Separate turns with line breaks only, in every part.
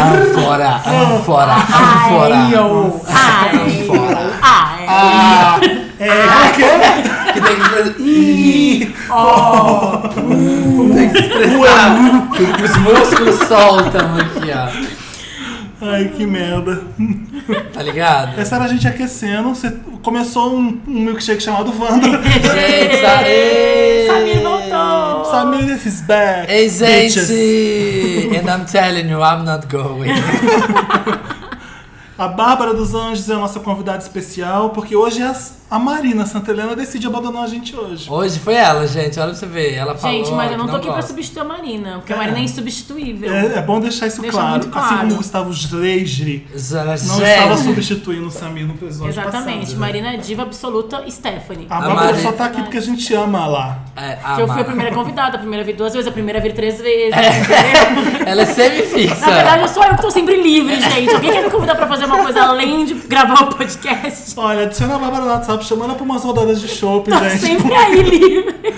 Ânfora, ânfora, ânfora.
Ariel.
Ânfora.
Ai,
Ah,
É,
que tem que expressar. Ih,
ó.
Oh.
Tem que expressar. Os músculos soltam aqui, ó.
Ai, que merda.
Tá ligado?
Essa era a gente aquecendo. Você começou um, um milkshake chamado Wanda.
Gente, tá... Ei.
Samir voltou.
Samir is back.
Ei,
bitches.
gente! And I'm telling you, I'm not going.
A Bárbara dos Anjos é a nossa convidada especial, porque hoje é as- a Marina Santelena decide abandonar a gente hoje.
Hoje foi ela, gente. Olha pra você ver. Ela falou
Gente, mas eu não
que
tô aqui pra
gosta.
substituir a Marina, porque a Marina é insubstituível.
É, é bom deixar isso
Deixa
claro.
muito claro.
Assim como o Gustavo Dreige não
Gente,
estava substituindo o Samir no episódio
Exatamente.
passado. né?
Marina é diva absoluta Stephanie.
A
A
Bárbara
Mari-
só tá aqui porque a gente ama lá.
é,
que eu fui a
Mara.
primeira convidada, a primeira vi duas vezes, a primeira vi três vezes, entendeu?
Ela é semifixa.
Na verdade, eu sou eu que tô sempre livre, gente. Alguém quer me convidar pra fazer uma coisa além de gravar o podcast?
Olha, adiciona a Bárbara no WhatsApp, chamando ela pra umas rodadas de shopping,
Tô
gente.
Tá sempre aí livre.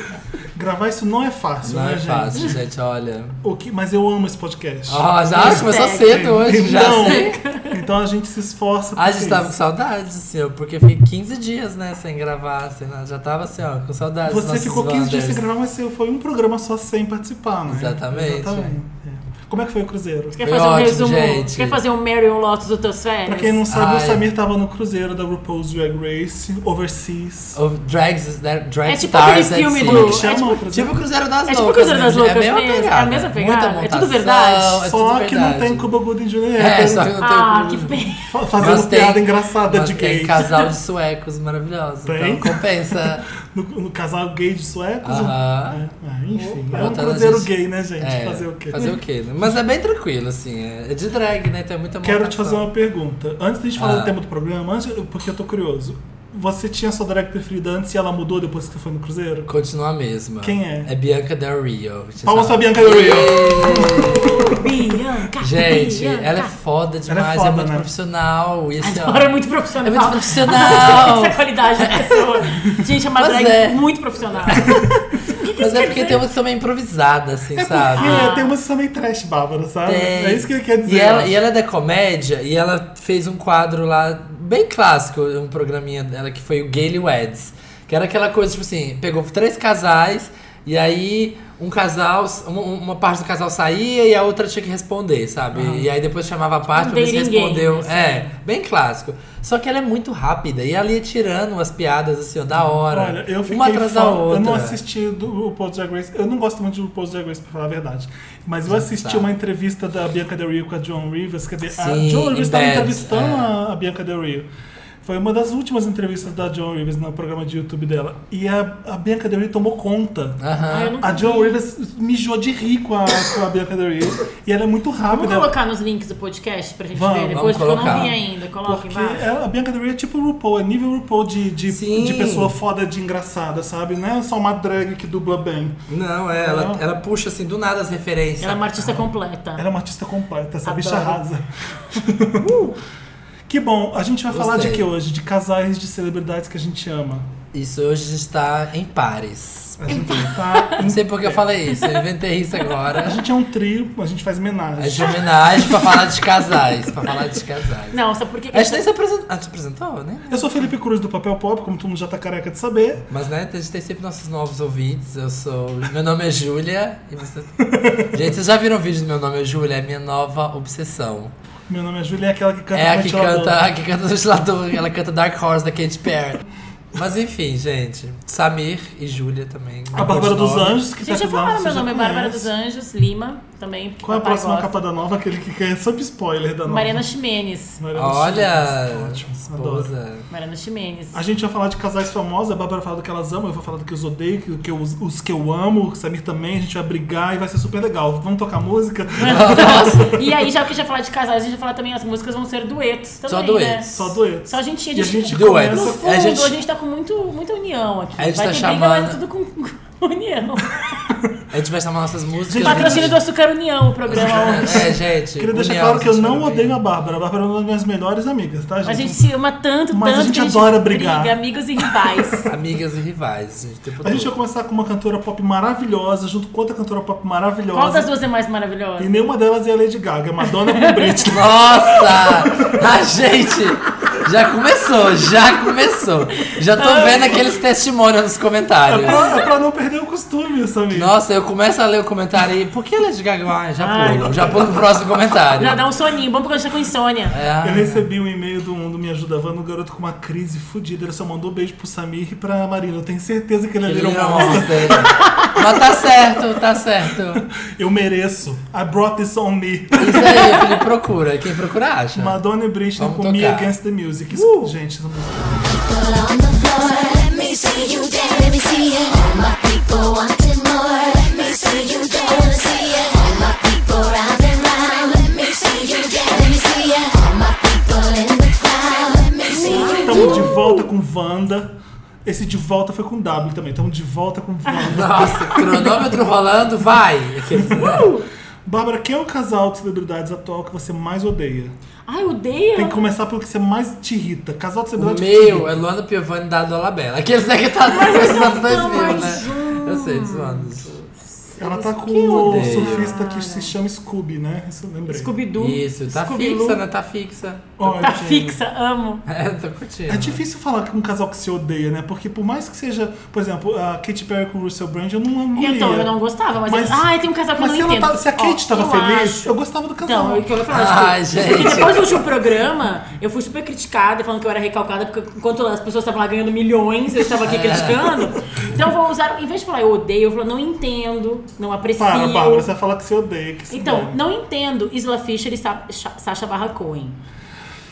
Gravar isso não é fácil,
não
né,
é
gente?
fácil, Ah, gente. Olha.
O que... Mas eu amo esse podcast.
Ó, já começou cedo hoje, é já
então,
sei.
então a gente se esforça.
Ah, a
por
gente
isso.
tava com saudades, assim, ó, porque fiquei 15 dias, né, sem gravar, sem nada. Já tava assim, ó, com saudades. dos
Você
nossos
ficou 15 dias sem
Wanders.
gravar, mas você foi um programa só sem participar, né?
Exatamente.
Exatamente. É. Como é que foi o Cruzeiro?
Quer
Foi
fazer um
ótimo,
resumo?
gente.
Quer fazer um Mary e um Lotus dos teus férias?
Pra quem não sabe, o
Ai.
Samir tava no Cruzeiro da RuPaul's Drag Race, Overseas.
Ou drags, né, drag
É tipo aquele
stars,
filme
at
do-
sea.
Que chama
é tipo-
o Cruzeiro.
Tipo o Cruzeiro das
É
Loucas.
tipo o Cruzeiro das
mesmo,
Loucas
é a mesma
mesmo, é a
pegada.
mesma
Muita
pegada, é tudo
montação,
verdade.
é
só
tudo
que não
verdade.
tem Cuba Gooding Jr.
É, só que não tem
Ah,
o
que
Cuba.
pena.
Fa- Fazendo
Mas tem-
piada engraçada
mas
de
tem
gay.
casal de suecos maravilhosos.
Tem?
Então compensa.
No, no casal gay de suecos.
Aham.
É, é, enfim, é um
Botando a
cruzeiro
gente-
gay, né, gente?
É,
fazer o quê?
Fazer o quê? né? Mas é bem tranquilo, assim. É é de drag, né? Tem muita
Quero te
montação.
fazer uma pergunta. Antes da gente falar
Ah.
do tema do programa, antes, porque eu tô curioso. Você tinha sua drag preferida antes e ela mudou depois que você foi no cruzeiro?
Continua a mesma.
Quem é?
É Bianca Del Rio.
Palmas pra Bianca Del Rio.
Bianca,
Gente,
Bianca.
ela é foda demais, é,
foda,
muito
né?
profissional. E assim, ó,
Agora é muito profissional.
é muito profissional.
Essa é qualidade da pessoa. Gente, é uma
Mas
drag
é.
muito profissional.
Mas é porque tem uma que são meio improvisada, assim, sabe?
É, tem uma sessão meio trash, Bárbara, sabe?
Tem.
É isso que ele quer dizer.
E
eu
ela,
acho.
e ela é da comédia e ela fez um quadro lá bem clássico, um programinha dela que foi o Gayle Weds. Que era aquela coisa, tipo assim, pegou três casais e aí um casal, uma, uma parte do casal saía e a outra tinha que responder, sabe? E aí depois chamava a parte
Um
pra ver se
dating game,
respondeu.
assim.
É, bem clássico. Só que ela é muito rápida e ela ia tirando as piadas assim, ó, da hora.
Olha, eu fiquei
uma atrás da
fã-
outra.
Eu não assisti do o Paul Drag Race. Eu não gosto muito do Paul Drag Race, pra falar a verdade. Mas eu assisti
sabe.
uma entrevista da Bianca Del Rio com a Joan Rivers. Quer dizer, a
Sim,
Joan Rivers
em
estava
Bad,
entrevistando
é.
a, a Bianca Del Rio. Foi uma das últimas entrevistas da Joan Rivers no programa de YouTube dela. E a, a Bianca Del Rio tomou conta.
Aham.
Ah, eu nunca
A
vi.
Joan Rivers mijou de rir com a, com a Bianca Del Rio. E ela é muito rápida.
Vamos colocar um nos links do podcast pra gente
Vamos,
ver
vamos
depois, porque eu não
colocar.
vi ainda. Coloca
Porque
embaixo.
ela- a Bianca Del Rio é tipo o RuPaul, é nível RuPaul de, de,
Sim.
de pessoa foda de engraçada, sabe? Não é só uma drag que dubla bem.
Não, é, ela,
Não.
ela puxa assim do nada as referências.
Ela é uma artista completa.
Ela é uma artista completa, essa
Adoro.
bicha rasa. que bom, a gente vai falar de
Gostei.
que hoje? De casais de celebridades que a gente ama.
Isso, hoje a gente tá em pares.
A gente tá.
Não sei por que eu falei isso, eu inventei isso agora.
A gente é um trio, a gente faz
É de
homenagem.
homenagem pra falar de casais. Pra falar de casais.
Não, sabe por que que
A gente nem se apresentou. Ah, se apresentou, né?
Eu sou Felipe Cruz do Papel Pop, como todo mundo já tá careca de saber.
Mas né, a gente tem sempre nossos novos ouvintes. Eu sou. Meu nome é Júlia. E você. Gente, vocês já viram o vídeo do Meu Nome é Júlia? É minha nova obsessão.
Meu nome é Julia, é aquela que canta
É
no
a que
ventilador.
canta, a que canta no ventilador. Ela canta Dark Horse da Katy Perry. Mas enfim, gente. Samir e Júlia também.
A Bárbara dos
Nome.
Anjos, que
Gente,
tá
já
aqui lá,
falaram
você
meu
já
nome, é Bárbara
conhece.
dos Anjos, Lima, também.
Qual é a
papai
próxima
gosta.
capa da nova? Aquele que quer sob spoiler da nova.
Mariana Ximenes.
Mariana
Olha,
Chimenez. Ótimo, adoro.
esposa.
Mariana Ximenes.
A gente vai falar de casais famosos, a Bárbara fala do que elas amam, eu vou falar do que eu odeio, que, que eu- os que eu amo, o Samir também, a gente vai brigar e vai ser super legal. Vamos tocar música?
E aí, já que a gente vai falar de casais, a gente vai falar também, as músicas vão ser duetos também,
Só
Né?
duetos.
Só duetos.
Só gentinha
E
de
a gente
Duetos.
No
começa...
fundo,
A
a
gente-
gente... tá com muito, muita união aqui.
A gente
vai
tá
ter briga,
chamando-
mas é tudo com com união.
A gente vai chamar nossas músicas. né?
Patrocínio do Açúcar União, o programa hoje.
É, gente.
Queria deixar
união,
claro que eu
vocês
não
foram
odeio
bem.
a Bárbara. A Bárbara é uma das minhas melhores amigas, tá, gente?
A gente se ama tanto,
Mas a
tanto.
gente
que
adora brigar.
briga, amigos e rivais.
Amigas e rivais, gente. o tempo
A gente vai
todo.
começar com uma cantora pop maravilhosa, junto com outra cantora pop maravilhosa.
Qual das duas é mais
E
maravilhosa?
nenhuma delas é a Lady Gaga, é Madonna com Britney.
Nossa! A gente! Já começou, já começou. Já tô vendo aqueles testemunhos nos
É
comentários.
pra, é pra não perder o costume, Samir.
Nossa, eu começo a ler o comentário e por que Lady Gaga? Ah, já
Ai.
pulo, já pulo pro próximo comentário.
Já dá um soninho, bom porque a gente tá com insônia.
Eu
É,
recebi um e-mail do Mundo Me Ajuda Vando, um garoto com uma crise fodida. Ele só mandou um beijo pro Samir e pra Marina. Eu tenho certeza que ele é
ele
Little
é um
Monster.
monster. Mas tá certo, tá certo.
Eu mereço. I brought this on me.
Isso aí, Felipe, procura. Quem procura acha.
Madonna e Britney
Vamos
com Me
tocar. Uh!
Against the Music. Isso- Gente, essa música.
on the floor. Let me see you dance. Let me see you. All my people wanting more. Let me see you dance. I wanna see you. All my people round and round. Let me see you dance. Let me see you. All my people in the crowd. Let me see you.
Estamos de volta com Wanda. Esse de volta foi com W também. Estamos de volta com Wanda.
Nossa, cronômetro rolando, vai! Aqueles, né?
Bárbara, quem é o casal de celebridades atual que você mais odeia?
Ai, odeia.
Tem que começar pelo que você mais te irrita. Casal de
O
celebridades que te
meu
irrita.
é Luana Piovani da Dolabella. Aqueles né, que tá nos anos 2000,
mais
né? Eu sei, dos anos.
Ela tá com o
odeio.
surfista que se chama Scooby, né? Isso eu lembrei.
Scooby-Doo.
Isso, tá
Scooby-Loo.
fixa, né? Tá fixa.
Olha,
Tá
gente,
fixa, amo.
É, tô curtindo.
É difícil falar com um casal que se odeia, né? Porque por mais que seja, por exemplo, a Katy Perry com o Russell Brand, eu não amo.
Então, eu não gostava, mas...
Mas-
Ai, tem um casal que
Mas
eu
se,
não
ela
entendo.
tá- se a Kate
Ó,
tava
eu
feliz,
acho-
eu gostava do casal.
Então, é o que eu ia falar. tipo,
Ai, gente.
Porque depois do último programa, eu fui super criticada, falando que eu era recalcada, porque enquanto as pessoas estavam lá ganhando milhões, eu estava aqui
É.
criticando. Então, eu vou usar, em vez de falar eu odeio, eu falo não entendo, não aprecio.
Para, Bárbara, você vai falar que se odeia. Que se
Então,
dane.
não entendo Isla Fisher e Sa- Sa- Sacha Barra Cohen.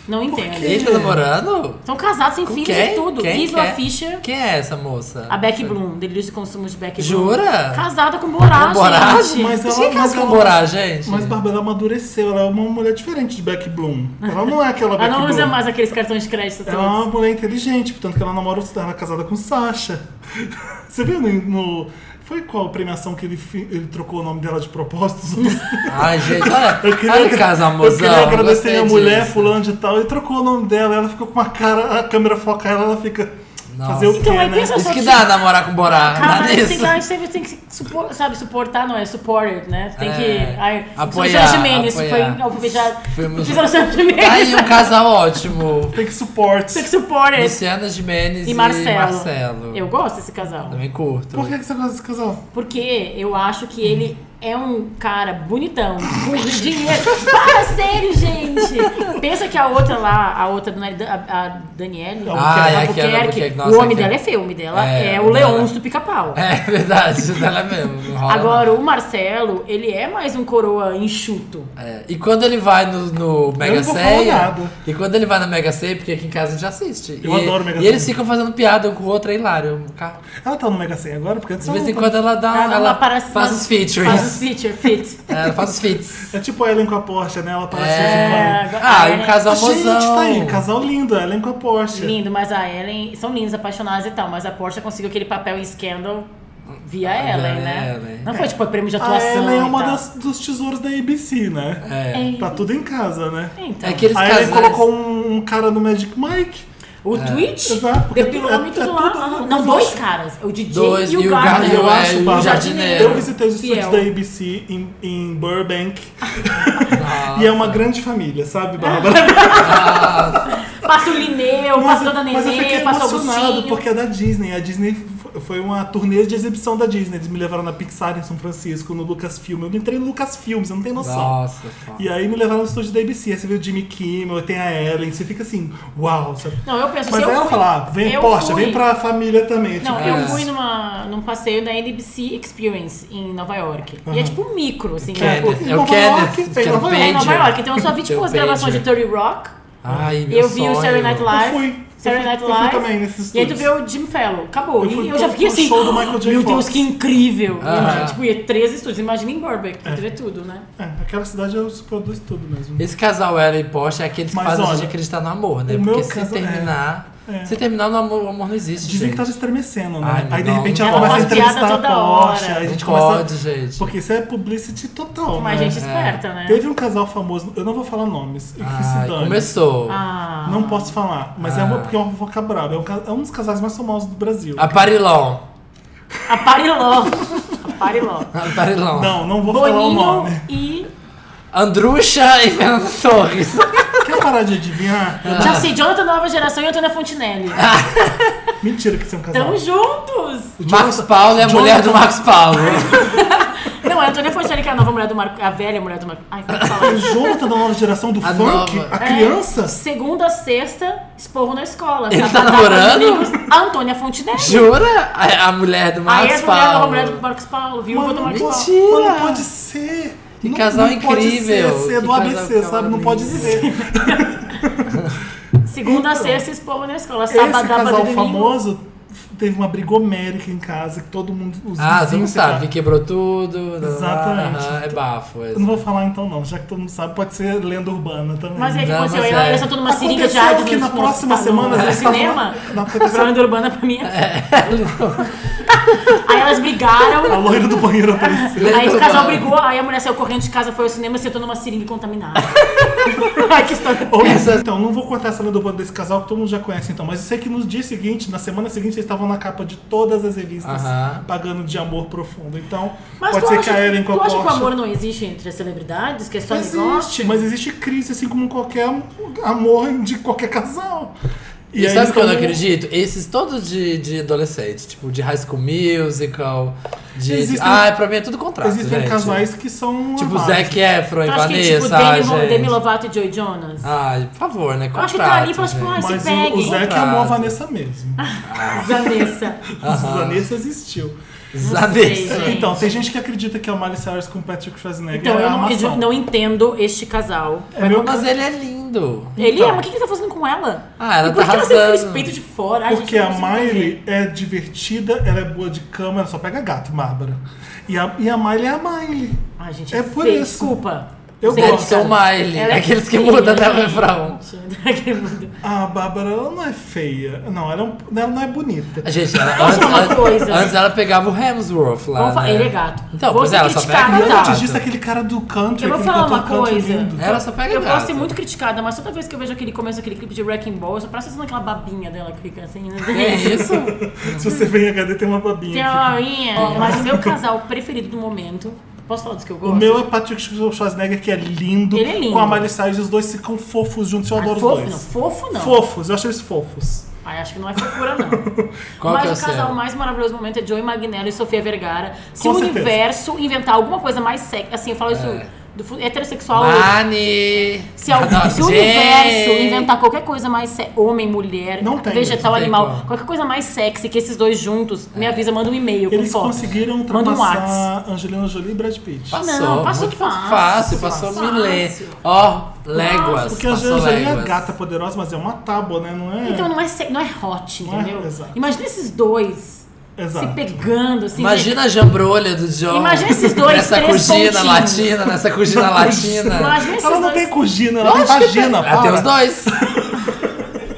Não entendo.
Ele tá namorando?
São casados, sem filhos
quem?
e tudo.
Quem?
Isla
Quem?
Fisher,
Quem é essa moça?
a Beck Bloom, delírio de consumo de Beck Bloom.
Jura?
Casada com Borá,
Com Borá?
gente.
Mas- Quem casa com Borá, gente?
Mas Bárbara ela amadureceu, ela é uma mulher diferente de Beck Bloom. Ela não é aquela
Ela
Beck
não
Bloom.
usa mais aqueles cartões de crédito
Ela é uma
todos.
mulher inteligente, portanto que ela namora, ela é casada com Sasha. Você viu no. no- foi qual premiação que ele, fi- ele trocou o nome dela de propósito?
Ai, gente, olha,
Eu queria,
olha o
agra-
casal
eu
mozão.
queria agradecer
gostei
a mulher,
disso.
fulano de tal, e trocou o nome dela. Ela ficou com uma cara, a câmera foca ela, ela fica.
Nossa.
Fazer o
Então,
quê,
aí
né?
pensa
Isso que dá namorar com Borá,
Cara,
nada
mas tem,
disso.
que- a gente tem que se supor- sabe, suportar, não é? Supported, né? Tem
É.
que. Ai,
Apoiar,
Suzana Gimenez,
apoiar.
foi alfabetizado.
Foi muito-
Suzana Gimenez.
Tá aí um casal ótimo.
Tem que suporte.
Tem que é supported.
Luciana Gimenez
E Marcelo.
Marcelo.
Eu gosto desse casal.
Também curto.
Por que que você gosta desse casal?
Porque eu acho que ele é um cara bonitão, com dinheiro. Para, sério, gente! Pensa que a outra lá, a outra, dona- a, a Daniele,
Ah,
Ai,
a
é aquela Albuquerque, nossa,
o homem
aquela-
dela é feio, o homem dela
É,
é,
o
o
dela-
Leôncio do pica-pau.
É verdade, dela mesmo. não rola
Agora, o Marcelo, ele é mais um coroa enxuto.
É, e quando ele vai no, no Mega
não vou falar
Sena.
nada.
E quando ele vai na Mega Sena, porque aqui em casa a gente assiste.
Eu
e,
adoro Mega
E eles
Sena.
ficam fazendo piada um com o outro, é hilário. um carro.
Ela tá no Mega 100 agora? Porque antes
De
ela
vez em
não tá.
quando ela dá
Ela,
Ah, ela,
ela aparece
faz
nas-
os features.
Faz os feature, fit.
É, Ela faz os feats.
É tipo a Ellen com a Porsche, né? Ela aparece de vez em quando.
É,
agora-
ah,
ah,
e o
é.
casal
Gente,
mozão.
tá aí, casal lindo, Ellen com a Porsche.
Lindo, mas a Ellen. São lindos, apaixonados e tal. Mas a Porsche conseguiu aquele papel em Scandal via Ellen, né?
Ah, Ellen.
Não foi tipo prêmio de
A
atuação.
Ellen é
e
uma
tal.
das, dos tesouros da ABC, né?
É.
Tá. É.
Tá tudo em casa, né?
Então,
É que eles
A Ellen
casais.
colocou um, um cara no Magic Mike.
o
é.
Twitch
Exato, porque
depilou
é-
muito
é
tudo lá.
tudo-
Aham. Não,
mas
dois
eu-
caras. O DJ
Dois
e o
Gar-
Gardner.
eu
Eu acho,
acho,
Bárbara.
o jardineiro.
Eu visitei os estúdios
Fiel.
da ABC em, em Burbank. E é uma grande família, sabe,
É.
Bárbara?
Passa o Lineu, passa toda a
mas eu fiquei
Nenê, passa o
emocionado
Agostinho.
porque é da Disney. A Disney f- foi uma turnê de exibição da Disney. Eles me levaram na Pixar em São Francisco, no Lucasfilm. Eu entrei no Lucasfilm, você não tem noção.
Nossa, foda.
E aí me levaram no estúdio da ABC. Aí você vê o Jimmy Kimmel, tem a Ellen. Você fica assim, uau. sabe?
Não, eu penso,
Mas
se
aí
eu
ela
fui,
fala, ah, vem,
eu
Porsche,
fui-
vem pra família também.
Não,
tipo,
eu
isso.
fui numa, num passeio da NBC Experience em Nova York. E é tipo um micro, assim. tipo,
Kenneth. É o
Nova
Kenneth.
York,
que é
Nova York,
é Nova
Pager.
York. Então eu só vi tipo
Tem o
as gravações de
Pager.
30 Rock.
Ai,
E
meu
eu vi o
sonho.
Saturday Night Live.
Eu fui.
Saturday
Eu
Night
fui- eu fui também
Live.
nesses
e aí tu vê
estúdios.
o Jim Fellow. Acabou.
Eu fui
e eu já
pro-
fiquei
pro
assim.
show do Michael J.
Meu Deus,
Fox."
que incrível!
Aham.
E, tipo, ia três estúdios. Imagina em Burbank. que Tu vê tudo, né?
É, aquela cidade eu produz tudo mesmo.
Esse casal Ellen e Porsche é aqueles que
Mas
fazem a
olha,
gente acreditar no amor, né?
o meu
Porque se
casal-
terminar, Se terminar, o amor, o amor não existe.
Dizem
gente.
que tava estremecendo, né?
Ai,
aí de
não,
repente
não
ela começa a
pode.
entrevistar a
Piada toda
Porsche,
hora.
aí a gente
Não
começa.
pode, gente.
Porque isso é publicity total.
Mas
né?
gente esperta, né?
Teve um casal famoso, eu não vou falar nomes, que se
Ai,
dane.
começou.
Ah.
Não posso falar, mas é uma,
Ah.
porque é uma fofoca braba. É um, ca- é um dos casais mais famosos do Brasil.
Aparilão.
Apariló. Apariló.
Aparilão.
Não, não vou falar o
Boninho
nome.
e.
Andrucha e Fernando Torres.
Quer parar de adivinhar?
Já sei, Jonathan Nova Geração e Antônia Fontinelli.
Ah. Mentira que isso é um casal.
Tamo juntos!
Marcos Paulo é a
Jonathan-
mulher do Marcos Paulo.
Não, é a Antônia Fontinelli, que é a nova mulher do Marco. A velha mulher do Marco. Ai, como é que fala?
O Jonathan da nova geração do
A
funk,
nova.
É.
a criança.
Segunda, a sexta, esporro na escola.
Ele
Sabadão,
tá namorando?
Domingos, A Antônia Fontinelli.
Jura? A, a mulher do
Aí
Marcos
essa mulher é a nova
Paulo.
mulher do Marcos Paulo, viúva
Mano,
do Marcos Paulo.
mentira.
Mano, não pode ser.
Que
Não-
casal
não pode
incrível.
ser, ser
Que
do
casal
ABC, sabe? Não pode ser.
Segunda, a
Então.
sexta, esporro na escola.
Esse
Sabadão,
casal
domingo.
famoso teve uma briga homérica em casa que todo mundo. Os
Ah, você não
vizinhos
sabe,
ficaram-
que quebrou tudo. blá, blá,
Exatamente.
blá, é bafo. é.
Eu não vou falar então, não, já que todo mundo sabe, pode ser lenda urbana também.
Mas aí tipo assim, o que
Não,
aconteceu?
mas
Ela,
é.
ela sentou numa seringa de
Aconteceu
AIDS
que
no-
na
no
próxima
hospital,
semana
Tá no,
eles estavam-
cinema.
na-
Pra lenda urbana pra mim. Aí
É.
elas
A
brigaram.
loira do banheiro apareceu.
Aí o
Lembra,
casal
mano?
brigou, aí a mulher saiu correndo de casa, foi ao cinema, sentou numa seringa contaminada. Ai, que história.
Ou- Então, não vou contar essa lenda urbana desse casal que todo mundo já conhece, então. Mas eu sei que no dia seguinte, na semana seguinte, eles estavam na capa de todas as revistas
Aham.
pagando de amor profundo. Então,
Mas
pode
tu,
ser
acha,
que a Ellen com
tu
a
acha que o
Porsche-
amor não existe entre as celebridades? Que é só
Existe,
negócio?
mas existe crise, assim como qualquer amor de qualquer casal.
E,
aí
sabe
eles
o que eu não
tão-
acredito? Esses todos de, de adolescente, tipo de High School Musical, de...
Existem-
ah, pra mim é tudo contrato,
Existem
gente.
casais que são.
Tipo
amados.
Zac Efron e
Tu acha que
Vanessa,
tipo
ai,
Demi, Lo-
gente.
Demi Lovato e Joy Jonas?
Ai, por favor, né?
Eu
Contrato,
acho que tá ali e fala, tipo,
gente.
ai,
Mas
se
o, o Zac
peguem.
amou a
Contrato.
Vanessa mesmo.
Ah.
Vanessa.
A Vanessa existiu.
Zadessa.
Gente.
Então, tem gente que acredita que é o Miley Cyrus com o Patrick Schwarzenegger.
Então,
é
eu não,
armação.
eu não entendo este casal.
É meu
Mas ele é lindo.
Ele
Então.
é, mas o que que ele tá fazendo com ela?
Ah, ela
E por
tá
que ela sempre com esse
arrasando.
peito de fora? Ai,
Porque
gente, eu
a
não consigo entender.
Miley é divertida, ela é boa de cama, ela só pega gato, Bárbara. E a, e a Miley é a Miley.
Ai, gente,
É
é
por
por feio,
isso.
Desculpa. é
Eu
Deve
gosto.
ser o Miley, aqueles que mudam até o refrão.
A Bárbara, ela não é feia. Não, ela, é um- ela não é bonita.
A gente, ela,
Posso
antes,
falar uma
antes-
coisa?
antes ela pegava o Hemsworth lá, né?
Ele é gato.
Então,
Vou
pois
ser
é, ela só
criticada,
pega
E
tá?
gato.
antes disso, aquele cara do country,
Eu vou
aquele
falar
cantor
uma
country
coisa.
lindo. tá?
Ela só pega
Eu
gato.
posso ser muito criticada, mas toda vez que eu vejo aquele começo, aquele clipe de Wrecking Ball, eu só parece fazendo aquela babinha dela que fica assim, né?
É isso?
Se você vem em HD, tem uma
Tem
babinha. aqui.
uma babinha. Mas o meu casal preferido do momento. Posso falar dos que eu gosto?
O meu é Patrick Schwarzenegger, que é lindo.
Ele é lindo.
Com a Miley Cyrus, os dois ficam fofos juntos. Eu
Ah,
adoro
fofo, não.
os dois.
Fofo não.
Fofos, eu acho eles fofos.
Ai, acho que não é fofura, não.
Qual
Mas
que é o
o casal
seu?
mais maravilhoso do momento é Joey Magnello e Sofia Vergara. Se
Com
o
certeza.
universo inventar alguma coisa mais sexy, assim, eu falo isso
É.
do fu- heterossexual.
Mani!
Se, algum,
Não,
se o
gente.
universo inventar qualquer coisa mais se- homem, mulher,
Não tem, É.
não
vegetal,
tem
animal,
como.
qualquer coisa mais sexy que esses dois juntos, me avisa, manda um e-mail com
Eles
foto.
conseguiram
Manda um WhatsApp.
ultrapassar Angelina Jolie e Brad Pitt.
Passou,
Não, passou
muito
fácil,
fácil, passou
fácil.
milê. Ó, léguas,
Porque a
passou
Angelina Jolie é
léguas.
gata poderosa, mas é uma tábua, né? Não é?
Então não é, se- não é hot,
Não é?
entendeu?
Exato.
Imagina esses dois se
Exato.
pegando, assim.
Imagina a jambrolha do John.
Imagina esses dois,
Nessa
três
cugina
pontinhos.
latina, nessa cugina
gente.
latina.
Imagina esses
Ela não
dois.
tem cugina, ela tem vagina.
Ela tem os
Para.
dois.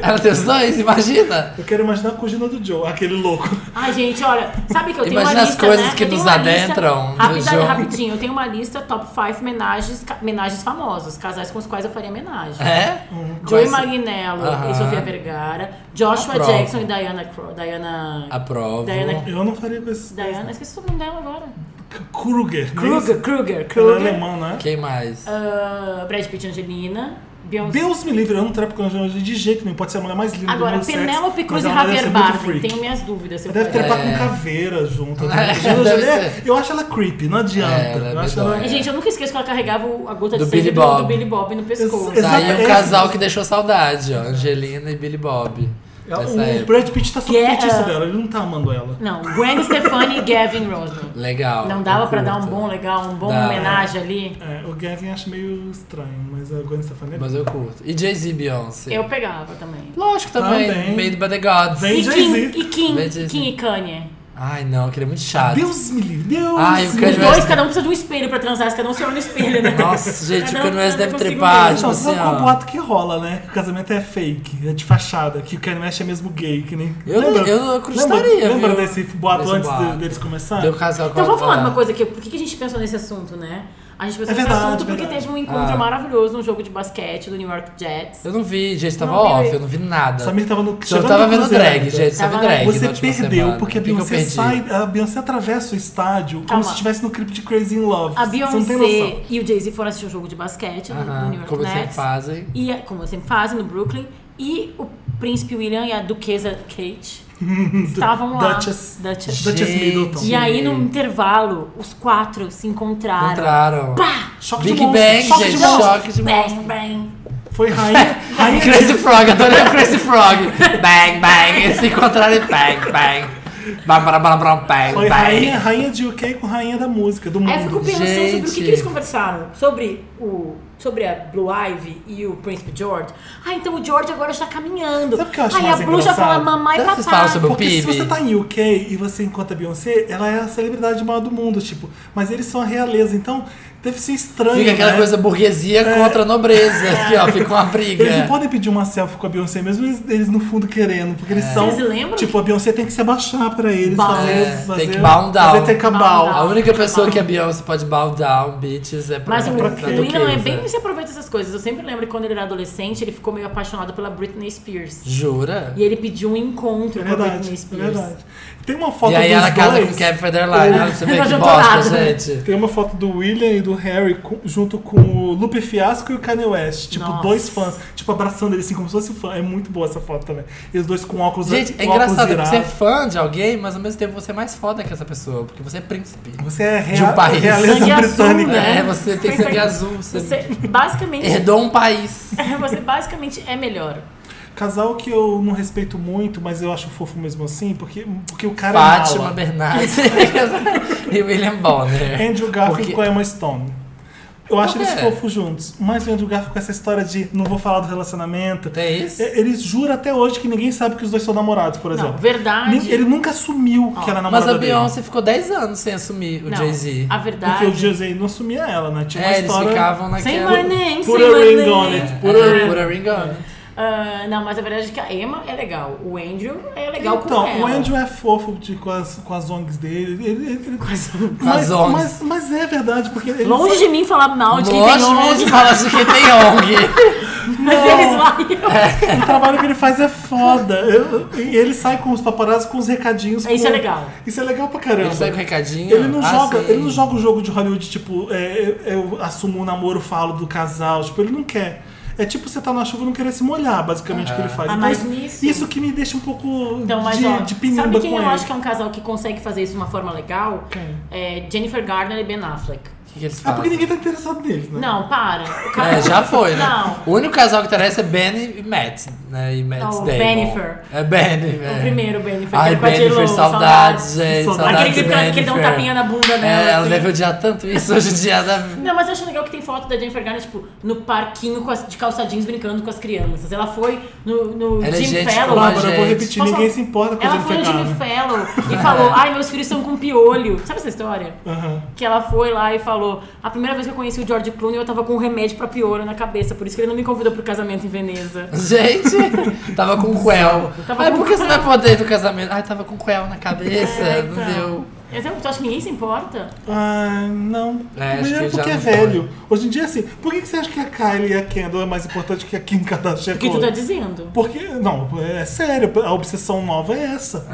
Ela tem os dois, imagina.
Eu quero imaginar a cugina do Joe, aquele louco.
Ai, gente, olha, sabe que eu tenho
Imagina
uma
as
lista,
coisas
né?
que
Eu tenho
nos
uma lista-
adentram né, no
Rapidinho,
jogo.
rapidinho, eu tenho uma lista top 5 menagens, ca- menagens famosas, casais com os quais eu faria homenagem.
É?
Joey
Quais-
Magnello
Aham. Tá
e Sofia Vergara, Joshua
Aprovo.
Jackson e Diana Cro- Diana
Aprovo.
Diana-
Eu não faria com esses dois.
Diana, esqueci o nome dela agora.
Kruger. né?
Kruger, Kruger,
Ela é
Kruger.
alemã, né?
Quem mais?
Ah, Brad Pitt e Angelina, Beyoncé.
Deus me livre, eu não trapo com a Angelina Jolie de jeito nenhum. Pode ser a mulher mais linda do
Agora,
mundo sexy,
Penélope
mas
Cruz e
ela deve ser
Javier um
muito
Bardem,
freak.
tenho minhas dúvidas se eu
Ela deve
faria.
trepar
É.
com caveira junto. né?
É,
Angelina
deve
Jolie é-
ser.
eu acho ela creepy, não adianta.
É, ela é
eu acho ela...
medonha.
Gente, eu nunca esqueço que ela carregava o- a gota
Do
de sangue
Billy
do, do
Bob.
Billy Bob no pescoço.
Ex-
Tá aí um
exatamente.
casal que deixou saudade, ó. Angelina e Billy Bob.
É
Dessa
O
época.
Brad Pitt tá sob
Que é,
feitiço
ah,
dela, ele não tá amando ela.
Não, Gwen Stefani e Gavin Rosner.
Legal.
Não dava pra dar um
curto.
bom legal, um bom
Dá.
homenagem ali?
É, o Gavin acho meio estranho, mas a Gwen Stefani é
Mas eu curto. E Jay-Z e Beyoncé?
Eu pegava também.
Lógico tá também.
Também.
Made by the Gods.
Vem-
E
Jay-Z.
Kim, e Kim,
Vem Jay-Z.
Kim e Kanye.
Ai, não, que ele é muito chato.
Deus me livre, Deus
Ai, o Kanye
me
Os
livre.
West-
dois, cada um precisa de um espelho pra transar, cada um se olha no espelho, né?
Nossa,
É,
gente,
Cada
o Kanye West
cada
deve
consigo
trepar,
mesmo.
tipo,
Então, isso é
assim, ó.
um boato que rola, né? Que o casamento é fake, é de fachada, que o Kanye West é mesmo gay, que nem.
Eu- eu não acreditaria,
Lembra, lembra
viu?
desse boato
Desse
antes de-
boato.
deles começarem?
Tem um casal com
Então vamos falar de uma
é.
coisa aqui. Por que que a gente pensou nesse assunto, né? A gente pensou
É
nesse
verdade,
assunto porque
verdade.
teve um encontro
Ah.
maravilhoso no jogo de basquete do New York Jets.
Eu não vi, gente, tava
Não viu
off,
ele.
eu não vi nada.
Samir tava no.
Só
chegando
tava
no
vendo
Cruzeiro
drag,
ainda.
gente, só vi
Tava-
drag.
Você
na última
perdeu,
semana.
porque a
O que que eu
Beyoncé
perdi?
sai. A Beyoncé atravessa o estádio como
Calma.
se estivesse no clipe de Crazy in Love.
A
Você não tem noção.
Beyoncé e o Jay-Z foram assistir um jogo de basquete do- do
Aham,
New York
como sempre
Nets.
fazem.
E, como sempre fazem, no Brooklyn. E o príncipe William e a duquesa Kate estavam lá.
Duchess.
Duchess.
Duchess
Gente.
Middleton.
E aí, no intervalo, os quatro se encontraram.
Entraram.
Choque
Big
de monstro.
Bang,
choque
gente,
de monstro.
choque de monstro.
Bang, bang.
Foi rainha. rainha
Crazy Frog, adorei o Crazy Frog. Bang, bang, eles se encontraram e bang, bang. Bam, bam, bam, bam,
Foi
bang,
rainha,
bang.
rainha de UK com rainha da música, do mundo.
Aí eu fico pensando sobre o que,
Gente.
que eles conversaram. Sobre o. Sobre a Blue Ivy e o Príncipe George. Ah, então o George agora está caminhando.
Sabe o que eu acho
Aí a
mais
Blue já
engraçado?
fala mamãe
Sabe o
e
que
papai.
vocês falam sobre o
Porque se
PIB?
você tá em UK e você encontra a Beyoncé, ela é a celebridade maior do mundo, tipo. Mas eles são a realeza, então deve ser estranho.
Fica aquela
né?
coisa burguesia contra a nobreza. Aqui, ó, fica uma briga.
É. Eles não podem pedir uma selfie com a Beyoncé, mesmo eles, eles no fundo querendo, porque eles são.
Vocês lembram?
Tipo, a Beyoncé tem que se abaixar pra eles.
Bow.
Fazer,
É, tem
fazer,
que bow down.
Fazer take a bow.
Bow
A única pessoa que a Beyoncé pode bow down, bitches, é pra
Mas o
pra-
pra
pra
quê?
William é
duquesa.
bem se aproveita essas coisas. Eu sempre lembro que quando ele era adolescente, ele ficou meio apaixonado pela Britney Spears.
Jura?
E ele pediu um encontro
É
com a
verdade,
Britney
é
Spears.
verdade. Tem uma foto
E aí
dos
ela casa
dois.
com o Kevin Federline. Olha, você vê
Não
que
adiantou
bosta,
nada.
gente.
Tem uma foto do William e do Harry com- junto com o Lupe Fiasco e o Kanye West. Tipo,
Nossa.
dois fãs. Tipo, abraçando ele assim como se fosse fã. É muito boa essa foto também. E os dois com óculos
Gente, é
óculos
engraçado porque você é
virados.
fã de alguém, mas ao mesmo tempo você é mais foda que essa pessoa, porque você é príncipe.
Né?
Você é
de um
real,
país.
realeza
Sangue azul,
britânica.
né?
É, você tem sangue azul, você,
Você é basicamente.
herdou um país.
você basicamente é melhor.
Casal que eu não respeito muito, mas eu acho fofo mesmo assim, porque, porque o cara é
Fátima
mala.
Bernardes e William Bonner.
Andrew Garfield
Porque- É.
com a Emma Stone. Eu acho
Por
eles
quê?
fofos juntos. Mas o Andrew Garfield com essa história de não vou falar do relacionamento.
Tem isso?
E- Ele jura até hoje que ninguém sabe que os dois são namorados, por
Não,
exemplo.
verdade.
Nem- Ele nunca assumiu que ela é
Mas
namorada
a
dele.
Beyoncé ficou 10 anos sem assumir o
Não,
Jay-Z.
A verdade.
Porque o Jay-Z não assumia ela, né? Tinha uma
É, eles
história...
ficavam
Sem
naquela...
my name,
Put
say
a
my
ring
name.
on it. Put a
É,
ring.
put a ring on it.
Ah, não, mas a verdade é que a Emma é legal. O Andrew é legal
então,
com ela.
o Andrew é fofo de- com, as, com as ONGs dele. Ele, ele- ele-
Com as
mas,
ONGs.
mas, mas é verdade, porque ele
Longe de mim falar mal de quem tem
Longe
longe,
de falar
assim
de quem tem ONG.
mas eles lá e eu.
É,
O trabalho que ele faz é foda. Eu- eu- e ele sai com os paparazzi com os recadinhos.
Isso
com-
é legal.
Isso é legal pra caramba.
Ele sai com recadinho.
Ele não,
Ah,
joga,
sim.
ele não joga o jogo de Hollywood, tipo, é, eu, eu assumo um namoro, falo do casal. Tipo, ele não quer. É tipo você tá na chuva e não querer se molhar, basicamente, o que ele faz. Então,
Ah, mas
isso,
nisso-
isso que me deixa um pouco
Então, mas
de,
ó,
de pinimba
sabe quem
com
eu
ele.
acho que é um casal que consegue fazer isso de uma forma legal? É Jennifer Garner e Ben Affleck.
O que, que eles
É porque
fazem?
ninguém tá interessado nele, né?
Não, para. O cara...
É, já foi, né?
Não.
O único casal que interessa é Ben e Matt, né? E Matt
Não, o
Damon.
Bennifer.
É Ben. É.
O primeiro, Bennifer.
Ai,
que era com a
Bennifer,
J.Lo,
saudades, gente.
Saudades.
Saudades
Aquele que,
de
ele- que ele dá um
Bennifer.
tapinha na bunda dela.
É, ela
assim.
deve odiar tanto isso hoje em dia. Né?
Não, mas eu acho legal que tem foto da Jennifer Garner, tipo, no parquinho com as- de calça jeans brincando com as crianças. Ela foi no, no
Ela é
Jim
gente
Fellow.
como a
Bárbara, eu
gente.
vou repetir,
Posso-
ninguém se importa com a
Ela foi
Jennifer
no Jimmy
Garner.
Fellow e falou, ai, meus filhos são com piolho. Sabe essa história?
Aham.
Que ela foi lá e falou, a primeira vez que eu conheci o George Clooney, eu tava com um remédio pra piolho na cabeça. Por isso que ele não me convidou pro casamento em Veneza.
Gente, tava com Quel.
Tava
Ai,
com
por que você
Quel.
vai poder ir do casamento? Ai, tava com Quel na cabeça,
É,
não
então.
deu.
Eu até- Tu acha que ninguém se importa?
Ah, não.
É, acho
Primeiro
que já
porque é
não foi.
velho. Hoje em dia, assim, por que que você acha que a Kylie e a Kendall é mais importante que a Kim Kardashian?
O que tu
Chloe?
tá dizendo?
Porque, não, é sério, a obsessão nova é essa.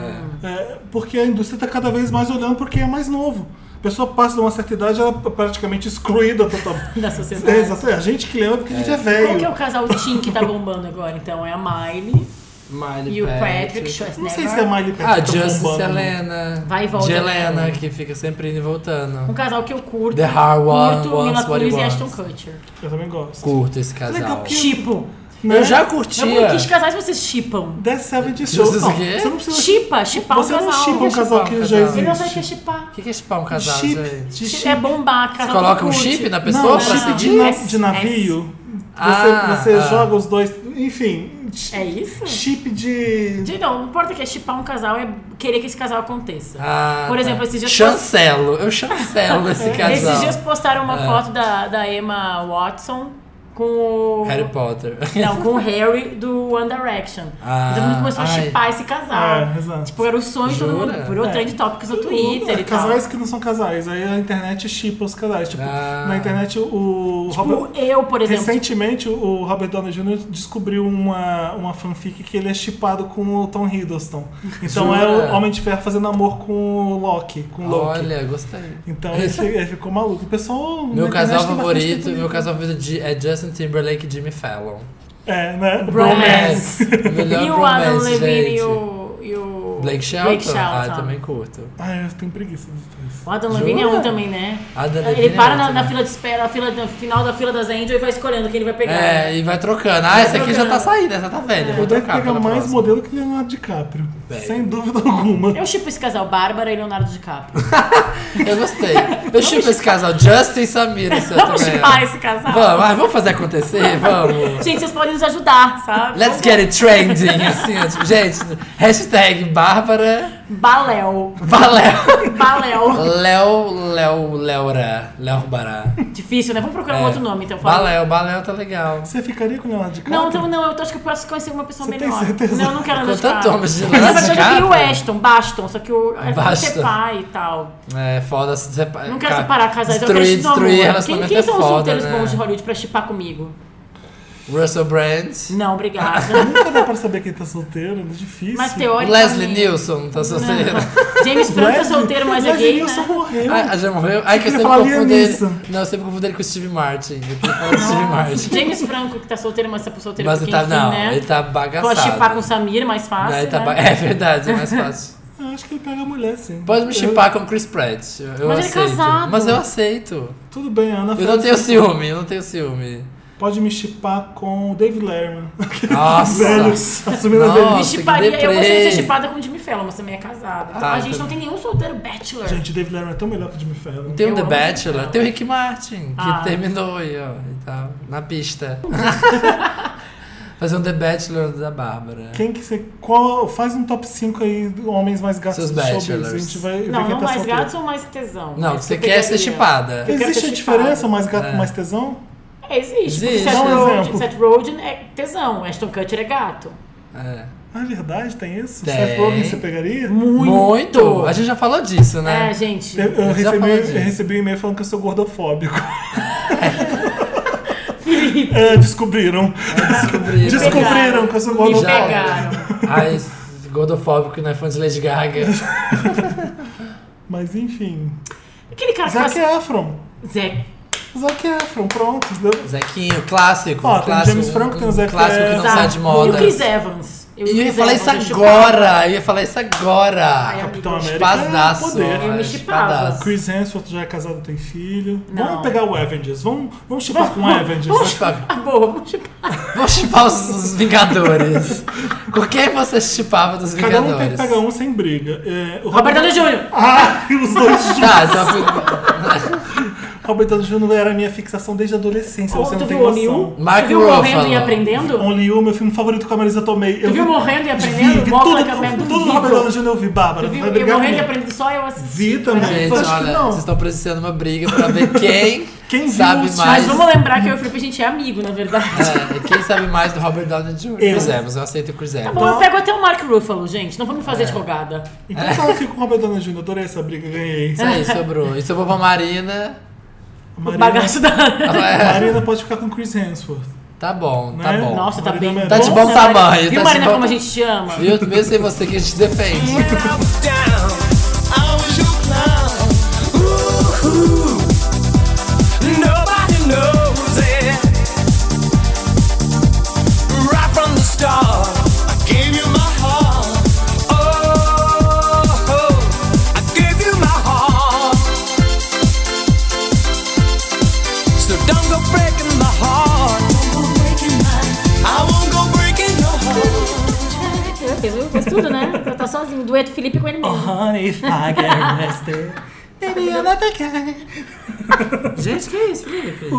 É, porque a indústria está cada vez mais olhando porque é mais novo. A pessoa passa de uma certa idade, ela é praticamente excluída totalmente.
Da
É,
sociedade.
exato, é a gente que lembra porque a gente é
Qual
velho.
que é o casal teen que tá bombando agora, então? É a Miley
Miley
e o
Patrick.
Patrick Schwarzenegger.
Não sei se é a Miley
Ah,
Patrick que tá
Justin
bombando.
Selena.
Vai e volta,
De Helena,
né?
que fica sempre indo e
Um
voltando.
casal que eu curto.
The Hard One
curto
Wants
Mila
What He
Kunis e
Wants.
Ashton Kutcher.
Eu também gosto.
Curto esse
Legal,
casal.
porque-
Tipo.
Né?
Eu já
Não,
curtia.
é.
que casais vocês chipam?
The Seventh Show.
Jesus,
Não,
o quê?
você não precisa
Chipa, chipar um
Você não
casal.
chipa
Chipar
um casal
um
que já
casal.
existe.
Ele não sabe o que é chipar.
O que que é chipar um casal,
Chip,
gente?
de chip.
É bombar, casal.
Coloca
que
um
curte.
chip na pessoa
não,
pra
chip
não.
seguir?
de, na-
S,
de navio.
Ah,
você você
ah.
joga os dois Enfim. chi-
É isso?
Chip de.
Gente, Não, o importante é que é chipar um casal é querer que esse casal aconteça.
Ah,
Por
tá.
exemplo, esses dias-
Chancelo, eu chancelo esse casal. É.
Esses dias postaram uma foto da, da Emma Watson com o.
Harry Potter.
Não, com o Harry do One Direction.
Ah,
então todo mundo começou
ai.
a chipar esse casal.
É, exato.
Tipo, era o sonho de todo
Jura?
mundo. Virou
É.
trend topics no Twitter e tal.
casais que não são casais. Aí a internet chipa os casais. Tipo,
Ah.
na internet o.
Tipo,
Robert-
eu, por exemplo.
Recentemente, o Robert Downey Jr. descobriu uma, uma fanfic que ele é chipado com o Tom Hiddleston. Então
Jura?
é o Homem de Ferro fazendo amor com o Loki. Com o Loki.
Olha, gostei.
Então ele, fi- ele ficou maluco. O pessoal.
Meu
na
casal
internet tem bastante
favorito,
coisa.
meu casal favorito de- é Justin Timberlake e Jimmy Fallon.
É, né?
O melhor
Bromance. tipo, E o Adam
bromance,
Levine
é gente.
e o. E o
Blake Shelton? Ah,
Shelton.
também curto.
Ai, eu tenho preguiça dos dois.
O Adam Levine é
Jura?
um também, né?
Adam Levine
Ele
é
para
outro,
na, na
né?
fila de espera, na fila, no final da fila das Angel e vai escolhendo quem ele vai pegar.
É, e vai trocando. Ah, essa aqui já tá
trocando. É,
saída, essa tá velha. Vou
Eu deve
trocar
pegar
pela
mais
mais próxima.
modelo que Leonardo DiCaprio.
Bem.
Sem dúvida alguma.
Eu chipo esse casal, Bárbara e Leonardo DiCaprio.
Eu gostei. Eu chupo esse casal, Justin e Samira. esse
Vamos
outro
chipar
velho.
esse casal.
é. Vamos, ah, vamos fazer acontecer, vamos.
Gente, vocês podem nos ajudar, sabe?
Let's get it trending, assim, ó, tipo, gente, hashtag Bárbara
Baléu.
Valéu.
Baléu.
Léo, Léo, Léora, Léorbara.
Difícil, né? Vamos procurar um outro nome, então. fala.
É. Baléu, Baléu tá legal.
Você ficaria com o Leonardo DiCaprio?
Não, então, não, eu acho que eu posso conhecer uma pessoa
Você tem
melhor.
certeza?
Não, eu não quero
Com
Leonardo
tanto homem de
Mas
Leonardo
eu já vi o
DiCaprio.
Ashton, Baston, só que o. Ele vai
Baston.
ser pai e tal.
É, foda se separar.
Não quero separar casais, eu quero
Destruir,
chipar
destruir
amor. Quem,
relacionamento
quem
é
são os
foda,
solteiros
né?
bons de Hollywood pra chipar comigo?
Russell Brand.
Não, obrigada.
Nunca dá pra saber quem tá solteiro, é difícil.
Mas teórico.
Leslie Nilson, tá solteiro.
James Franco é solteiro, mas é
Leslie
gay,
Nilson
né?
morreu.
Ah, já morreu? Ai, que eu
queria
sempre
falar
confundo
Liam
ele.
Neeson.
Não, eu sempre confundo ele com o Steve Martin. Eu queria falar do Steve Martin.
James Franco, que tá solteiro, mas tá solteiro
Mas
porque,
ele tá,
enfim,
não,
né?
ele tá
Pode
bagaçado.
chipar com Samir, mais fácil,
Não, ele tá
né?
ba- É verdade, é mais fácil.
Eu acho que ele pega a mulher, sim.
Pode me
Eu-
chipar com o Chris Pratt. Eu, eu
Mas ele é
aceito.
casado.
Mas eu aceito.
Tudo bem, Ana.
Eu não tenho ciúme, eu não tenho ciúme.
Pode me chipar com o David Lerman.
Nossa.
Velho, assumindo a
Nossa.
Me
velhice.
que
chiparia, eu gostaria de
é, deprê.
ser chipada com o Jimmy Fallon, mas também é casado. Então,
Ah,
a gente
tá.
não tem nenhum solteiro bachelor.
Gente, o David Lerman é tão melhor que o Jimmy Fallon.
Tem um- o
Eu
The
amo
Bachelor,
Bachelor.
tem o Rick Martin, que
Ah.
terminou aí, ó, e tá na pista. Fazer um The Bachelor da Bárbara.
Quem que você. Qual, faz um top 5 aí de homens mais gatos
Seus
do showbiz.
bachelors.
A gente vai ver
não,
quem
não
tá
mais
solteiro.
gatos ou mais tesão?
Não,
Mas
você
eu
quer ser
pegaria.
chipada.
quero
Existe
ser
a
chipada.
diferença mais gato com mais tesão?
É, existe.
Existe.
Seth,
Dá um
exemplo.
Rogen, Seth Rogen é tesão, Ashton Kutcher é gato.
É.
Ah, é verdade, tem isso?
Tem.
Seth Rogen você pegaria?
Muito. A gente já falou disso,
É,
né?
gente.
Eu, eu
Já
recebi,
falou disso.
eu recebi um e-mail falando que eu sou gordofóbico.
Felipe,
É, descobriram.
Descobri.
Descobriram que eu sou
me
gordofóbico.
pegaram.
Ai, esse gordofóbico não é fã de Lady Gaga.
Mas enfim.
Aquele cara que
Zac
Ah, faz...
Efron.
Zé.
Zac Efron, pronto. deu-
Zequinho, clássico.
Ó, tem
clássico
James Franco, tem o
um
Zac
clássico que não
Efron.
sai de
E o
moda.
Chris Evans.
E eu ia
Chris
falar
Evans,
isso
eu chipava.
agora. Eu ia falar isso agora.
Ai, amigo,
Capitão
eu
América. é
Espadaço.
poder.
Eu me
é,
chipava.
espadaço.
Chris Hemsworth já é casado, tem filho.
Não.
Vamos pegar o Avengers. Vamos, vamos chipar com o
Vamos
Avengers. né?
chipar,
Ah, boa, vamos chipar.
vamos chipar os, os Vingadores. Com quem você chipava dos
Cada um tem que
Vingadores?
pegar um sem briga. É, o
Robert Downey Jr.
Ah, os dois juntos.
Tá, então fui...
Robert Downey Jr. era a minha fixação desde a adolescência. você
tu
não tem
viu Only You?
noção.
Mark
tu viu
Ruffalo.
Morrendo e Aprendendo?
Only You, meu filme favorito com a Marisa Tomei. Eu
tu viu
vi-
Morrendo e
Vi,
Aprendendo?
vi
Volta
tudo,
na cabeça
tudo do Robert Downey Jr. eu vi, Bárbara.
Tu viu?
vai
Eu
brigar
Morrendo e
comigo.
Aprendendo só eu assisti.
Vi também.
Gente,
Acho que
olha,
não.
vocês estão presenciando uma briga pra ver quem,
Quem viu
sabe
os-
mais.
Mas vamos lembrar que eu e o Felipe a gente é amigo, na verdade.
É, quem sabe mais do Robert Downey Jr.
Eu.
Chris Evans, eu aceito o Chris
Tá
Evans.
bom, eu pego até o Mark Ruffalo, gente. Não vamos fazer de rogada.
Então eu fico com o Robert Downey Jr. Adorei essa briga, ganhei.
Isso aí, sobrou. E sobrou pra Marina.
É, O bagaço da...
Marina pode ficar com Chris Hemsworth.
Tá bom, tá
Né?
bom.
Nossa, tá bem
Tá de
bom
né,
tamanho,
Marina?
tá
Viu,
de
Marina,
bom
como a
tamanho.
gente te ama?
Viu? Mesmo sem você que a gente defende.
When I was down, I was your clown. Ooh, nobody knows it. Right from the start, I gave you my heart. Oh, I gave you my heart. So don't go breaking my heart. I won't go breaking your heart.
É,
Fez tudo, né? Tá sozinho. Dueto Felipe com ele mesmo.
Honey, if I get arrested.
É,
Gente, que isso, Felipe?
Felipe,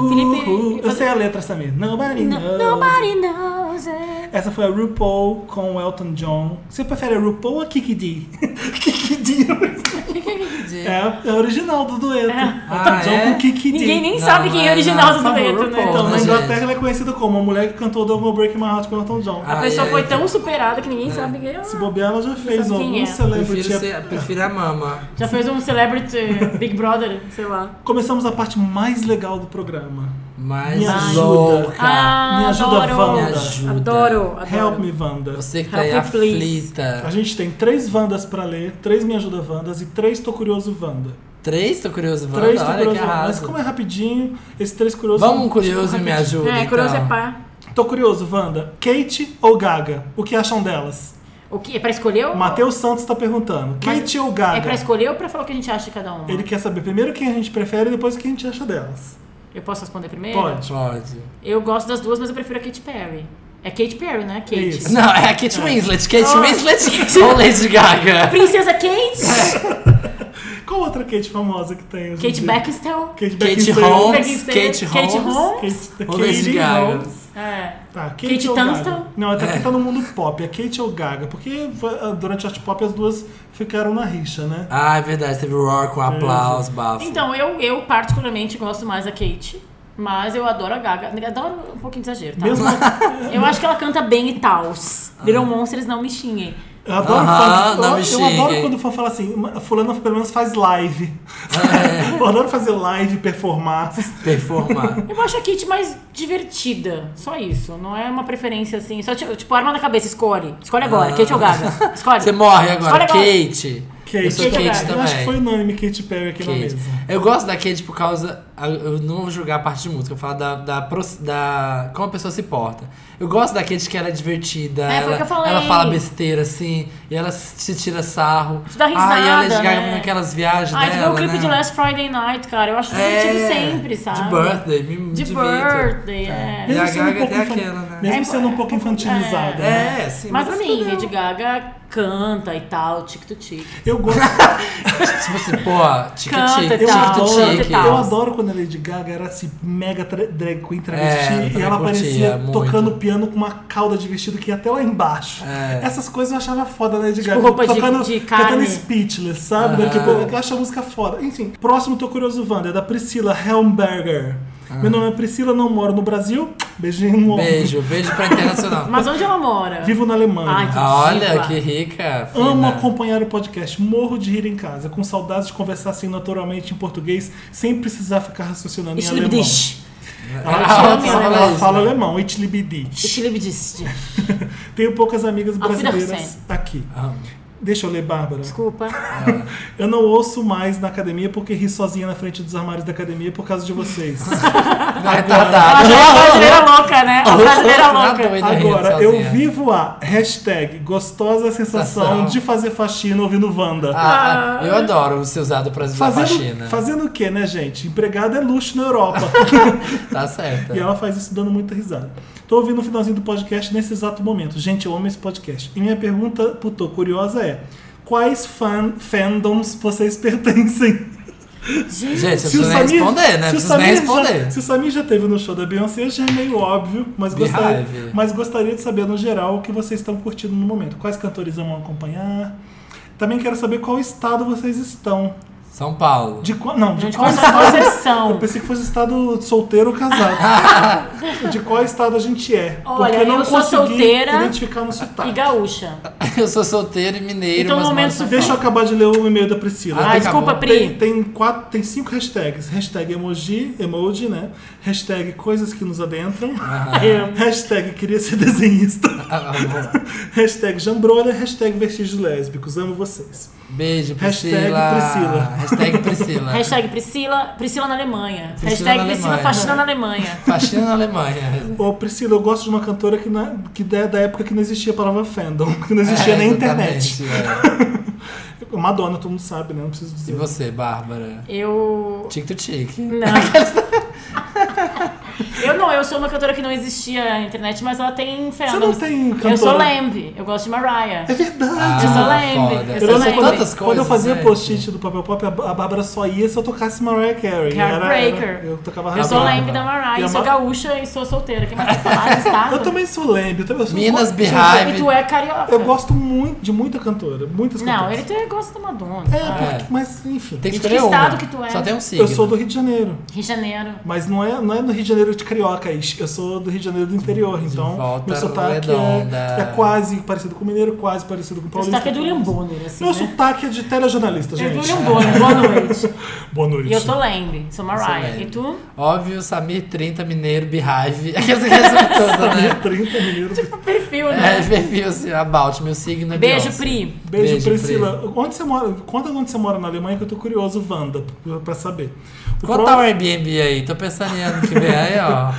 Uhul. Eu sei a letra, Samir. Nobody knows.
Nobody knows it.
Essa foi a RuPaul com o Elton John. Você prefere a RuPaul ou a Kiki D? Kiki D é, a- é a original do dueto.
Ah,
Elton John
é?
com Kiki D.
Ninguém nem
Não,
sabe quem é
não,
o original
não,
do
por favor,
dueto, né?
pô.
Então, na
Né,
Inglaterra
gente?
ela é conhecida como a mulher que cantou Don't Go Break My Heart com Elton John.
A
Ah,
pessoa
é,
foi
é.
tão superada que ninguém sabe quem é.
Se bobear, ela já fez
sabe
um,
quem
um
é.
celebrity.
Prefiro, ser, prefiro a mama.
Já fez um celebrity Big Brother, sei lá.
Começamos a parte mais legal do programa.
Mais
Me ajuda.
louca.
Ah,
Me ajuda,
adoro.
Wanda. Me
ajuda.
Adoro, adoro.
Help me, Wanda.
Você é. que tá aí
Help me, please.
A
aflita.
gente tem três Wandas pra ler, três Me Ajuda Wandas e três Tô Curioso Wanda.
Três, tô curioso, Wanda.
Três Tô
Olha que
Curioso Wanda. Mas
arraso.
como é rapidinho, esses três curiosos...
Vamos um curioso e me ajuda,
É,
então.
curioso é pá.
Tô Curioso, Wanda. Kate ou Gaga? O que acham delas?
O que? É pra escolher? ou-
Matheus Santos tá perguntando.
Mas
Kate ou Gaga?
É pra escolher ou pra falar o que a gente acha de cada uma?
Ele quer saber primeiro quem a gente prefere e depois o que a gente acha delas.
Eu posso responder primeiro?
Pode.
Pode.
Eu gosto das duas, mas eu prefiro a Katy Perry. É Katy Perry, né? Kate.
Isso.
Não, é a Kate Winslet. Kate
Oh.
Winslet ou Lady Gaga?
Princesa Kate!
Qual outra Kate famosa que tem? hoje em
Kate
dia?
Beckinsale.
Kate
Kate
Beckinsale.
Holmes. Kate
Kate
Holmes.
Holmes.
Kate,
Ou Lady
Katie
Gaga.
Holmes.
É.
Tá, Kate,
Kate
ou Gaga.
Tunstall?
Não, até porque tá no mundo pop. É Kate ou Gaga? Porque ah, durante o art pop as duas ficaram na rixa, né?
Ah, é verdade. Teve o Roar
É.
com aplauso, bafo.
Então, eu, eu particularmente gosto mais da Kate. Mas eu adoro a Gaga. Adoro um pouquinho de exagero, tá?
Mesmo.
Eu acho que ela canta bem e tal. Little Monsters não me xinguem.
Eu adoro,
Aham, não
falar-
me
eu, eu adoro
xinguem.
quando for falar assim, "Ma- fulano pelo menos faz live.
É.
eu adoro fazer live, performar.
Performar.
Eu acho a Kate mais divertida. Só isso. Não é uma preferência assim. Só tipo, tipo, arma na cabeça, escolhe. Escolhe agora, Kate ou Gaga. Escolhe.
Você morre agora,
Escolhe
Kate. Eu sou
ou
Kate,
Kate
Gaga? Eu acho que
também.
foi unânime Kate Perry aqui na
Kate.
mesa.
Eu gosto da Kate por causa. Eu não vou julgar a parte de música, eu falo da, da, pro- da- como a pessoa se porta. Eu gosto da Kate que ela é divertida.
É, foi o
ela,
que eu falei.
ela fala besteira assim, e ela se tira sarro.
Te dá risada,
Ah, e ela é de Gaga
né?
naquelas viagens
Ai, tu
dela.
viu o clipe
né?
de Last Friday Night, cara? Eu acho divertido
é,
sempre, sabe?
De birthday, me me
De
divirto.
birthday, é.
E a
Mesmo sendo um
Gaga
pouco
até
infan-
aquela, né?
Mesmo
É,
sendo um
é,
pouco infantilizada. né?
É, sim.
Mas
você
assim,
fudeu.
Lady Gaga canta e tal, tic-tu-tic.
Eu gosto.
Se você, pô,
Canta e
tica-tica,
Eu
tal,
adoro,
canta e tal.
eu
tica-tica.
adoro quando a Lady Gaga era assim, mega tra- drag queen travesti
É,
e
drag curtia
ela aparecia
muito.
tocando piano com uma cauda de vestido que ia até lá embaixo.
É. Tipo
Essas coisas eu achava foda na Lady Gaga.
roupa de-
tocando,
de
cantando
carne.
speechless, sabe? Tipo, eu acho a música foda. Enfim, próximo Tô Curioso Wanda é da Priscila Helmberger. Meu nome é Priscila, não moro no Brasil. Beijinho no ombro.
Ah. Beijo, beijo pra internacional.
Mas onde ela mora?
Vivo na Alemanha.
Ai, que
Olha,
diva.
que rica. fina.
Amo acompanhar o podcast, morro de rir em casa, com saudades de conversar assim naturalmente em português, sem precisar ficar raciocinando em alemão.
Schlibdisch.
Ela,
Ah,
ela
sim,
fala,
ela
ela
mesmo.
fala alemão, ich liebe dich.
Schlibdisch.
Tenho poucas amigas
Auf
brasileiras
Wiedersehen.
aqui.
Amo.
Deixa eu ler, Bárbara.
Desculpa.
Eu não ouço mais na academia porque ri sozinha na frente dos armários da academia por causa de vocês.
Retardada.
Ela é brasileira louca, né? A brasileira
é
louca.
Agora, eu vivo a hashtag gostosa sensação
Sensação.
de fazer faxina ouvindo Wanda.
Ah, ah, eu adoro ser usado pra fazer
Fazendo,
faxina.
fazendo o que, né, gente? Empregado é luxo na Europa.
Tá certo.
E ela faz isso dando muita risada. Tô ouvindo o finalzinho do podcast nesse exato momento. Gente, eu amo esse podcast. E minha pergunta, puto, curiosa é: quais fan, fandoms vocês pertencem?
Gente, eu preciso nem responder, né?
se o
Preciso nem
Samir
responder.
Já, se o Samir já teve no show da Beyoncé, já é meio óbvio, mas gostaria,
Beehive.
mas gostaria de saber no geral o que vocês estão curtindo no momento. Quais cantores amam acompanhar? Também quero saber qual estado vocês estão.
São Paulo.
De qual, não, de
Gente,
qual
qual
estado
vocês
eu
são?
pensei que fosse estado solteiro ou casado. de qual estado a gente é.
Olha,
porque eu não
eu sou
consegui
solteira
identificar no
E
sotaque.
gaúcha.
Eu sou solteiro e mineiro,
Então,
mas
no
moro
momento
em São
Deixa eu
Paulo.
acabar de ler o e-mail da Priscila.
Ah,
Ai,
Tem-
desculpa,
acabou.
tem,
Pri.
tem, quatro, tem cinco hashtags. Hashtag emoji, emoji, né? Hashtag coisas que nos adentram.
Ah.
Hashtag queria ser desenhista. hashtag jambrolha, hashtag vestígios lésbicos. Amo vocês.
Ah, Beijo,
Hashtag
Priscila.
Priscila.
Hashtag Priscila.
Hashtag Priscila, Priscila na Alemanha.
Priscila
Hashtag
na
Priscila
Alemanha.
faxina na Alemanha.
Faxina na Alemanha.
Ô, Priscila, eu gosto de uma cantora que, na, que é da época que não existia a palavra fandom, que não existia
É,
nem internet.
exatamente, é.
Madonna, todo mundo sabe, né? Não preciso
E
dizer.
você, Bárbara?
Eu.
Tic-tic.
Não. Eu não, eu sou uma cantora que não existia na internet, mas ela tem fandom.
não tem
Eu sou
cantora?
Lamb, eu gosto de Mariah.
É verdade.
Ah,
eu sou lambe,
foda.
eu
Eu
sou
lembro
lambe.
quando,
Tantas
quando eu
coisas,
fazia
né?
post-it do Papel Pop, a a Bárbara só ia se eu tocasse Mariah Carey.
Heartbreaker.
eu tocava
Eu sou
Bárbara.
lamb da Mariah,
Ah, E a
sou
Ma-
gaúcha e sou solteira. que mais que falar de estado?
Eu também sou lambe. Eu também sou
Minas
eu-
Beehive.
E tu é carioca.
Eu gosto muito de muita cantora. Muitas
Não,
cantoras.
ele tu gosta da Madonna.
É,
tá?
porque- mas enfim.
Tem que
E de que
escolher uma.
estado que tu é?
Só tem um signo.
Eu sou do Rio de Janeiro.
Rio de Janeiro.
Mas não é, não é no Rio de Janeiro de carioca, isso. eu sou do Rio de Janeiro do interior, então
Volta
meu sotaque é,
Redonda.
é quase parecido com mineiro, quase parecido com
O
paulista.
sotaque é do William Bonner, assim.
Meu
né?
sotaque é de telejornalista,
É do
gente.
William Bonner, boa noite.
Boa noite.
E eu sou Lamb,
é
sou Mariah.
Lamb.
E tu?
Óbvio, Samir 30, Mineiro, Beehive. Aqueles que resolvem toda,
Rio
né?
30 mineiro.
Perfil,
É,
né?
perfil, assim, about, meu signo é
Beijo,
Beyoncé.
Pri.
Beijo,
Beijo,
Priscila. Onde você mora? Conta onde você mora na Alemanha que eu tô curioso, Wanda, pra saber. O
Quanto tá o Airbnb aí? Tô pensando em ano que vem aí, ó.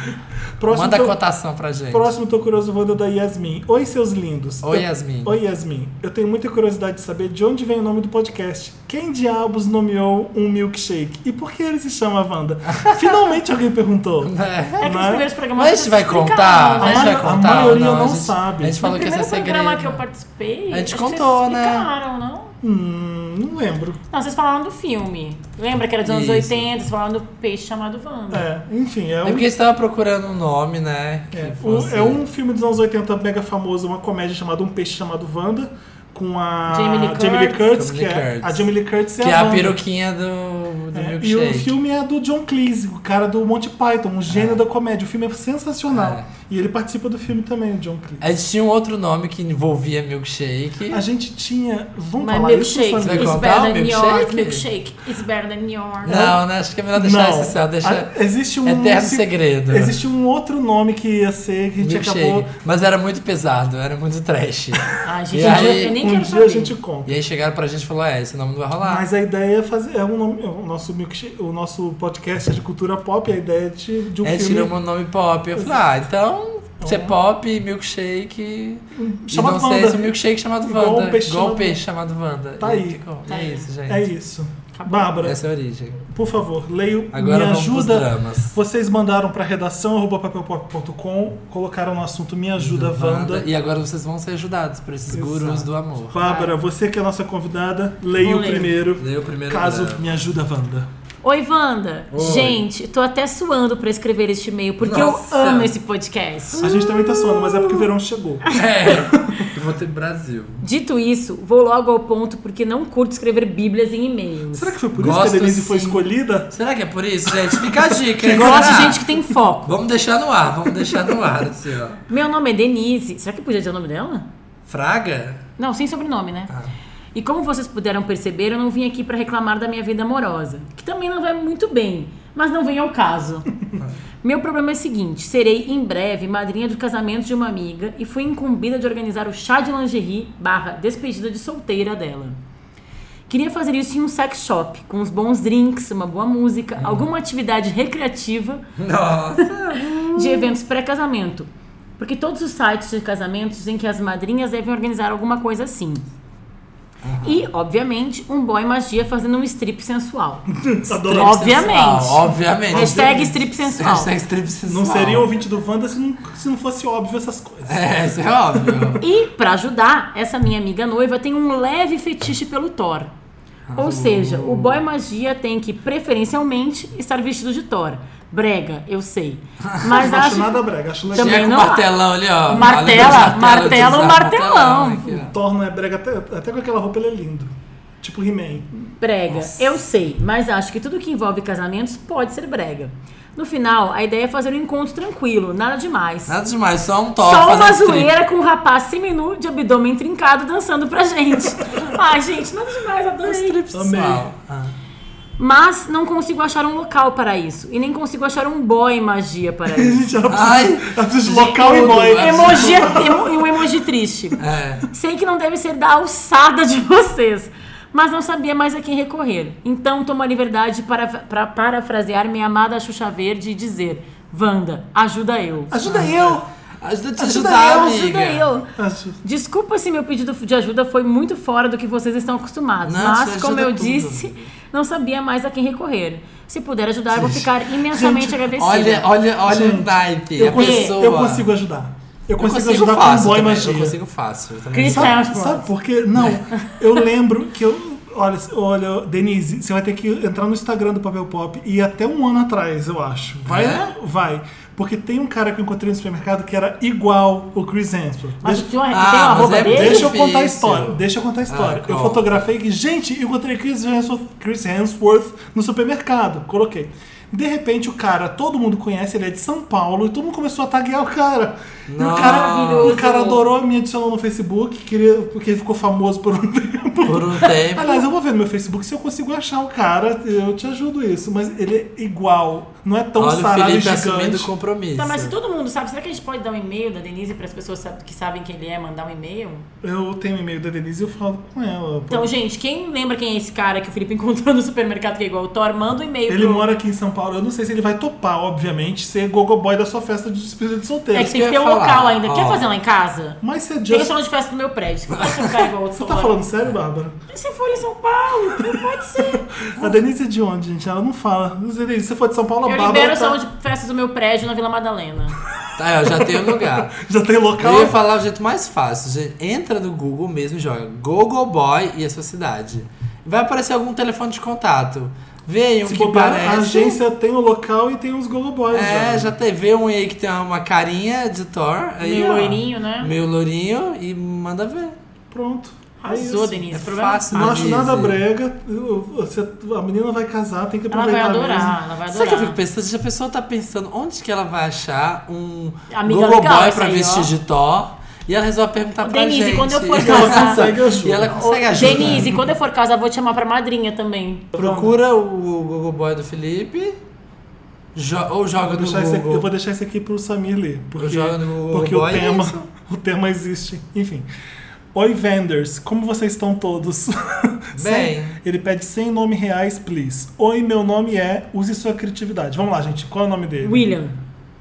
próximo
Manda a
tô-
cotação pra gente.
Próximo Tô Curioso Wanda da Yasmin. Oi, seus lindos.
Oi,
Eu-
Yasmin.
Oi, Yasmin. Eu tenho muita curiosidade de saber de onde vem o nome do podcast. Quem diabos nomeou um milkshake? E por que ele se chama Wanda? Finalmente alguém perguntou. né?
É.
É que nos
Mas-
primeiros programas.
Mas a gente vai
explicaram,
contar?
né?
A gente vai
A
contar?
maioria
ou não,
não
A gente-
sabe.
A gente falou
No
que esse é
primeiro programa
segredo.
que eu participei.
A gente
acho que
contou,
vocês
né?
explicaram, não?
Hum, não lembro.
Não, vocês falaram do filme. Lembra que era dos anos
Isso.
80, vocês falaram do peixe chamado Wanda.
É, enfim, é
É
um,
porque a gente tava procurando um nome, né? que
é, o-
fosse-
é um filme dos anos 80 mega famoso, uma comédia chamada Um Peixe Chamado Wanda, com a
Jamie Lee
Curtis.
Curtis, que é, a Jamie Lee Curtis é
Que é
a,
a
Wanda.
peruquinha do, do
É,
milkshake.
e o filme é do John Cleese, o cara do Monty Python, um gênio da comédia. O filme é sensacional.
É.
E ele participa do filme também, o John Cleese.
A gente tinha um outro nome que envolvia milkshake.
A gente tinha. Vamos
Mas
falar isso,
milkshake
Você vai
Samir?
is
contar
better
o
than yours.
milkshake?
Milkshake is better than yours.
Não, né? Acho que é melhor deixar
Não.
esse céu. Deixa...
A- existe um
Eterno
se-
segredo. né?
Existe um outro nome que ia ser que a gente
milkshake.
acabou.
Mas era muito pesado, era muito trash.
Ai, gente,
E aí,
eu nem
um
quero
dia
saber.
a gente conta.
e aí chegaram pra gente e falaram, é, esse nome não vai rolar.
Mas a ideia é fazer. É um nome, o, nosso milkshake, o nosso podcast é de cultura pop, a ideia é de, de um
é,
filme.
tirou meu nome pop. Eu falei, ah, então... Você é pop, milkshake.
chamado
e não sei
Wanda.
se um milkshake chamado
Igual um
Wanda.
peixe
Igual um
chamado-
peixe chamado Wanda.
Tá
E
aí.
ficou.
Tá
É
aí.
isso,
É
gente.
isso.
Acabou.
Bárbara,
Essa é a origem.
por favor, leio.
Agora
me
vamos pros
ajuda.
dramas.
Vocês mandaram para redação arroba papelpop.com, colocaram no assunto Me Ajuda Wanda.
E agora vocês vão ser ajudados por esses
Exato.
gurus do amor.
Bárbara, você que é a nossa convidada, leia
Vou
o
ler.
primeiro.
Leia o primeiro
Caso
drama.
Me Ajuda Wanda.
Oi, Wanda.
Oi.
Gente, tô até suando pra escrever este e-mail, porque
Nossa.
eu amo esse podcast.
A gente também tá suando, mas é porque o verão chegou.
É, eu vou ter Brasil.
Dito isso, vou logo ao ponto, porque não curto escrever bíblias em e-mails.
Será que foi por isso
Gosto
que a Denise
sim.
foi escolhida?
Será que é por isso, gente? Fica a dica, hein?
Eu gosto de
Será?
gente que tá- tem foco.
Vamos deixar no ar, vamos deixar no ar, assim, ó.
Meu nome é Denise. Será que podia dizer o nome dela?
Fraga?
Não, sem sobrenome, né? E como vocês puderam perceber, eu não vim aqui pra reclamar da minha vida amorosa, que também não vai muito bem, mas não vem ao caso. Meu problema é o seguinte: serei em breve madrinha do casamento de uma amiga e fui incumbida de organizar o chá de lingerie barra despedida de solteira dela. Queria fazer isso em um sex shop, com uns bons drinks, uma boa música, alguma atividade recreativa
Nossa.
de eventos pré-casamento. Porque todos os sites de casamentos dizem que as madrinhas devem organizar alguma coisa assim. E, obviamente, um boy magia fazendo um strip sensual.
Adorei.
Óbvio. Obviamente.
Sensual, obviamente.
Hashtag strip sensual.
Hashtag strip sensual.
Não seria ouvinte do Wanda se não, se não fosse óbvio essas coisas.
É, isso é óbvio.
E, pra ajudar, essa minha amiga noiva tem um leve fetiche pelo Thor.
Ah,
Ou seja,
uh.
o boy magia tem que, preferencialmente, estar vestido de Thor. Brega, eu sei. Mas
Tipo, não acho
acho.
nada brega, acho legal.
Também
Tinha com
não-
martelão ali, ó.
Martela, martelo,
martelo,
martelão.
Torna é brega, até, até com aquela roupa ele é lindo. Tipo He-Man.
Brega, eu sei, mas acho que tudo que envolve casamentos pode ser brega. No final, a ideia é fazer um encontro tranquilo, nada demais.
Nada demais, só um toque.
Só uma
fazendo strip.
zoeira com um rapaz seminu de abdômen trincado dançando pra gente. Ai, gente, nada demais,
Um
adorei.
Amei.
Uau. Ah.
Mas não consigo achar um local para isso. E nem consigo achar um boy magia para
A
isso.
gente já precisa,
Ai.
já precisa de local e
Ah, tudo,
boy.
né?
Emoji, emo- um emoji triste.
É.
Sei que não deve ser da alçada de vocês, mas não sabia mais a quem recorrer. Então tomo a liberdade para, para parafrasear minha amada Xuxa Verde e dizer: Wanda, ajuda eu.
Ah,
Ajuda eu!
Ajuda a te
Ajuda
ajudar,
eu,
amiga.
ajuda eu.
é.
Acho-
Desculpa se meu pedido de ajuda foi muito fora do que vocês estão acostumados,
Não, isso
mas
ajuda
como eu
tudo.
disse, não sabia mais a quem recorrer. Se puder ajudar, eu vou ficar imensamente agradecida.
Olha, olha, olha
Gente,
o naipe.
Eu,
a
consigo-
pessoa.
eu consigo ajudar. Eu
Eu
consigo, ajudar com
fácil
um boy
também,
magia.
Eu consigo É. fácil. eu também.
Cris-
Sabe,
Celso.
sabe por quê? Não, eu lembro que eu. Olha, olha, Denise, você vai ter que entrar no Instagram do Papel Pop e ir até um ano atrás, eu acho. Vai,
É?
vai. Porque tem um cara que eu encontrei no supermercado que era igual o Chris Hemsworth.
Mas
Deixa-
tem uma,
Ah,
tem uma
mas
roupa
é-
dele?
Deixa eu contar a
difícil.
história. Deixa eu contar a história. eu
conta.
fotografei que, gente, eu encontrei Chris Hemsworth, Chris Hemsworth no supermercado. Coloquei. De repente, o cara, todo mundo conhece, ele é de São Paulo, e todo mundo começou a taguear o cara. E o cara,
Maravilhoso.
o cara adorou, me adicionou no Facebook, queria, porque ele ficou famoso por um tempo.
Por um tempo.
Aliás, eu vou ver no meu Facebook se eu consigo achar o cara, eu te ajudo isso. Mas ele é igual, não é tão
Olha o
sarado e
Felipe assumindo
gigante.
compromisso.
Tá, mas se todo mundo sabe, será que a gente pode dar um e-mail da Denise para as pessoas sab- que sabem quem ele é mandar um e-mail?
Eu tenho o e-mail da Denise e eu falo com ela.
Então, gente, quem lembra quem é esse cara que o Felipe encontrou no supermercado que é igual o Thor, manda um e-mail.
Ele
pro-
mora aqui em São Paulo. Eu não sei se ele vai topar, obviamente, ser gogoboy da sua festa de despedida de solteiro.
É que tem que
eu
ter
ia
um
falar.
local ainda. Quer
Ó.
fazer lá em casa?
Mas se é
Tem o
Justin...
salão de festa do meu prédio. Se for pra ser um cara igual o
Você
Thor.
tá falando sério, Bárbara?
Se for em São Paulo, não pode ser.
Tá
A Denise é de onde, gente? Ela não fala. Denise, Se for de São Paulo, a
Eu
Bárbara...
libero o
tá-
salão de festas do meu prédio na Vila Madalena.
Tá, eu já tenho lugar.
Já tem local?
Eu ia falar o jeito mais fácil. gente. Entra no Google mesmo e joga Google Boy e a sua cidade. Vai aparecer algum telefone de contato. Vê aí um
Se
que
bobear,
parece.
a agência tem o local e tem os gogoboys
É,
já.
já tem. Vê um aí que tem uma carinha de Thor. Aí,
Meio
ó,
loirinho, né?
Meio lourinho e manda ver.
Pronto. É
Arrasou,
isso.
Denise.
É
o problema
fácil.
Não acho
Denise.
nada brega. Eu- você- a menina vai casar, tem que
Ela vai
aproveitar
adorar,
mesmo.
ela vai adorar.
Sabe o que eu fico pensando? Se a pessoa tá pensando onde que ela vai achar um
Amiga
Google
legal
Boy
essa
pra
aí,
vestir
ó.
de Thor. E ela resolve perguntar pra
Denise,
gente.
quando eu for
E
Ela
ela
casar-
consegue
E
ajuda.
ela
Ô,
consegue ajudar.
Denise, quando eu for casar, vou te chamar pra madrinha também.
Procura o Google Boy do Felipe. jo- ou joga
Eu vou
no
deixar
Google.
esse aqui, eu vou deixar esse aqui pro Samir ler. Porque,
jogo no
porque o
Google Boy, é
tema,
isso.
o tema existe. Enfim. Oi, vendors, como vocês estão todos? Cem- ele pede 100 nomes reais, please. Oi, meu nome é. Use sua criatividade. Vamos lá, gente. Qual é o nome dele?
William.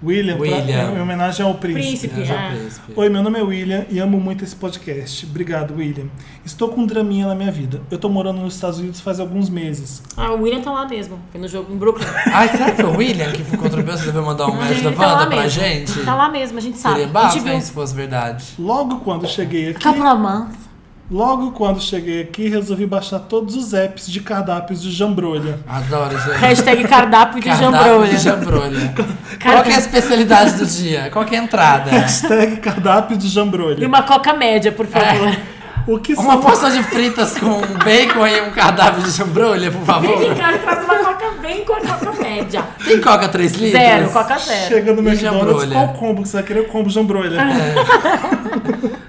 William. pra-
William.
em homenagem ao príncipe.
Príncipe.
É, já
Ah.
príncipe.
Oi, meu nome é William e amo muito esse podcast. Obrigado, William. Estou com um draminha na minha vida. Eu tô morando nos Estados Unidos faz alguns meses.
Ah, o William tá lá mesmo. Foi no jogo em Brooklyn.
Ai, Ah, será que foi o William que contribuiu? Você deve mandar um
Ele
beijo da
tá lá
Wanda pra
mesmo.
gente?
Tá lá mesmo, a gente sabe.
Seria
a gente
bafo,
viu. um-
hein, se fosse verdade.
Logo quando cheguei aqui.
Couple of months.
Logo quando cheguei aqui, resolvi baixar todos os apps de cardápios de jambrolha.
Adoro, gente.
Hashtag cardápio de
Cardápio
jambrolha.
de jambrolha. Qual que é a
Cardápio.
especialidade do dia? Qual que é a entrada?
Hashtag cardápio de
E
jambrolha.
uma coca média,
É.
por favor.
O que
Uma
são...
porção de fritas com bacon e um cardápio de jambrolha, por favor.
Vem cá, traz uma coca bem com a coca média.
Tem coca 3 litros? Ah,
Zero, coca zero. É.
Chega tá no
E
McDonald's,
jambrolha?
qual combo que você vai querer? O combo jambrolha.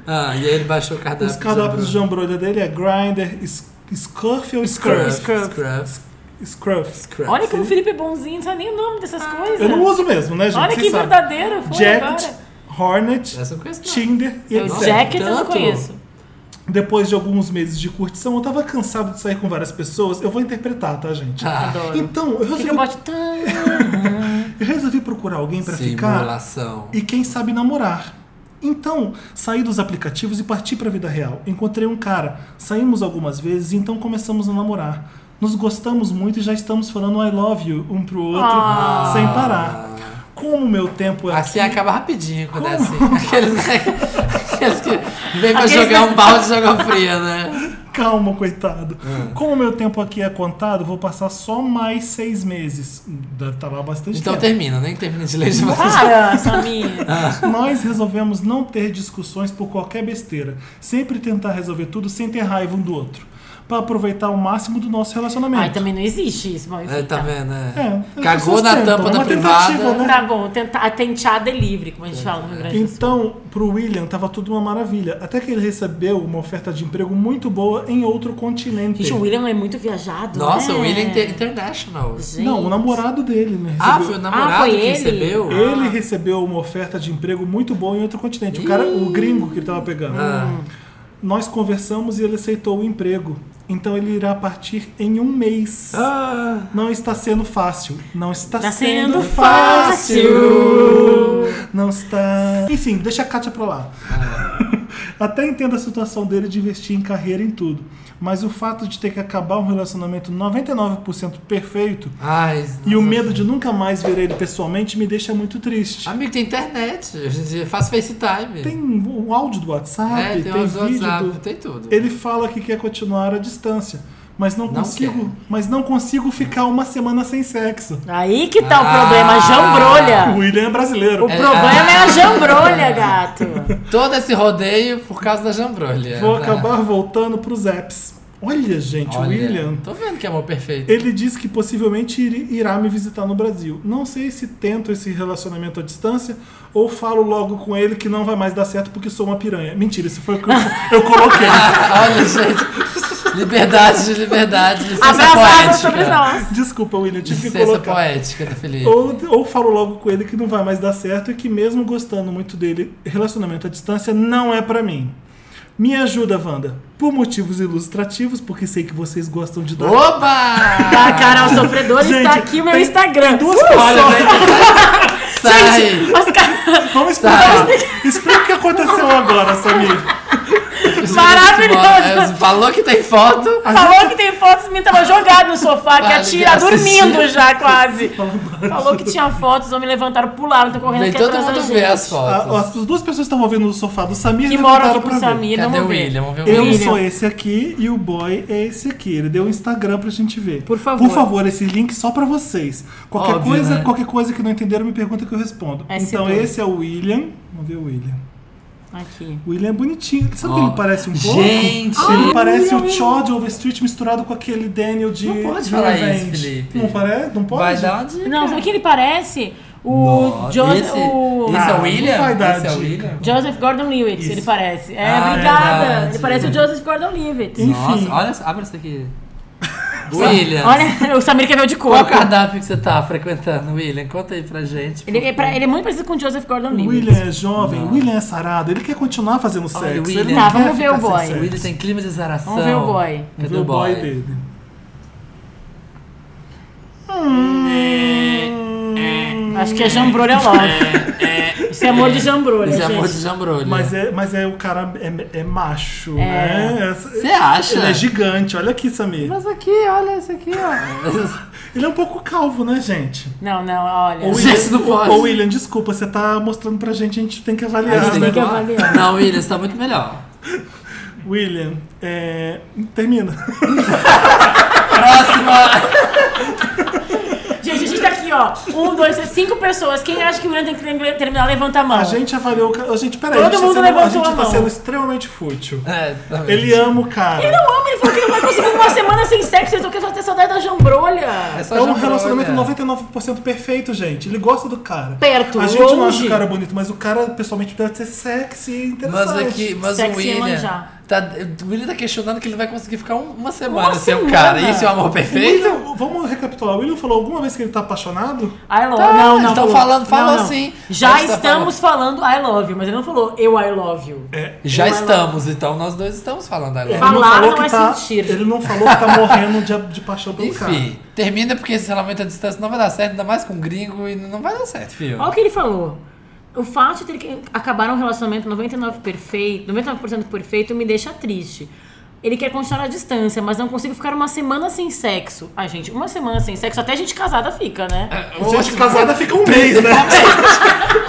Ah, e aí ele baixou o cardápio
Os cardápios de
jambrolha.
jambrolha dele é Grinder, S- Scruff ou Scruff?
Scruff, scruff,
Scruff.
scruff.
Olha como o Felipe é bonzinho, não sabe nem o nome dessas coisas.
Eu não uso mesmo, né, gente?
Olha
Vocês
que
sabem.
verdadeiro, foi
Jacket,
agora.
Hornet,
Essa eu não conheço, não.
Tinder e
Eu,
Nossa,
etc.
Jacket eu não
tanto?
conheço.
Depois de alguns meses de curtição, eu tava cansado de sair com várias pessoas. Eu vou interpretar, tá,
Ah,
gente?
Adoro.
Então, eu
um
Fica
resolvi,
eu bote tão...
eu resolvi procurar alguém pra ficar
Simulação.
e quem sabe namorar. Então, saí dos aplicativos e parti pra vida real. Encontrei um cara, saímos algumas vezes, então começamos a namorar. Nos gostamos muito e já estamos falando I love you um pro outro sem parar. Como o meu tempo é
Assim
aqui-
acaba rapidinho quando é assim. Aqueles, né, aqueles que vem pra
Aqueles-
jogar um balde de água fria, né?
Calma, coitado. Como o meu tempo aqui é contado, vou passar só mais seis meses. Deve estar lá bastante
Então
tempo.
termina, nem termina de ler de
Para, Samir.
Ah.
Nós resolvemos não ter discussões por qualquer besteira. Sempre tentar resolver tudo sem ter raiva um do outro. Pra aproveitar o máximo do nosso relacionamento.
Ai, também não existe isso, mas enfim,
É, tá vendo? né?
É,
Cagou
as pessoas
na
tentam,
tampa
é
da
uma tentativa,
privada.
né?
Tá bom, tenta, a tenteada é livre, como a gente fala no Rio Grande do Sul.
Então, pro William, tava tudo uma maravilha. Até que ele recebeu uma oferta de emprego muito boa em outro continente.
Gente, o William é muito viajado,
Nossa,
né?
o William Inter- International.
Gente.
Não, o namorado dele, né?
Ah,
recebeu.
foi o namorado
foi
que
ele?
recebeu?
Ele recebeu uma oferta de emprego muito boa em outro continente. O cara, o gringo que ele tava pegando.
Ah.
Nós conversamos e ele aceitou o emprego. Então ele irá partir em um mês.
Ah,
Não está sendo fácil. Não está
Tá
sendo,
sendo
fácil.
fácil.
não está. Enfim, deixa a Kátia pra lá.
É.
Até entendo a situação dele de investir em carreira e em tudo. Mas o fato de ter que acabar um relacionamento 99% perfeito
Ai,
e o
nossa.
medo de nunca mais ver ele pessoalmente me deixa muito triste.
Amigo, tem internet. Hoje em dia faz FaceTime.
Tem o áudio do WhatsApp,
é, tem,
tem,
os
vídeo
WhatsApp,
do.
tem tudo.
Ele fala que quer continuar à distância, mas não, consigo,
quer.
mas não consigo ficar uma semana sem sexo.
Aí que tá o
Ah.
problema,
O
jambrolha.
William é brasileiro.
O problema é
Ah.
a jambrolha, gato.
Todo esse rodeio por causa da jambrolha.
Vou
Tá.
acabar voltando pros apps. Olha, gente, o
Olha,
William.
Tô vendo que é amor perfeito.
Ele disse que possivelmente ir- irá me visitar no Brasil. Não sei se tento esse relacionamento à distância ou falo logo com ele que não vai mais dar certo porque sou uma piranha. Mentira, isso foi o que eu, eu coloquei.
Olha, gente. Liberdade, liberdade, licença
Abraçada
poética.
sobre nós.
Desculpa, William, tive que
Licença
colocar.
poética do Felipe.
Ou, ou falo logo com ele que não vai mais dar certo e que mesmo gostando muito dele, relacionamento à distância não é pra mim. Me ajuda, Wanda. Por motivos ilustrativos, porque sei que vocês gostam de dar...
Oba!
A Tá, Carol Sofredor está
Gente,
aqui o meu
tem-
Instagram.
tem duas
Olha, vem. Sai!
Mas, cara,
Vamos
Tá.
explicar. Explica o que aconteceu agora, Samir.
Maravilhoso.
É, Falou que tem foto.
falou que tem fotos minhas, tava jogado no sofá, que a
Vale,
tia
assistir.
dormindo já quase. Falou que tinha fotos, os homens levantaram, pularam, tô correndo
Vem
aqui
todo
atrás da
mundo
gente.
ver as fotos.
A- Ah, As duas pessoas que estavam ouvindo no sofá do Samir
Que moram
levantaram
aqui
pra
pro
ver.
Samir, não
Cadê
vão
o
ver.
William? Vamos ver o
Eu
William.
sou esse aqui e o boy é esse aqui. Ele deu o Instagram pra gente ver.
Por favor.
Por favor, esse link só pra vocês. Qualquer,
Óbvio,
coisa,
né?
qualquer coisa que não entenderam, me pergunta que eu respondo.
É
então
seguro.
esse é o William. Vamos ver o William.
Aqui.
O William é bonitinho. Sabe o que
Ó.
ele parece um pouco?
Gente!
Ele parece o Chod de Overstreet misturado com aquele Daniel de.
Não pode
de
falar isso,
Revenge.
Felipe.
Não parece? Não pode?
Vai dar onde?
Não, sabe o que ele parece? O
Nossa,
Joseph,
esse,
o
esse é
Ah,
o William?
não vai dar
esse é o
dica.
William?
Joseph Gordon-Levitt,
Isso.
ele parece. É,
Ah,
obrigada.
verdade.
Ele parece o Joseph Gordon-Levitt.
Enfim.
Nossa, olha, abre isso aqui. William,
Olha, o Samir quer ver o de
qual
corpo.
cardápio que você tá frequentando, William? Conta aí pra gente.
Ele é, pra- ele é muito parecido com o Joseph
O
Gordon-Levitt.
William é jovem, o William é sarado, ele quer continuar fazendo sexo.
Olha, o
ele
William.
não
Tá,
quer
vamos ver
ficar
o boy.
sem
O
sexo.
William tem clima de zaração.
Vamos ver o boy.
Cadê
Vê É. o boy dele.
Acho que é jambrolha love. Isso é amor de jambrolha,
Esse é
gente.
amor de jambrolha.
Mas é, mas é o cara é, é macho, né? Essa-
Você acha?
Ele é gigante, olha aqui, Samir.
Mas aqui, olha esse aqui, ó.
Ele é um pouco calvo, né, gente?
Não, não, olha.
Ô,
Gente, não pode.
ô, William, desculpa, você tá mostrando pra gente, a gente tem que
A gente
avaliar,
tem
né?
que avaliar.
Não, William, você tá muito melhor.
William, é... termina.
Próxima!
Gente, a gente tá aqui, ó. Um, dois, três, cinco pessoas. Quem acha que o William tem que terminar, levanta a mão.
A gente avaliou... o ca- Ô, Gente, peraí,
Todo
a gente, tá
mundo
sendo, a
levantou
gente
a
tá
mão.
sendo extremamente fútil.
É, tá vendo?
Ele ama o cara.
Ele não ama, ele falou que não vai conseguir uma semana sem sexo. Ele só quer só ter saudade da jambrolha.
É só
É um
jambrolha.
relacionamento 99% perfeito, gente. Ele gosta do cara.
Perto,
A gente não acha
longe.
o cara bonito, mas o cara, pessoalmente, deve ser sexy e
Mas é
interessante.
aqui, mas o
Sexy
William.
manjar.
Tá, o William tá questionando que ele vai conseguir ficar um- uma semana
Uma
sem o
semana.
cara. Isso é um amor
O
perfeito?
William, vamos recapitular. O William falou alguma vez que ele tá apaixonado?
I love
Tá,
Não, não.
então
falou.
falando- falou
Não, não.
sim.
Já
Ele tá
estamos falando. I love you, mas ele não falou eu I love you.
Já
Não,
estamos, então nós dois estamos falando
Ele
agora.
Falar
falou
não
que
é
tá,
sentir.
Ele não falou que tá morrendo de, de paixão pelo cara.
Enfim, termina porque esse relacionamento à distância não vai dar certo, ainda mais com um gringo, e não vai dar certo, filho.
Olha o que ele falou. O fato de ter que acabar um relacionamento 99% perfeito, 99% perfeito me deixa triste. Ele quer continuar à distância, mas não consigo ficar uma semana sem sexo. Ai, gente, uma semana sem sexo, até gente casada fica, né?
Gente casada fica um mês, né?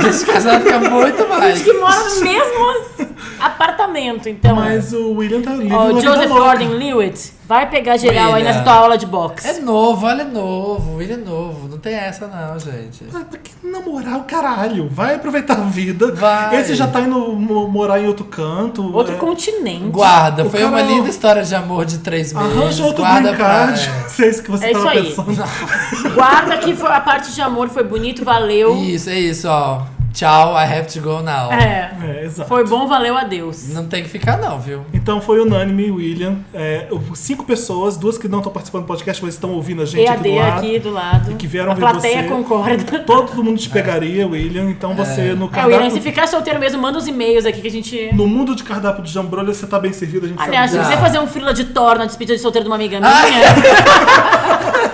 Gente casada fica muito mais.
Gente que mora no mesmo apartamento, então.
Mas o William tá livre
Ó,
na vida
Joseph
louca.
Gordon Lewitt, vai pegar geral aí nessa
William.
tua aula de boxe.
É novo, olha, é novo, ele é novo. Não tem essa, não, gente.
Ah, pra que namorar o caralho? Vai aproveitar a vida.
Vai.
Esse já tá indo mo- morar em outro canto.
Outro
é.
continente.
Guarda,
O
foi
cara-
uma linda história de amor de três meses.
Arranja outro
Guarda
green
pra...
card. Não sei se que você
É isso
tava
aí.
pensando.
Guarda que foi- a parte de amor foi bonito, valeu.
Isso, é isso, ó. Tchau, I have to go now.
É,
É, exato.
foi bom, valeu, adeus.
Não tem que ficar, não, viu?
Então foi unânime, William. É, o- cinco pessoas, duas que não estão participando do podcast, mas estão ouvindo a gente aqui do
EAD
lado.
aqui do lado.
E que vieram
a
ver
plateia
você.
concorda.
Todo mundo te pegaria, William. Então você no
É, William, se
cardápio.
ficar solteiro mesmo, manda os e-mails aqui que a gente.
No mundo de cardápio de jambrolha, você tá bem servido, a gente
Aliás, se
sabe.
Ah.
você fazer um frila de torna, despedida de solteiro de uma amiga minha,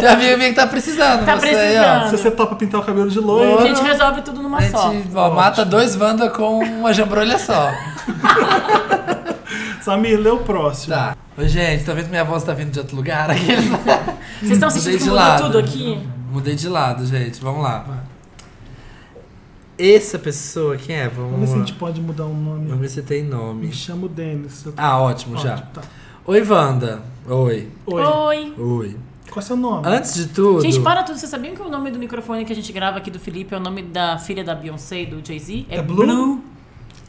A Vivi que tá precisando.
Tá
você aí, ó.
precisando.
Se você topa pintar o cabelo de
A
loiro,
gente resolve tudo numa
A gente
só.
ó, mata dois Wanda com uma jambrolha só.
Samir, lê o próximo.
Tá. Ô, gente, tá vendo que minha voz tá vindo de outro lugar? Aqueles-
Vocês estão sentindo
Mudei de
que mudou
lado.
tudo aqui?
Mudei de lado, gente. Vamos lá. Essa pessoa, quem é? Vamos,
Vamos ver se a
lá.
gente pode mudar o nome.
Vamos ver se tem nome.
Me chamo Denis. Eu tô-
Ah, ótimo, já.
Ótimo, tá.
Oi, Wanda. Oi.
Oi.
Oi.
Oi.
Qual é o seu nome?
Antes de tudo.
Gente, para tudo. Vocês sabiam que o nome do microfone que a gente grava aqui do Felipe é o nome da filha da Beyoncé e do Jay-Z? É,
É Blue?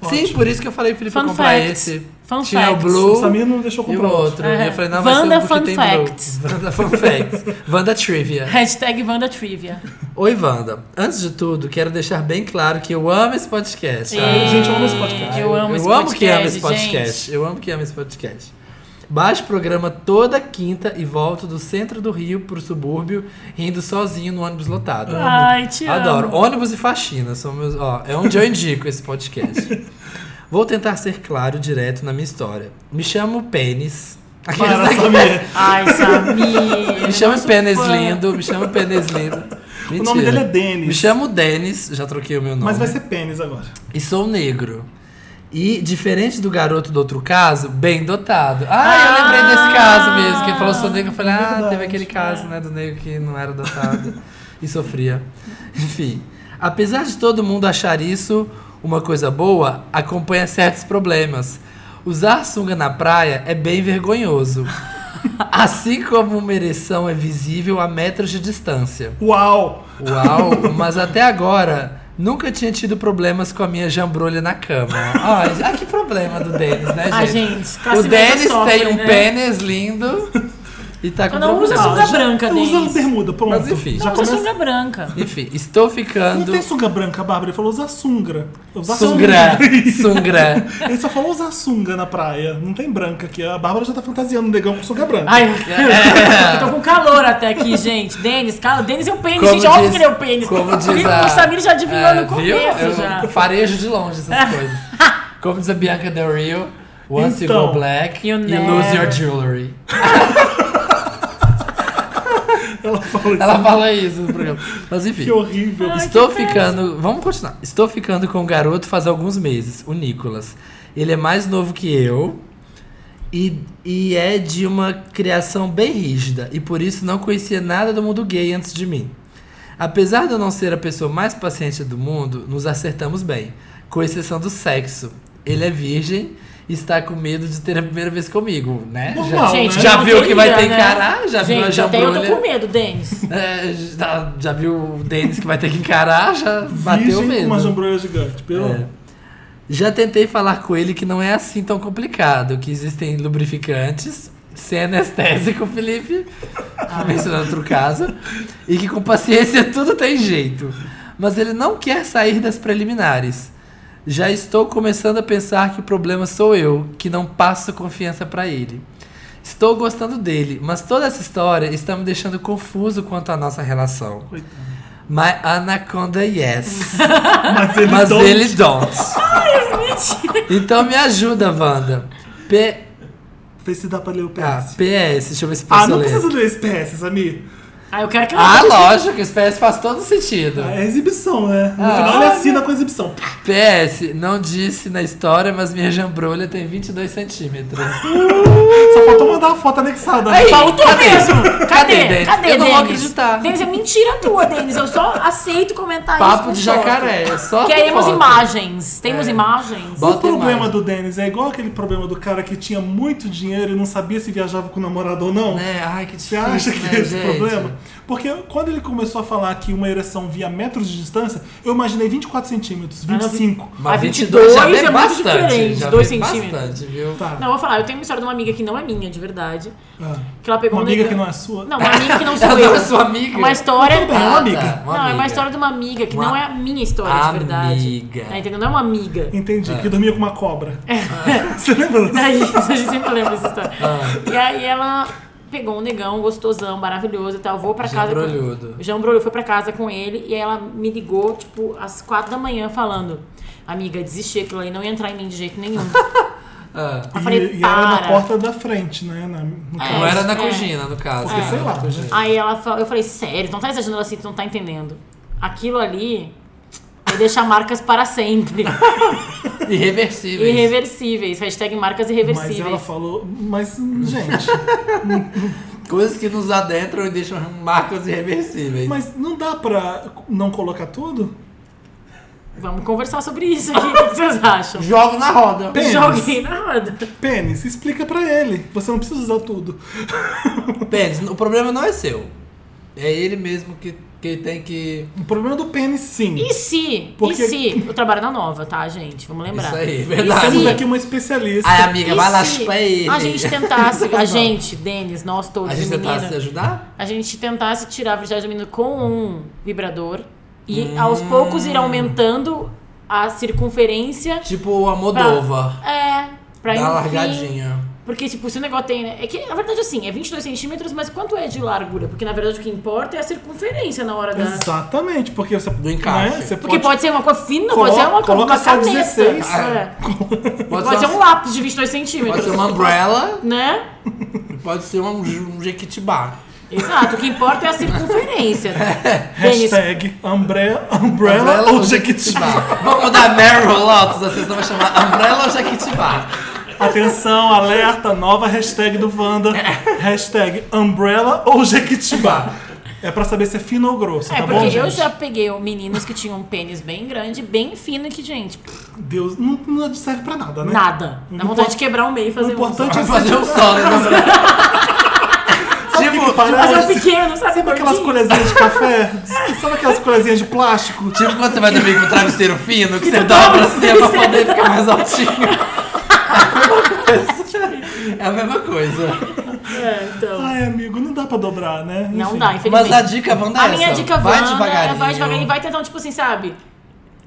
Sim, por isso que eu falei pro Felipe
Fun
comprar
fact.
esse.
Fun
Tinha
fact.
o Blue.
O Samir não deixou
E
comprar
o um outro.
Aham.
E eu falei, não, vai ser
Wanda
o que
Fun
tem Blue.
Facts.
Wanda Fun Facts. Wanda Trivia.
Hashtag Wanda Trivia.
Oi, Wanda. Antes de tudo, quero deixar bem claro que eu amo esse podcast. Ah.
Ei,
gente, eu amo esse podcast.
Eu amo esse
eu amo
podcast,
que ama esse
gente.
podcast. Eu amo que ama esse podcast. Baixo o programa toda quinta e volto do centro do Rio pro subúrbio, rindo sozinho no ônibus lotado.
Ai, te amo.
Adoro. Ônibus e faxina são meus. Ó, é onde eu indico esse podcast. Vou tentar ser claro direto na minha história. Me chamo Pênis.
Para, Samir.
Ai, Samir.
Me chama
nosso
Pênis
fã.
lindo, me chama Pênis lindo.
um O nome
Mentira.
dele é Denis.
Me chamo Denis, já troquei o meu nome.
Mas vai ser pênis agora.
E sou negro. E, diferente do garoto do outro caso, bem dotado. Ah, eu lembrei desse caso mesmo. Quem falou sou negro, eu falei, ah, teve aquele caso, né, do negro que não era dotado e sofria. Enfim. Apesar de todo mundo achar isso uma coisa boa, acompanha certos problemas. Usar sunga na praia é bem vergonhoso. Assim como uma ereção é visível a metros de distância.
Uau!
Uau, mas até agora nunca tinha tido problemas com a minha jambrolha na cama. Ai, ai, que problema do Denis, né, gente?
Ai, Ah, gente, tá classe
o
média
Denis
sofre,
tem um
né?
pênis lindo e tá com
Cada um usa
problema.
sunga branca,
Usa
Denis.
bermuda, pronto.
Mas enfim.
Já
Não, usa
começa-
sunga branca.
Enfim, estou
Não
ficando
tem sunga branca, Bárbara. Ele falou usar sungra. Usar
sungra, sungra.
Ele só falou usar sunga na praia. Não tem branca aqui. A Bárbara já tá fantasiando o negão com sunga branca.
Ai, eu tô com calor até aqui, gente. Denis, cala. Denis é o pênis,
Como
gente. Óbvio
diz-
que ele é o pênis.
Como diz
Viu?
a,
O Samir já adivinhou
é,
no começo,
viu?
já.
Eu farejo de longe essas coisas. Como diz a Bianca Del Rio, once you
Então,
go black, you,
you
lose
never-
your jewelry.
Ela falou isso.
Ela fala isso no programa. Mas enfim.
Que horrível.
Ai,
Estou
que
ficando. Vamos continuar. Estou ficando com um garoto faz alguns meses, o Nicolas. Ele é mais novo que eu e, e é de uma criação bem rígida e por isso não conhecia nada do mundo gay antes de mim. Apesar de eu não ser a pessoa mais paciente do mundo, nos acertamos bem, com exceção do sexo. Ele é virgem e está com medo de ter a primeira vez comigo, né?
Normal,
já,
né?
já
não
viu
tem
que vai
vida,
ter
né?
que encarar? Já viu a
gente, até eu
jambrolha?
tô com medo, Denis.
É, já, já viu o Denis que vai ter que encarar, já bateu
Virgem com uma
mesmo.
jambrolha gigante. Pelo...
É. Já tentei falar com ele que não é assim tão complicado, que existem lubrificantes, sem anestésico, Felipe, tá mencionando outro caso, e que com paciência tudo tem jeito. Mas ele não quer sair das preliminares. Já estou começando a pensar que o problema sou eu, que não passo confiança pra ele. Estou gostando dele, mas toda essa história está me deixando confuso quanto à nossa relação. My Anaconda Yes.
Mas ele
Mas
don't.
ele don't. então me ajuda, Wanda. P...
Vê se dá pra ler o PS.
Ah, PS, deixa eu ver se
Ah,
posso
não
ler.
precisa ler esse PS, Samir.
Ah, eu quero que ela
Ah, lógico, esse PS faz todo sentido.
É exibição, né? No
Ah.
final ele assina com a exibição.
PS, não disse na história, mas minha jambrolha tem 22 centímetros.
Só faltou mandar a foto anexada.
É
né?
Faltou mesmo!
Cadê,
Cadê? Cadê,
Denis?
Denis?
Eu não vou acreditar.
Denis, é mentira tua, Denis. Eu só aceito comentar isso.
Papo
com
de
foto.
jacaré, é só
Queremos
foto. É.
imagens. Temos imagens?
Bota
O problema
imagem.
do Denis é igual aquele problema do cara que tinha muito dinheiro e não sabia se viajava com o namorado ou não.
Né? Ai, que
Você
difícil,
acha que
né,
é esse
gente?
problema? Porque quando ele começou a falar que uma ereção via metros de distância, eu imaginei 24 centímetros, 25.
Mas
Ah,
22 já
22
vem
é muito
bastante.
diferente,
Já
dois
vem
centímetros.
bastante, viu?
Tá.
Não, eu vou falar. Eu tenho uma história de uma amiga que não é minha, de verdade.
Ah.
Que ela pegou
Uma
um
amiga
negão-
que não é sua?
Não, uma amiga que não sou
Ela
eu.
não é sua amiga?
Uma história.
Tudo bem, é uma amiga.
tá,
não, é
amiga.
uma história de uma amiga que
Uma
não é a minha história, de verdade.
amiga.
Tá entendendo? Não é uma amiga.
Entendi, que dormia com uma cobra. Você lembra disso?
É isso, a gente sempre lembra essa história.
Ah.
E aí ela pegou um negão gostosão, maravilhoso e tal. Vou pra casa.
Jambrolhudo.
Com... Jambrolho. Foi pra casa com ele e ela me ligou, tipo, às quatro da manhã, falando: Amiga, desisti, aquilo ali não ia entrar em mim de jeito nenhum.
Ah.
Eu falei,
e, e era na
para.
porta da frente, né? Na, no
É.
Não
caso.
era na
é.
Cugina, no caso.
Porque,
Ah,
né?
sei lá,
Na Cugina.
Aí ela falou, eu falei, sério, tu não tá exagerando assim, tu não tá entendendo. Aquilo ali vai deixar marcas para sempre.
É Irreversíveis.
irreversíveis. Hashtag marcas
Mas
irreversíveis.
ela falou, mas, gente,
Coisas que nos adentram e deixam marcas irreversíveis.
mas não dá pra não colocar tudo?
Vamos conversar sobre isso aqui. o que vocês acham?
Jogo na roda.
Pênis.
Joguei na roda.
Pênis, explica pra ele. Você não precisa usar tudo.
Pênis, o problema não é seu. É ele mesmo que, que tem que.
O problema é do pênis, sim.
E se?
Porque-
E se? Eu trabalho na nova, tá, gente? Vamos lembrar.
Isso aí,
E
verdade.
se-
Temos aqui uma especialista.
Ai, amiga,
e
vai lá
se
chupar ele.
A gente tentasse, a gente, Denis, nós todos,
A gente
menina,
tentar se ajudar?
a gente tentasse tirar a virgindade do menino com um vibrador e
Hum.
aos poucos ir aumentando a circunferência.
Tipo o
pra-
Amodova.
É, pra
Da
enfim-
largadinha.
Porque, tipo, se o negócio tem, né? É que, na verdade, assim, é 22 centímetros, mas quanto é de largura? Porque, na verdade, o que importa é a circunferência na hora da...
Exatamente, porque você.
Do encaixe.
né, você
Porque pode... ser uma coisa fina,
Coloca-
pode ser uma coisa
coloca
uma
só
caneta.
16.
É.
Pode,
Pode ser um
uma,
lápis de 22 centímetros.
pode ser uma umbrella,
Né?
pode ser um, um jequitibá.
Exato, o que importa é a circunferência. Denis,
É. Hashtag umbrella, umbrela, ou Jequitibá.
Vamos mudar Meryl Lotus, a sessão vai chamar Umbrella ou Jequitibá.
Atenção, alerta, nova hashtag do Wanda. Hashtag umbrella ou Jequitibá. É pra saber se é fino ou grosso,
É,
tá
porque
bom,
eu
gente?
já peguei meninos que tinham um pênis bem grande, bem fino, que, gente, pff,
Deus, não, não serve pra nada, né?
nada. Dá vontade de quebrar o meio e
O
fazer um.
importante é
Vai fazer um solo, né? Tipo,
parece?
Mas é pequeno, sabe?
Sabe aquelas
gordinho?
colherzinhas de café? Sabe aquelas colherzinhas de plástico?
tipo quando você vai dormir com um travesseiro fino, que você dobra assim pra poder ficar mais altinho. É a mesma coisa.
É, então.
Ai, amigo, não dá pra dobrar, né?
Não
Enfim.
dá, infelizmente.
Mas a dica, Wanda, é
A minha
essa.
dica
vai
Wanda
devagarinho.
é vai devagarinho, vai tentando, tipo assim, sabe?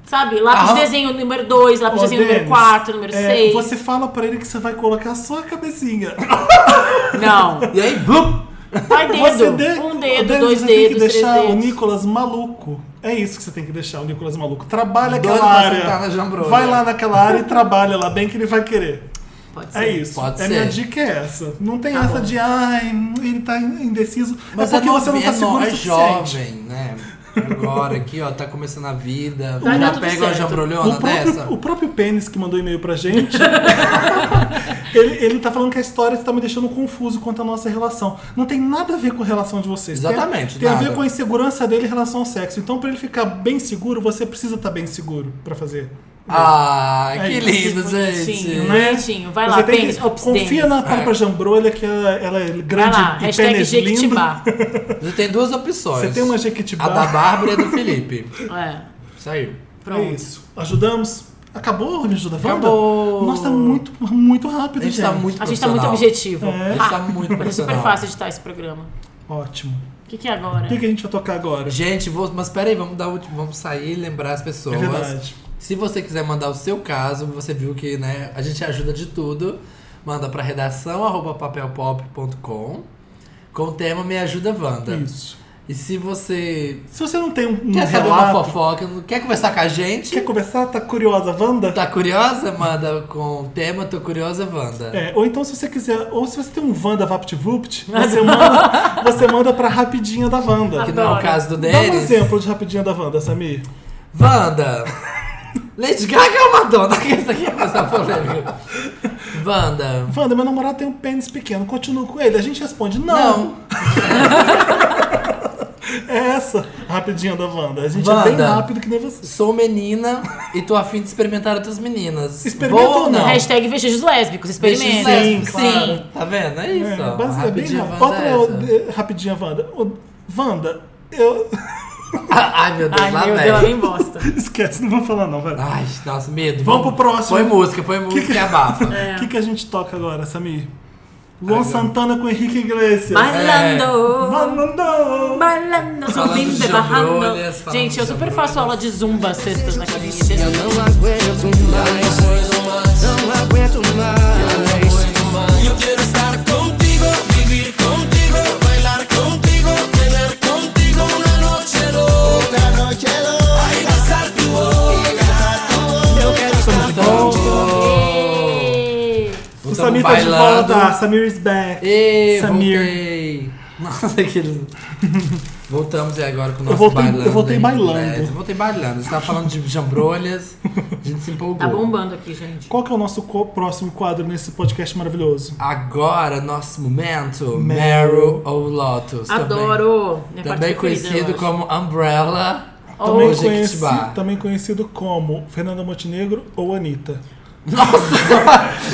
Sabe, lápis
Arran-
de desenho número 2, lápis
Ah. Ô,
de desenho número
Denis,
4, número
é,
6.
Você fala pra ele que você vai colocar só a cabecinha.
Não,
E aí, blup!
vai dedo.
Você de-
Um
Ô, Denis,
dedo, dois
você tem que
dedos, três
deixar o
dedos.
Nicolas maluco. É isso que você tem que deixar o Nicolas maluco. Trabalha
Doido
aquela
pra
área.
sentar na jambrolha.
vai lá naquela área e trabalha lá bem que ele vai querer.
Pode ser.
É isso.
pode
é
ser. Tá
minha dica é essa. Não tem essa de ai, ele tá indeciso.
Mas
é porque
é
você não
novinha,
tá seguro
é
o suficiente.
jovem, né? Agora aqui, ó, tá começando a vida.
Vai dar
Já
tudo
pega uma
Tá certo.
jambrolhona
O
dessa.
próprio, o próprio Pênis que mandou e-mail pra gente, ele, ele tá falando que a história tá me deixando confuso quanto à nossa relação. Não tem nada a ver com a relação de vocês. Tem-
Exatamente,
Tem, a
nada.
ver com a insegurança dele em relação ao sexo. Então, pra ele ficar bem seguro, você precisa estar bem seguro pra fazer.
Ah,
É
que
isso.
lindo,
Bonitinho,
gente.
Né?
bonitinho. Vai
Você
lá,
tem
pênis,
que-
ops,
Confia
denis.
na
É.
Bárbara Jambrolha, que ela, ela é
Vai
grande
lá,
e
hashtag
pênis lindo.
Jequitibá.
Você tem duas opções.
Você tem uma
A da
Jequitibá.
Bárbara e a do Felipe.
É,
Isso aí.
É
pronto.
isso. Ajudamos? Acabou, me ajuda, Wanda?
Acabou.
Nossa, tá muito, muito rápido,
A gente tá muito
A gente tá muito
profissional.
objetivo.
A gente tá muito
Mas é super
profissional.
fácil editar esse programa.
Ótimo.
O que, que é agora?
O que, que a gente vai tocar agora?
Gente, vou, mas peraí, vamos dar o último- vamos sair e lembrar as pessoas.
É verdade.
Se você quiser mandar o seu caso, você viu que né, a gente ajuda de tudo. Manda pra redação arroba papelpop.com com o tema Me Ajuda Wanda.
Isso.
E se você
Se você não tem um, um
É. quer saber uma
relato,
fofoca, não quer conversar com a gente,
quer conversar, tá curiosa, Wanda?
tá curiosa, manda com o tema Tô Curiosa Wanda.
É, ou então se você quiser, ou se você tem um Wanda VaptVupt, você manda, você manda pra rapidinha da Wanda.
Que não é o
Adoro.
caso do
Dá um
deles.
exemplo de rapidinha da Wanda, Samir.
Wanda! Lady Gaga ou Madonna? Que isso aqui é essa polêmica. Wanda.
Wanda, meu namorado tem um pênis pequeno, continuo com ele. A gente responde, não.
Não.
É essa rapidinha da Wanda. A gente é bem
Wanda.
rápido que nem você.
Sou menina e tô afim de experimentar outras meninas.
Experimenta
Vou
ou não?
Hashtag vestígios lésbicos,
Peixes
experimenta.
lésbicos,
Sim, claro.
Sim, tá vendo? É isso.
É,
ó.
base- é bem
Rapidinho,
rápido.
Wanda,
Outra
é
é o-
essa.
eh, rapidinha Wanda. O- Wanda, eu...
Ai, meu Deus,
Ai,
lá
meu
vem. É.
Deus, ela nem bosta.
Esquece, não vou falar não, vai. O
Ai, nossa, medo.
Vamos pro próximo.
Põe música, põe música e abafa.
É.
que, que a gente toca agora, Samir? Luan Santana com Henrique Iglesias.
Bailando!
Manandão.
Bailando,
Falando de
subindo, barrando.
jambrolhas, falando
Gente, eu
de
super faço aula de zumba às sextas na academia.
Não aguento mais, não aguento mais.
Yo quiero estar contigo, vivir contigo, bailar contigo, tener contigo una noche loca. Ay, besar tu boca.
Então,
Estamos de volta.
Ei.
O
Tamo
Samir tá de
bailando.
volta. Samir is back.
Ê,
Samir.
voltei. Nossa, aqueles... Voltamos aí agora com o nosso
voltei- eu
bailando.
voltei
aí,
bailando.
né? Eu voltei bailando. A gente tava falando de jambrolhas, a gente se empolgou.
Tá bombando aqui, gente.
Qual que é o nosso co- próximo quadro nesse podcast maravilhoso?
Agora, nosso momento,
Meryl.
Meryl ou Lotus.
Adoro.
Também,
Minha parte
também
preferida,
conhecido
eu acho.
como Umbrella
Ou
também,
ou Jequitibá.
conheci- também conhecido como Fernanda Montenegro ou Anitta.
Nossa,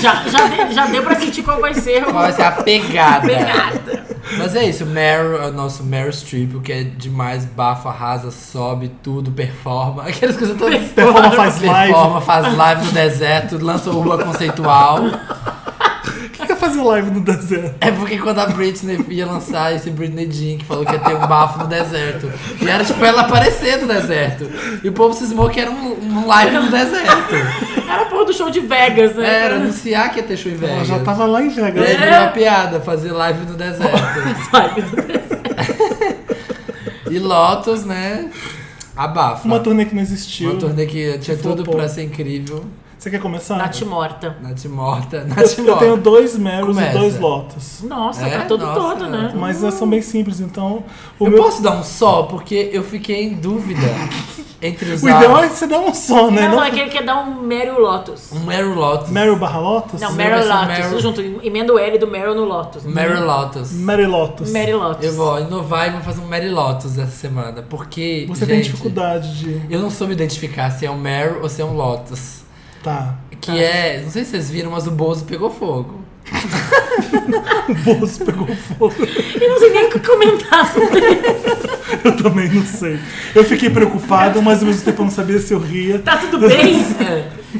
Já, já, de- já deu pra sentir qual vai ser o-
qual vai ser a pegada.
pegada.
Mas é isso, Meryl é o nosso Meryl Streep, o que é demais, bafa, arrasa, sobe, tudo, performa. Aquelas coisas todas.
Performa, faz
Performa, faz live no deserto, lança o rua conceitual.
O que que é fazer live no deserto?
É porque quando a Britney ia lançar esse Britney Jean, que falou que ia ter um bafo no deserto. E era tipo ela aparecer no deserto. E o povo cismou que era um, um live no deserto.
Era a porra do show de Vegas, né?
Era anunciar que ia ter show em
Ela
Vegas.
já tava né? lá em
E
Vegas.
aí virou uma piada, fazer live no deserto.
Sabe? do deserto.
E Lotus, né? Abafa.
Uma turnê que não existiu.
Uma turnê que tinha tudo
Flopou.
pra ser incrível.
Você quer começar?
Nath morta.
Nath morta.
Eu-
Nath
Eu
morta.
tenho dois Meryls e
Começa.
dois Lotus.
Nossa,
É?
tá todo
Nossa,
todo, né?
Mas elas são bem simples, então. O
Eu
meu.
posso dar um só? Porque eu fiquei em dúvida entre os
O ideal é você dar um só, né?
Não,
Não-
é que ele quer dar um Meryl Lotus.
Um Meryl Lotus.
Meryl barra Lotus? né?
Não,
Sim,
Meryl
vai ser
Lotus.
Meryl.
Junto, emenda o L do Meryl no Lotus.
Meryl Lotus.
Mary Lotus.
Meryl Lotus.
Eu vou inovar e vou fazer um Mary Lotus essa semana, porque.
Você
gente,
tem dificuldade de.
Eu não soube identificar se é um Mary ou se é um Lotus.
Tá.
Que é. Não sei se vocês viram, mas o Bozo pegou fogo.
O bolso pegou fogo.
Eu não sei nem o que comentar sobre isso.
Eu também não sei. Eu fiquei preocupado, mas ao mesmo tempo eu não sabia se eu ria.
Tá tudo bem?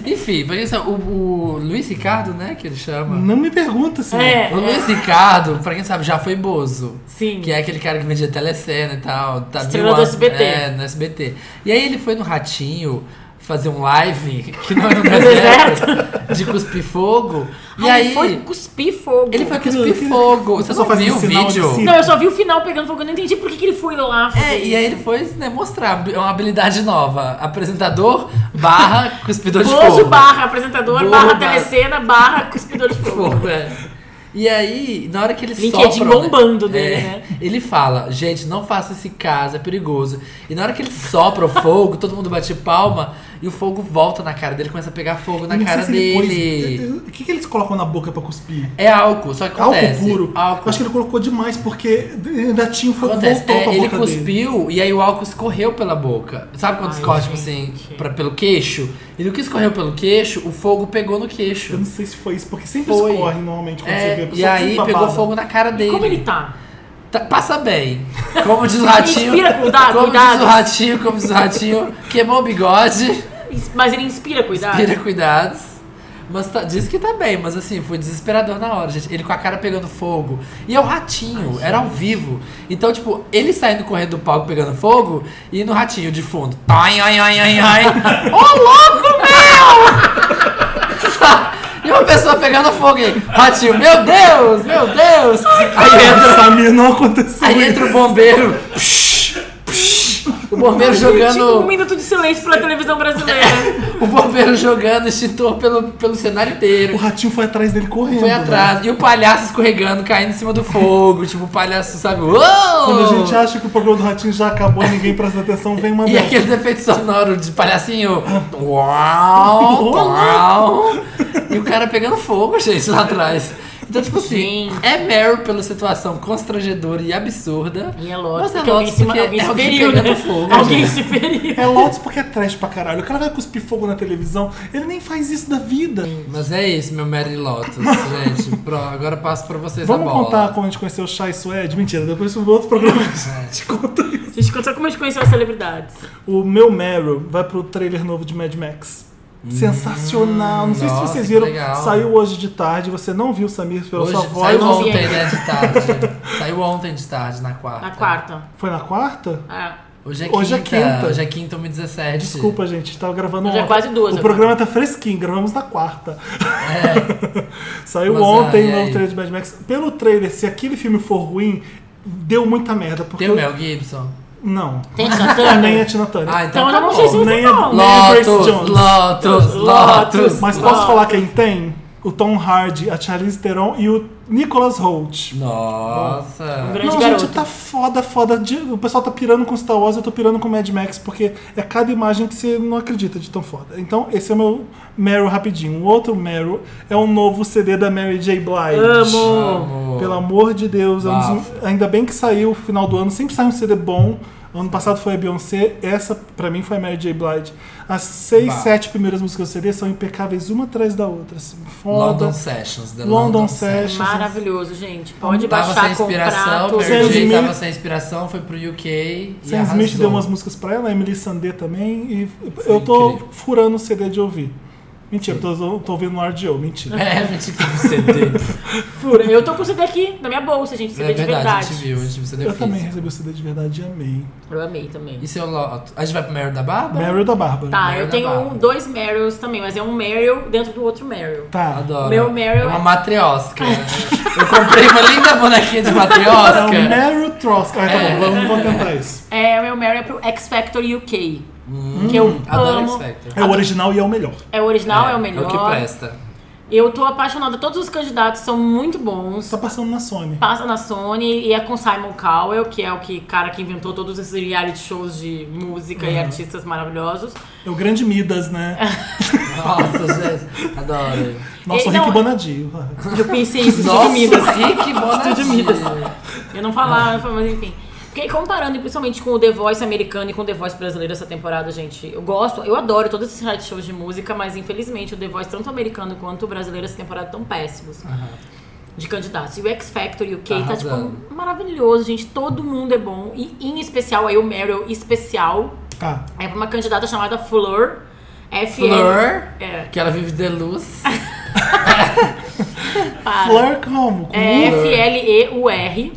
Enfim, porque assim, o, o Luiz Ricardo, né? Que ele chama.
Não me pergunta se.
É.
O Luiz Ricardo, pra quem sabe, já foi Bozo.
Sim.
Que é aquele cara que vendia telecena e tal. Tá
Estrela
mil
do
anos-
SBT.
É, no SBT. E aí ele foi no Ratinho fazer um live, que não era no
deserto.
deserto, de cuspir fogo. E
Ai,
aí...
foi cuspir fogo.
Ele foi
Aquilo-
cuspir
aquilo-
fogo. Você
aquilo
não
só faz
viu
um
o
sinal de
vídeo?
si.
Não, eu só vi o final pegando fogo. Eu não entendi por que, que ele foi lá. fazer
É, e aí
isso.
ele foi né, mostrar uma habilidade nova. Apresentador barra cuspidor de
Bozo
fogo.
barra apresentador,
Bozo
barra
barra-
telecena, barra cuspidor de fogo.
Fogo, é. E aí, na hora que ele
LinkedIn
sopra...
bombando dele, né?
é, Ele fala, gente, não faça esse caso, é perigoso. E na hora que ele sopra o fogo, todo mundo bate palma e o fogo volta na cara dele, começa a pegar fogo na
Eu não sei
cara
se ele pôs-
dele.
O que, que eles colocam na boca pra cuspir?
É álcool, só que
Álcool
acontece.
puro.
Álcool.
Acho que ele colocou demais, porque ainda tinha o fogo
Acontece,
voltou
é,
pra
ele
boca dele.
cuspiu e aí o álcool escorreu pela boca. Sabe quando
Ai,
escorre, tipo assim,
gente.
pra, pelo queixo? E no que escorreu pelo queixo, o fogo pegou no queixo.
Eu não sei se foi isso, porque sempre
Foi.
escorre normalmente quando você vê a
É,
pessoa
e aí
tudo
pegou
babada.
fogo na cara dele.
Como ele tá?
Tá- passa bem. Como diz o ratinho.
Inspira, cuidado,
como diz
cuidado.
o ratinho, como diz o ratinho, queimou o bigode.
Mas ele inspira cuidado.
Tira cuidados. Mas tá- diz que tá bem, mas assim, foi desesperador na hora, gente. Ele com a cara pegando fogo. E é o ratinho, era ao vivo. Então, tipo, ele saindo correndo do palco pegando fogo e no ratinho de fundo. Ai, ai, ai, ai, ai. Ô, louco, meu! Sabe? e uma pessoa pegando fogo aí. Ratinho, meu Deus, meu Deus! aí entra
Samir, não aconteceu
Aí
isso.
entra o bombeiro. Psh, psh, o bombeiro
Tipo, um
jogando.
minuto de silêncio pela televisão brasileira.
O bombeiro jogando extintor pelo, pelo cenário
O
inteiro.
ratinho foi atrás dele correndo.
Foi
né?
atrás. E o palhaço escorregando, caindo em cima do fogo. Tipo, o palhaço, sabe? Uou!
Quando a gente acha que o programa do ratinho já acabou e ninguém presta atenção, vem uma
E
dessa.
aquele efeito sonoro de palhacinho. Uau! Uau! E o cara pegando fogo, gente, lá atrás. Então, tipo assim,
Gente.
é Meryl pela situação constrangedora e absurda.
E é lógico
Mas é
que alguém
Lotus
se,
porque
alguém
é
se
alguém
feriu, né?
pegando fogo.
alguém
gente.
se feriu.
É Lotus porque é trash pra caralho. O cara vai cuspir fogo na televisão, ele nem faz isso da vida.
Mas é isso, meu Mary Lotus, gente. Pro- agora passo pra vocês a
Vamos
bola.
contar como a gente conheceu o Chai Suede? Mentira, depois um outro programa a gente conta isso.
Gente, conta como a gente conheceu as celebridades.
O meu Meryl vai pro trailer novo de Mad Max. Sensacional. Não sei
Hum. nossa,
se vocês
que
viram.
legal.
Saiu hoje de tarde. Você não viu Samir pela
Hoje,
sua
saiu
voz.
não vi
ontem,
ainda.
né, de tarde. saiu ontem de tarde, na quarta.
Na quarta.
Foi na quarta?
Ah,
Hoje é quinta.
Hoje é quinta.
Hoje é quinta, 1h17.
Desculpa, gente, tava gravando
Hoje é
ontem.
quase duas
O
agora.
programa tá fresquinho, gravamos na quarta.
É.
Saiu
Mas,
ontem
ah,
o
e
novo
aí?
trailer de Mad Max. Pelo trailer, se aquele filme for ruim, deu muita merda. Porque
Tem o Mel Gibson.
Não.
tem Tina
Nem a
Turner?
Tina Turner.
Ah, então,
Então eu
tá
não
bom.
sei se-
nem a,
não.
nem a Grace
Lotus,
Jones.
Lotus, Lotus,
Lotus.
Mas posso
Lotus.
falar quem tem? o Tom Hardy, a Charlize Theron e o Nicholas Holt.
Nossa.
grande
Não,
garoto.
gente, tá foda, foda. de- O pessoal tá pirando com Star Wars, eu tô pirando com Mad Max, porque é cada imagem que você não acredita de tão foda. Então, esse é o meu Meryl rapidinho. O outro Meryl é um novo CD da Mary J. Blige.
Amo!
Pelo amor de Deus, é um dos-
Bafo.
ainda bem que saiu no final do ano, sempre sai um CD bom. Ano passado foi a Beyoncé, essa pra mim foi a Mary J. Blige. As seis,
Bafo.
sete primeiras músicas do CD são impecáveis uma atrás da outra. assim, foda.
London Sessions. The
London
London,
Sessions.
Sessions.
Maravilhoso, gente. Pode
Tava sem
baixar, comprar.
inspiração,
tudo.
Sam
perdi,
Smith.
tava sem inspiração, foi pro UK e
Sam Smith
arrasou.
deu umas músicas pra ela, a Emily Sandé também, e eu tô
incrível.
furando o CD de ouvir. Mentira, tô, tô ouvindo no RDO, mentira.
É, mentira que você teve.
Fura. Eu tô com o CD aqui, na minha bolsa, gente. CD
É
de
verdade, a gente
verdade.
viu, a gente viu, você deu
Eu também
físico.
recebi o CD de verdade e amei.
Eu amei também.
E seu Lotus? A gente vai pro Meryl da Bárbara?
Meryl da né? Bárbara.
Tá,
Meryl
eu
da
tenho
Bárbara.
um- dois Meryls também, mas é um Meryl dentro do outro Meryl.
Tá.
Adoro.
Meu Meryl
É uma
é-
matriosca. né? Eu comprei uma linda bonequinha de
É o
matriosca.
Meryl Trosk. Ah, tá
É.
bom, vamos, vamos tentar isso.
É, o meu Meryl é pro X Factor UK. que eu
Hum, Adoro
amo.
X Factor.
É o original e é o melhor.
É o original, é, o melhor.
É o que presta.
Eu tô apaixonada, todos os candidatos são muito bons.
Tá passando na Sony.
Passa na Sony e é com Simon Cowell, que é o que cara que inventou todos esses reality shows de música
Uhum.
e artistas maravilhosos.
É o grande Midas, né?
É. Nossa, gente. Adoro.
Nossa, o
Ele não-
é-
Rick Bonadio.
Eu pensei isso
Nossa,
de Midas.
que
Estúdio
bonadia.
Eu não falava, mas enfim. Porque comparando, principalmente com o The Voice americano e com o The Voice brasileiro essa temporada, gente, eu gosto, eu adoro todos esses reality shows de música, mas infelizmente o The Voice, tanto americano quanto o brasileiro, essa temporada estão péssimos de candidatos. E o X Factor e o K
Tá
tá, tipo,
arrasando.
maravilhoso, gente. Todo mundo é bom. E em especial, aí o Meryl especial
Tá.
é pra uma candidata chamada Fleur. F
Fleur,
É,
que ela vive de luz.
para.
Fleur como? Com
É
U?
F-L-E-U-R.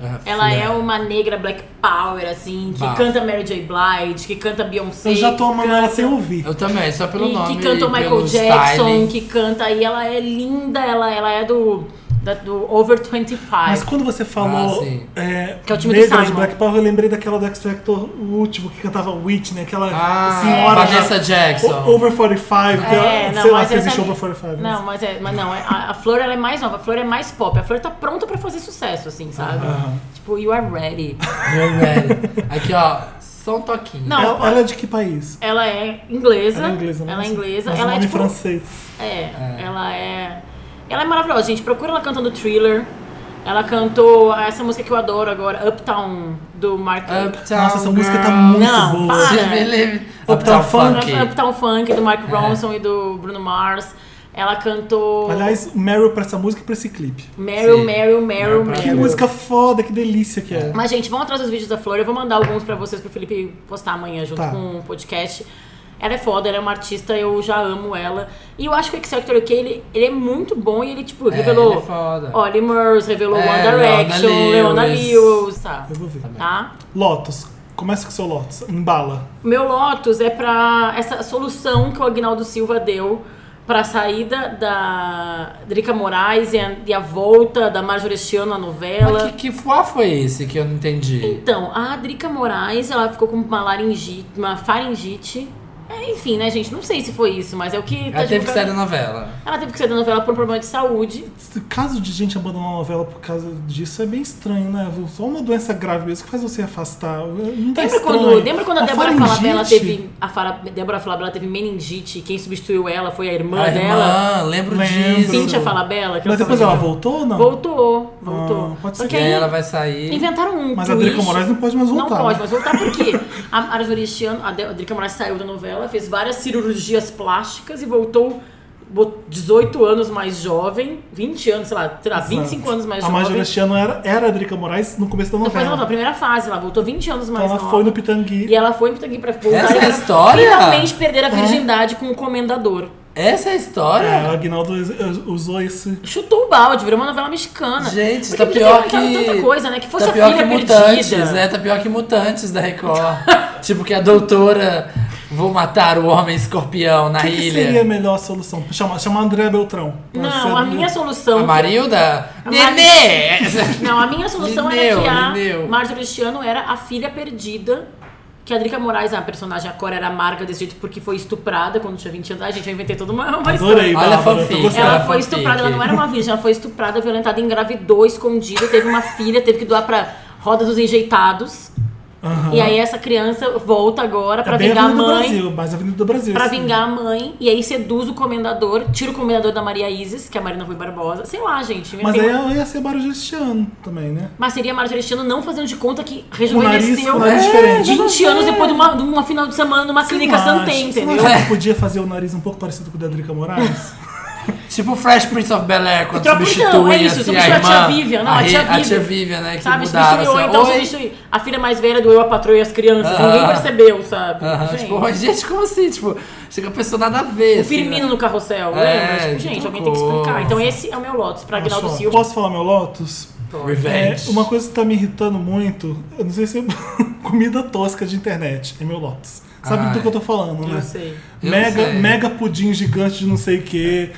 Ah,
Ela
Fleur.
é uma negra black power, assim, que
Bah.
canta Mary J. Blige, que canta Beyoncé.
Eu já tô
que
amando
canta-
ela sem ouvir.
Eu também, só pelo
e
nome.
que canta o
e
Michael
pelo
Jackson,
styling.
que canta. E ela é linda, ela, ela é do, da- do Over 25.
Mas quando você falou
Ah, sim.
é,
Que é o time do
negras de
Simon.
Black Power, eu lembrei daquela do X Factor, o último, que cantava Whitney, aquela
Ah,
senhora
Vanessa Jackson.
O- Over 45, que
É,
é,
não,
sei lá
mas
se
essa
existe
é-
Over 45.
Não, mas, é, mas não, é- a, a Flor ela é mais nova, a Flor é mais pop. A Flor tá pronta pra fazer sucesso, assim, sabe?
Aham.
Tipo, you are ready.
Meu velho. Aqui, ó. Só um toquinho.
Não.
ela, ela é de que país?
Ela é inglesa.
Ela é inglesa, né?
Ela é inglesa.
Mas
ela
o
é
nome
tipo.
francês.
É, ela é. Ela é maravilhosa, gente. Procura ela cantando thriller. Ela cantou essa música que eu adoro agora, Uptown, do Mark.
Uptown
Nossa, essa
Girl.
música tá muito boa.
Não, para.
Se me livre.
Uptown
Uptown
Funk.
Funk. É.
Uptown Funk, do Mark Ronson e do Bruno Mars. Ela cantou.
Aliás, o Meryl pra essa música e pra esse clipe.
Meryl,
sim.
Meryl, Meryl,
Meryl pra-
Que
Meryl.
Meryl.
música foda, que delícia que é.
Mas, gente, vão atrás dos vídeos da Flor. Eu vou mandar alguns pra vocês pro Felipe postar amanhã junto
Tá.
com o podcast. Ela é foda, ela é uma artista, eu já amo ela. E eu acho que o X Factor UK, ele, ele é muito bom e ele, tipo, revelou.
ele é foda.
Olly Murs, revelou
É,
One Direction, Leona
Leona
Lewis,
Lewis.
tá?
Eu vou ver.
Tá?
Lotus. Começa com o seu Lotus. Embala.
O Meu Lotus é pra essa solução que o Agnaldo Silva deu pra saída da Drica Moraes e a, e a volta da Marjorie Chiano na novela.
Mas que, é? que fuá foi esse que eu não entendi?
Então, a Drica Moraes, ela ficou com uma laringite, uma faringite. É, enfim, né, gente? Não sei se foi isso, mas é o que. tá
Ela teve que sair
divulgado.
da novela.
Ela teve que sair da novela por um problema de saúde.
Esse Caso de gente abandonar a novela por causa disso é bem estranho, né? Só uma doença grave mesmo que faz você afastar. Não tá
Lembra
estranho.
quando, lembra quando a
Uma
Débora Falabella
faringite.
teve. A Fara- Débora Falabella teve meningite e quem substituiu ela foi a irmã
A
dela.
irmã, lembro
Lembro.
disso.
Cíntia Falabella. que
Mas
eu
depois
não
ela
sei.
voltou ou não?
Voltou, voltou.
Ah, pode
Só
E
ser.
que é
aí
aí
ela vai sair.
inventaram um.
Mas a
twist.
Drica Moraes não pode mais voltar.
Não pode
né?
mais voltar porque a Marjorie Chiano, a, De- a Drica Moraes saiu da novela, fez várias cirurgias plásticas e voltou bo- 18 anos mais jovem, 20 anos, sei lá, sei lá 25 anos mais
A
jovem.
Marjorie Chiano era, era a Drica Moraes no começo da
Depois ela
novela.
voltou, a primeira fase, ela voltou 20 anos
então
mais
ela
nova.
foi no
E
Pitangui.
ela foi em Pitangui pra voltar
Essa
e
é a
pra
história? É.
finalmente perder a virgindade com o comendador.
Essa é a
É, o
história?
Aguinaldo us- usou esse.
Chutou o balde, virou uma novela mexicana.
Gente,
Porque
tá pior
botaram
que.
tanta coisa, né? Que fosse
tá
a
pior
filha
que mutantes,
perdida.
né? Tá pior que mutantes da Record. tipo que a doutora vou matar o homem escorpião na
O que, que
ilha.
seria a melhor solução? Chamar, chamar André Beltrão. Pra ser é
Não, a minha
A
solução
Marilda?
A Mari-
Nenê!
Não, a minha solução
Lineu,
era que a
Lineu.
Marjorie Chiano era a filha perdida que a Drica Moraes, a personagem, a Cora, era amarga desse jeito porque foi estuprada quando tinha 20 anos. Ai, gente, eu inventei toda uma, uma
Adorei,
história.
Olha a
Bárbara.
fanfic.
Tô
Ela
Ela
gostando.
foi
foi
estuprada, ela
fake.
não era uma virgem, ela foi estuprada, violentada, engravidou, escondida, teve uma filha, teve que doar pra roda dos enjeitados.
Aham.
E aí essa criança volta agora pra
é bem
vingar a
Avenida do
mãe.
Brasil, mais Avenida do Brasil.
Pra
assim.
vingar a mãe, e aí seduz o comendador, tira o comendador da Maria Isis, que é a Marina Rui Barbosa. Sei lá, gente.
Mas
tem-
aí é ela ia ser barulhestiano também, né?
Mas seria a Marta Celestino não fazendo de conta que
Com o nariz,
rejuvenesceu
com o nariz
É,
diferente.
20 anos depois de uma, de uma final de semana numa
Você
clínica
não acha-
Santé,
você não é
entendeu?
acha que podia fazer o nariz um pouco parecido com o da Drica Moraes?
Tipo o Fresh Prince of Bel-Air, quando
Tropa-
substitui
não, é isso,
assim,
substitui
a,
a tia
irmã,
Vivian, não, a
a, re-
tia
a
Vivian.
tia Vivian, né, que
Sabe,
mudava.
substituiu,
assim,
então
Oi?
substituiu. A filha mais velha do Eu, a Patroa e as Crianças.
Ah.
Ninguém percebeu, sabe?
Aham,
Gente,
tipo, "Oi, gente, como assim? Tipo, chega a pessoa nada a ver.
o
assim,
Firmino
né?
no carrossel,
É,
lembra? Tipo,
que
gente, alguém tem que explicar.
coisa.
Então esse é o meu Lotus pra
Olha
Aguinaldo
só,
Silva.
Posso falar meu Lotus? É,
Revenge.
uma coisa que tá me irritando muito, eu não sei se é comida tosca de internet, é meu Lotus. Sabe
Ai.
do que eu tô falando, né?
Eu sei.
Eu
Mega,
sei.
mega pudim gigante de não sei o que.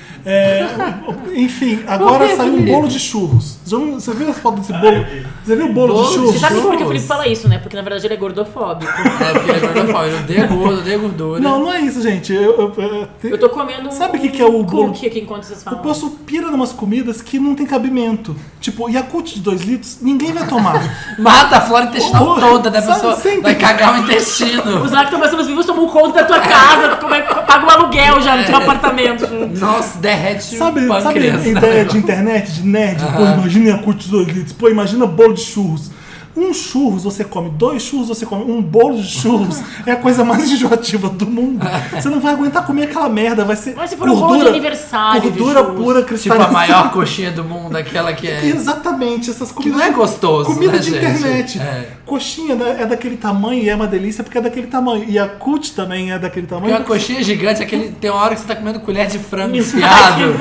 enfim, agora
Por que,
saiu um
Felipe?
bolo de churros. Já viu- Você viu a foto desse bolo? Você viu o bolo,
Bolo
de
de
churros?
Você sabe por que o
Deus.
Felipe fala isso, né? Porque na verdade ele é gordofóbico.
É, porque ele é gordofóbico, ele odeia gordo, odeia gordura.
Não, não é isso, gente. Eu, eu- eu-
Eu tô comendo um
Sabe o que que é o bolo-
cookie aqui enquanto vocês
O
falam.
poço pira numas comidas que não tem cabimento. Tipo, Yakult de 2 litros, ninguém vai tomar.
Mata a flora intestinal
Ô, ô,
toda, né? A
sabe,
pessoa
sem-
vai cagar o intestino.
Os lactobacilos vivos tomam conta da tua casa, como é que paga o aluguel já no
É.
teu apartamento. junto.
Nossa, derrete um
sabe
o
sabe
pâncreas. né?
ideia de internet, de nerd? Pô, imagina Yakult de 2 litros. Pô, imagina bolo de churros. Um churros você come, dois churros você come, um bolo de churros é a coisa mais enjoativa do mundo. Você não vai aguentar comer aquela merda, vai ser.
Mas se for um bolo de aniversário de
Gordura
churros.
pura
Tipo
cristalizada.
a maior coxinha do mundo, aquela que é...
Exatamente, essas comidas.
não é gostoso,
Comida
né,
de
gente?
internet.
É.
Coxinha da- é daquele tamanho e é uma delícia porque é daquele tamanho. E a cut também é daquele
Porque
tamanho.
uma coxinha gigante, aquele, tem uma hora que você tá comendo colher de frango desfiado.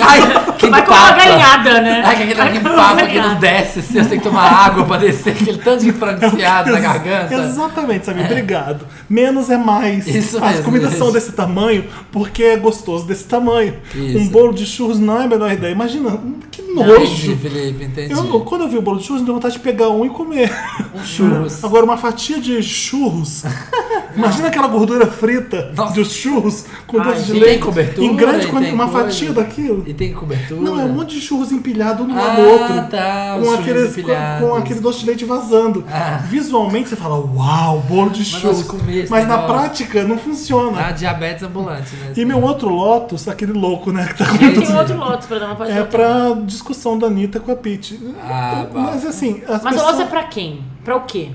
Ai, que
Vai com uma
papa.
galinhada, né?
Ai, que aquele
Vai
aquele
com uma
papo que
galinhada.
não desce, assim, você tem que tomar água pra descer, aquele tanto de frango desfiado na garganta.
Exatamente, sabe? Obrigado. Menos é mais.
Isso
As
mesmo,
comidas
gente.
são desse tamanho porque é gostoso desse tamanho.
Isso. é
Um bolo de churros não é a menor ideia. Imagina, hum, que
Entendi,
nojo.
Felipe, entendi.
Eu, quando eu vi o bolo de churros, me deu vontade de pegar um e comer.
Churros.
Agora, uma fatia de churros. Imagina aquela gordura frita
Nossa.
dos churros com doce de
e
leite.
tem cobertura,
Em grande
e
quanti-
tem
uma
coisa.
fatia daquilo.
E tem cobertura?
Não, é um monte de churros empilhado um do lado
Ah,
do outro.
tá, os
com,
churros
aqueles, com,
empilhados. Ah.
com aquele doce de leite vazando. Visualmente você fala, uau, bolo de churros.
nós comer esse
Mas na
negócio.
prática não funciona.
Ah, diabetes ambulante, né?
E meu outro Lotus, aquele louco, né? Que tá
Eu
comendo
tenho outro Lotus pra dar uma
É
palestra.
pra discussão da Anitta com a Pete.
Ah,
Mas assim, as
Mas o
pessoas...
Lotus é pra quem? Pra o quê?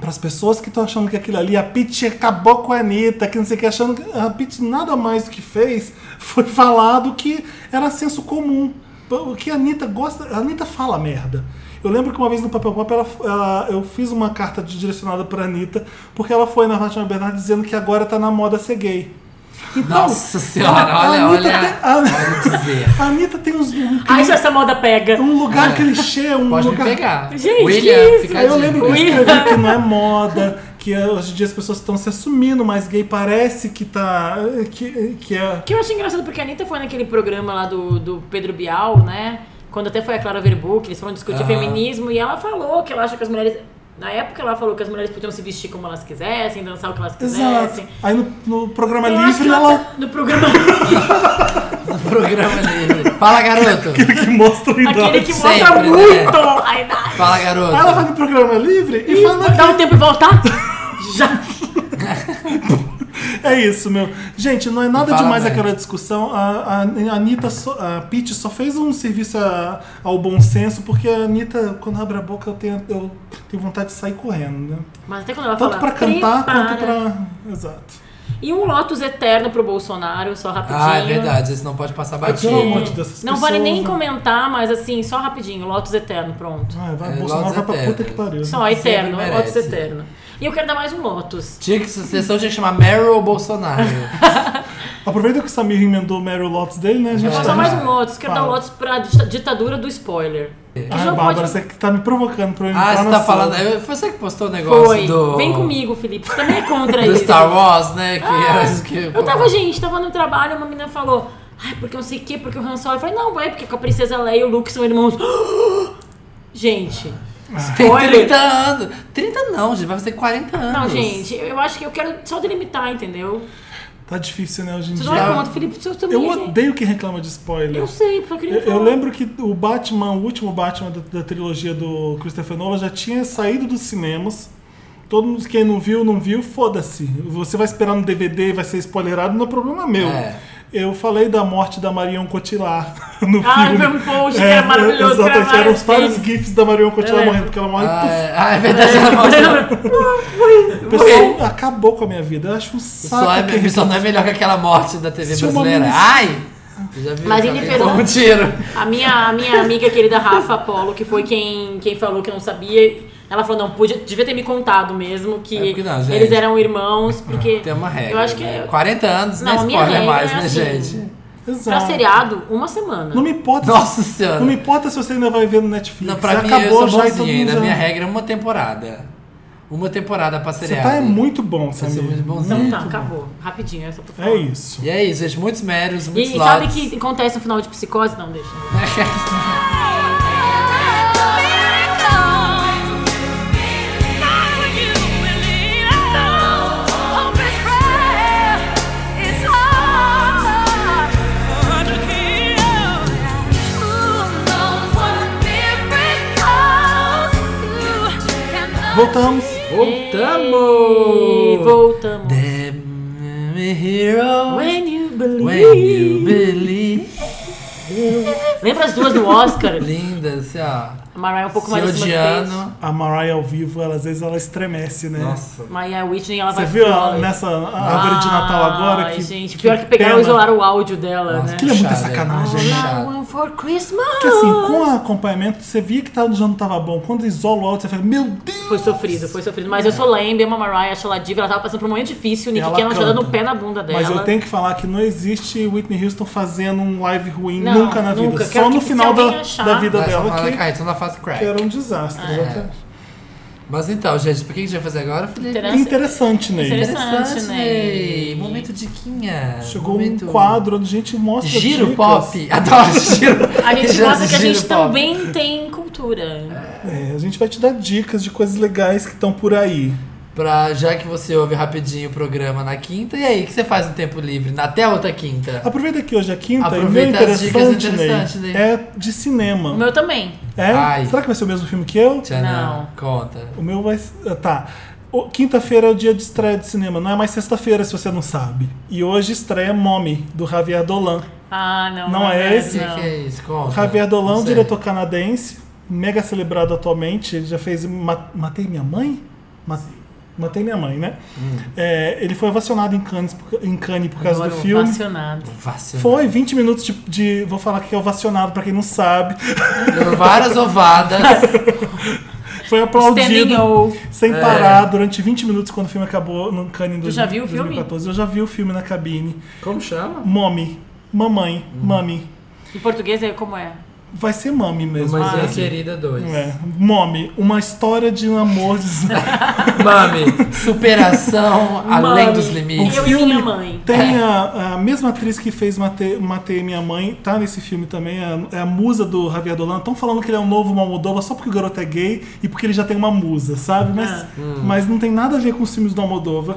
Pras pessoas que estão achando que aquilo ali, a Pitt acabou com a Anitta, que não sei o que, achando que a Pitt nada mais do que fez foi falar do que era senso comum. O que a Anitta gosta. A Anitta fala merda. Eu lembro que uma vez no Papel Pop ela- ela- eu fiz uma carta de- direcionada pra Anitta, porque ela foi na Fátima Bernardes dizendo que agora tá na moda ser gay. Então,
Nossa senhora,
a- a
olha,
Anitta
olha.
tem- a-
Olha o dizer.
a Anitta tem uns, um,
Ai, se essa moda pega.
um lugar clichê, um
Pode me
lugar.
pegar.
Gente, que
William,
isso?
fica a
Aí eu
dica.
lembro que eu
Ui.
escrevi que não é moda, que é, hoje em dia as pessoas estão se assumindo mais gay, parece que tá. que, que é.
Que eu acho engraçado, porque a Anitta foi naquele programa lá do, do Pedro Bial, né? Quando até foi a Clara Verbuck, eles foram discutir
Aham.
feminismo e ela falou que ela acha que as mulheres. Na época ela falou que as mulheres podiam se vestir como elas quisessem, dançar o que elas
Exato.
quisessem.
Aí no, no programa
É, Eu acho que
livre
ela
ela
tá no programa.
Programa livre. Fala, garoto.
que mostra a
tá- aquele
idade.
que tá- mostra
Sempre, né?
muito a idade.
Fala,
Aí ela vai
garoto.
no programa livre e fala
Dá um tempo e voltar? Já.
É isso, meu. Gente, não é nada
Fala, né?
demais
mãe.
aquela discussão. A, a, a Anitta, só- a Pete só fez um serviço a- ao bom senso, porque a Anitta, quando abre a boca, eu tenho, eu tenho vontade de sair correndo, né?
Mas até quando ela fala.
Tanto pra cantar quanto
"Prepara".
pra. Exato.
E um Lotus eterno pro Bolsonaro, só rapidinho.
Ah, é verdade, isso não pode passar
Pelo amor
batido.
de Deus, essas
Não vale
pessoas,
nem
né?
comentar, mas assim, só rapidinho. Lotus eterno, pronto.
Ah, vai,
É,
Bolsonaro
Lotus
vai pra
Eterno.
puta que pariu. né?
Só
sempre
eterno,
merece.
Lotus eterno. E eu quero dar mais um Lotus.
Tinha que, sessão tinha que chamar Meryl ou Bolsonaro.
Aproveita que o Samir emendou o Meryl Lotus dele, né? A gente
É.
Não,
tá-
Só mais um Lotus. Quero dar
Fala.
Lotus pra dita- ditadura do spoiler. um Que
Ai,
não
Bárbara,
pode-
você que tá me provocando pra eu entrar
ah, você
na
tá
sua.
falando. eu- Foi você que postou o negócio
Foi.
do.
Vem comigo, Felipe. Você também é contra
Do
isso.
Star Wars, né? Que era isso que.
Eu tava, gente, tava no trabalho, uma menina falou, ai, porque eu não sei o quê, porque o Han Solo. Eu falei, não, vai, porque com a princesa Leia e o Luke são irmãos. Gente,
Tem
Olha.
30 anos. 30 não, gente. Vai fazer 40 anos.
Não, gente, eu acho que eu quero só delimitar, entendeu?
Tá difícil, né, hoje em
Vocês
dia.
não reclamam do Felipe, vocês também,
Eu
gente.
odeio quem reclama de spoiler.
Eu sei, porque eu queria
Eu, eu
falar.
lembro que o Batman, o último Batman da, da trilogia do Christopher Nolan já tinha saído dos cinemas. Todo mundo, quem não viu, não viu, foda-se. Você vai esperar no DVD, vai ser spoilerado, não é problema meu.
É.
Eu falei da morte da Marion Cotillard no
Ah,
filme. É,
foi um post que era maravilhoso, que era
Exatamente, eram
vários
vários
memes.
gifs da Marion Cotillard
Eu
morrendo, porque ela morre.
Ah, é, ah, é verdade. Ela mostra.
o pessoal acabou com a minha vida. Eu acho um saco.
Só é,
quem
isso não é melhor que aquela morte da TV
Se uma
brasileira.
menina-
Ai! Eu Já vi
Mas
já
em
vi
defesa-
com um tiro.
A minha, a minha amiga querida Rafa Apolo, que foi quem, quem falou que não sabia, ela falou, não, podia, devia ter me contado mesmo que
É porque não, gente.
eles eram irmãos, porque...
Tem uma regra.
Eu acho que...
né? 40 anos não,
Não,
é
a minha
spoiler
regra
mais,
é
né,
assim.
gente?
tá- Exato.
Pra seriado, uma semana.
Não me importa.
Nossa
se...
Senhora.
Não me importa se você ainda vai ver no Netflix.
Não, pra
Você
mim,
acabou
eu sou
já e todo
bonzinha.
mundo
ainda.
já...
Minha regra é uma temporada. Uma temporada pra
Você
seriado.
tá é muito bom, Samir.
muito bonzinho.
Então tá, acabou. Rapidinho, essa eu só tô falando.
É isso.
E é isso, gente. Muitos méritos,
E,
muitos
e sabe
lotes.
que acontece no final de psicose? Não, deixa.
Voltamos.
E
Voltamos!
voltamos.
Damn hero.
When you believe.
When you believe.
Lembra as duas do Oscar?
Linda, assim, ó.
A Mariah é um pouco
Se
mais acima do peso.
odiando.
A Mariah ao vivo, ela, às vezes ela estremece, né?
Nossa.
Mariah Whitney, ela
Você
vai...
viu a- nessa árvore de Natal agora?
Ai,
que,
gente, pior que pegaram e
pena.
isolaram o áudio dela, né?
Aquilo é muita
Puxada,
sacanagem, né?
puxada.
All I want for Christmas.
Porque assim, com o acompanhamento, você via que tava, já não tava bom. Quando isola o áudio, você fala, meu Deus!
Foi sofrido, foi sofrido. Mas eu só lembro, a Mariah, acho ela diva, ela tava passando por um momento difícil, Nick
É. Ela
Cannon já
canta.
dando o pé na bunda dela.
Mas eu tenho que falar que não existe Whitney Houston fazendo um live ruim
Não,
nunca na vida.
nunca.
Só
Quero
no
que-
final
se alguém
da,
achar- Ah, é.
da vida
Vai, só
dela
fala
que,
cair, só na fase
que
crack.
era um desastre. exatamente.
Mas então, gente, por que a gente vai fazer agora, Felipe?
Interessa-
Interessante, Ney.
Interessante.
Ney.
Ney.
né? Momento diquinha.
Chegou
Momento...
um quadro onde a gente mostra
Giro
dicas.
pop. Adoro giro.
A gente
Giro-
mostra que a
giro
gente
pop.
também tem cultura.
É, a gente vai te dar dicas de coisas legais que estão por aí.
Pra, já que você ouve rapidinho o programa na quinta, e aí, o que você faz no tempo livre? Na- Até outra quinta.
Aproveita que hoje é quinta
Aproveita
e o meu
as dicas
interessante,
interessantes,
Ney,
Ney.
é de cinema.
O meu também.
É?
Ai.
Será que vai ser o mesmo filme que eu?
Tchanã,
Não.
conta.
O meu vai. ah, Tá. O- Quinta-feira é o dia de estreia de cinema, não é mais sexta-feira se você não sabe. E hoje estreia Mommy, do Javier Dolan.
Ah, não.
Não é
O
verdade,
esse?
que,
não.
que é isso? Conta.
Javier Dolan,
Não sei.
diretor canadense, mega celebrado atualmente. Ele já fez Ma- Matei Minha Mãe? Ma- Matei Minha Mãe, né?
Hum.
É, ele foi ovacionado em Cannes por, em Cannes por causa
Agora,
do filme.
ovacionado.
Vacinado.
Foi 20 minutos de, de- Vou falar que é ovacionado pra quem não sabe.
Deu várias ovadas.
Foi
Standing
aplaudido
O.
sem parar durante 20 minutos quando o filme acabou no Cannes em
Tu já viu o filme?
2014. Eu já vi o filme na cabine.
Como chama?
Mommy. Mamãe.
Hum.
Mami.
Em português é como é?
Vai ser mami mesmo.
Ah,
Mas é
né?
querida 2.
É. Mommy. Uma história de um amor.
Mami, superação além
Mami.
dos
Eu
limites.
e minha mãe.
Tem a, a mesma atriz que fez Matei, Matei Minha Mãe, tá nesse filme também, é a, é a musa do Javier Dolan. Estão falando que ele é um novo Almodóvar só porque o garoto é gay e porque ele já tem uma musa, sabe? Mas,
Ah.
Hum.
mas não tem nada a ver com os filmes do Almodóvar.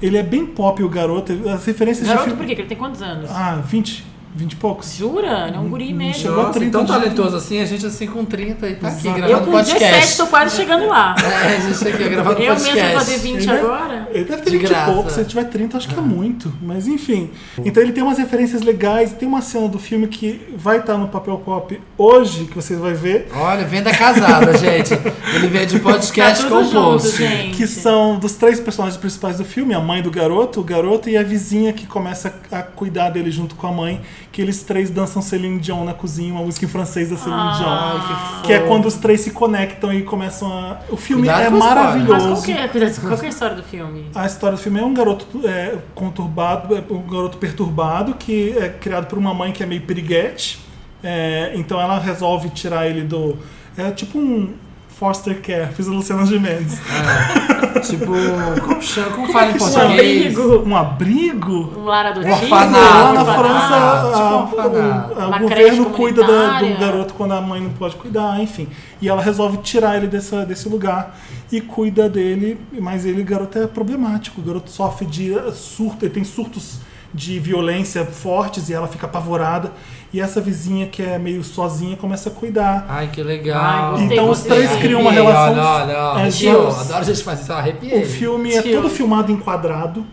Ele é bem pop, o garoto. As referências de
Garoto,
filme...
por quê? Que ele tem quantos anos?
Ah, 20? 20 e poucos?
Jura? Ele é um guri mesmo.
Chegou a
Nossa,
30
tão
de-
talentoso assim, a gente assim com 30 e tá aqui
Eu
Eu
gravando
com
podcast.
17 tô quase chegando lá.
É, a gente tá aqui gravando
Eu
podcast.
mesmo vou fazer 20
Ele-
agora?
Ele deve
De
ter 20 e
graça.
pouco, se ele tiver 30, acho que é muito. Mas enfim. Então ele tem umas referências legais, tem uma cena do filme que vai estar no papel pop hoje, que você vai ver,
Olha, venda casada, gente. Ele vende
Tá
podcast
tudo
com
junto,
post.
gente.
que são dos três personagens principais do filme, a mãe do garoto, o garoto e a vizinha que começa a cuidar dele junto com a mãe, que eles três dançam Celine Dion na cozinha, uma música em francês da
Ah.
Celine Dion.
Ai,
Que é
fofo.
quando os três se conectam e começam a. O filme
Cuidado
é
com spoiler.
Mas
maravilhoso.
qual que é, qual que é a história do filme?
A história do filme é um garoto é, conturbado, é, um garoto perturbado que é criado por uma mãe que é meio piriguete. É, então ela resolve tirar ele do. É tipo um foster care, fiz a Luciana Gimenez.
Tipo, como chama? Como fala em
que chama?
português?
Abrigo.
Um abrigo?
Um lar adotivo.
Orfanato.
Ah,
Lá na
orfanato,
França, a-
tipo orfanato.
o- o,
tipo, Uma creche
governo cuida da-
comunitária.
do garoto quando a mãe não pode cuidar, enfim. E ela resolve tirar ele dessa- desse lugar e cuida dele, mas ele, o garoto, é problemático. O garoto sofre de eh, surto, ele tem surtos de violência fortes e ela fica apavorada. E essa vizinha que é meio sozinha começa a cuidar.
Ai, que legal.
Ai, gostei,
Então os
gostei.
três criam uma
Arrepiei,
relação.
Olha, olha, olha.
É,
Arrepiou.
tios.
Adoro gente fazer isso, arrepiei.
O filme é
Tios.
todo filmado em quadrado.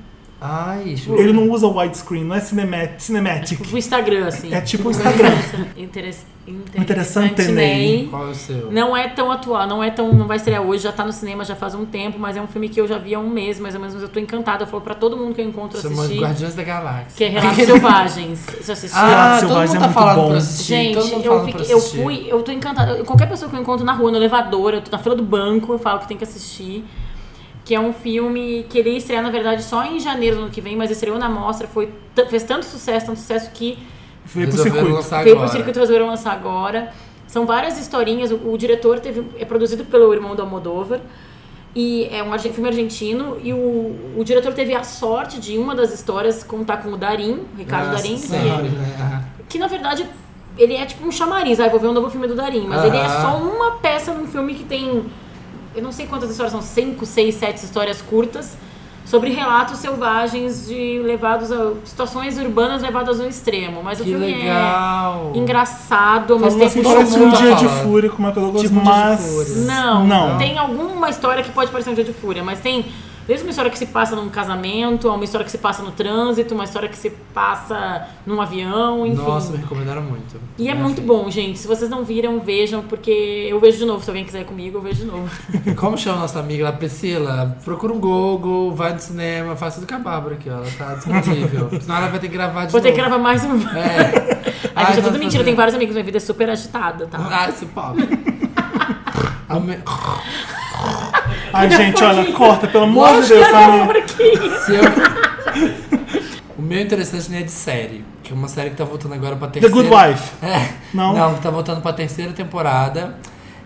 Ai,
Ele não usa widescreen, não é cinemat- cinematic.
O Instagram, assim.
É tipo o Instagram.
Interess-
Interessante,
Interessante, né?
Qual é o seu?
Não é tão atual, não é tão. Não vai estrear hoje, já tá no cinema já faz um tempo, mas é um filme que eu já vi há um mês, mais ou menos, mas eu tô encantada. Eu falo pra todo mundo que eu encontro
Chama
assistir.
é Guardiões da Galáxia.
Que é Relatos Selvagens. Você assistiu?
Ah,
Gato
todo mundo
Selvagem
tá
é muito
falando
bom.
pra assistir. todo
Gente,
mundo
eu,
falando
fiquei-
pra
eu
assistir.
fui, eu tô encantada. Eu- Qualquer pessoa que eu encontro na rua, no elevador, eu tô na fila do banco, eu falo que tem que assistir. Que é um filme que ele ia estrear, na verdade, só em janeiro do ano que vem, mas estreou na mostra, foi, t- fez tanto sucesso, tanto sucesso que
Veio pro
Resolveram
circuito.
lançar
veio pro
agora.
circuito resolveram lançar agora. São várias historinhas. O, o diretor teve, é produzido pelo irmão do Almodóvar. E é um argen- filme argentino. E o, o diretor teve a sorte de uma das histórias contar com o Darim, o Ricardo
Nossa,
Darim. que é-
sempre, né?
que na verdade ele é tipo um chamariz. Ah, eu vou ver um novo filme do Darim. Mas ele é
Aham.
só uma peça num filme que tem. Eu não sei quantas histórias são, 5, 6, 7 histórias curtas sobre relatos selvagens de levados a situações urbanas levadas ao extremo. Mas o
Que
filme
legal.
é engraçado, ao
Todo
mesmo
mundo
tempo
Não
Todo
parece
mundo
um
tá
dia de
falando.
fúria, como é que eu gosto,
Tipo um dia de fúria.
mas.
não,
Não.
Tem alguma história que pode parecer um dia de fúria, mas tem desde uma história que se passa num casamento, a uma história que se passa no trânsito, uma história que se passa num avião, enfim.
Nossa, me recomendaram muito.
E é muito bom, gente. Se vocês não viram, vejam, porque eu vejo de novo. Se alguém quiser ir comigo, eu vejo de novo.
Como chama nossa amiga lá, Priscila? Procura um Google, vai no cinema, faça do cababra aqui, ó. Ela tá disponível. Senão ela vai ter que gravar de
Vou ter que
novo.
gravar mais um.
É.
Ah, então tá
Ai, gente,
nós
é tudo mentira.
fazemos-
Tem vários amigos. Minha vida é super agitada, tá?
Ah, esse pobre. O me-
Ai, gente, olha, corta, pelo amor de
Lógico
Deus,
que eu vou
Samir.
por aqui.
Se eu- O meu interessante né, é de série. Que é uma série que tá voltando agora pra terceira.
Good Wife.
É.
Não?
Não, tá voltando pra terceira temporada.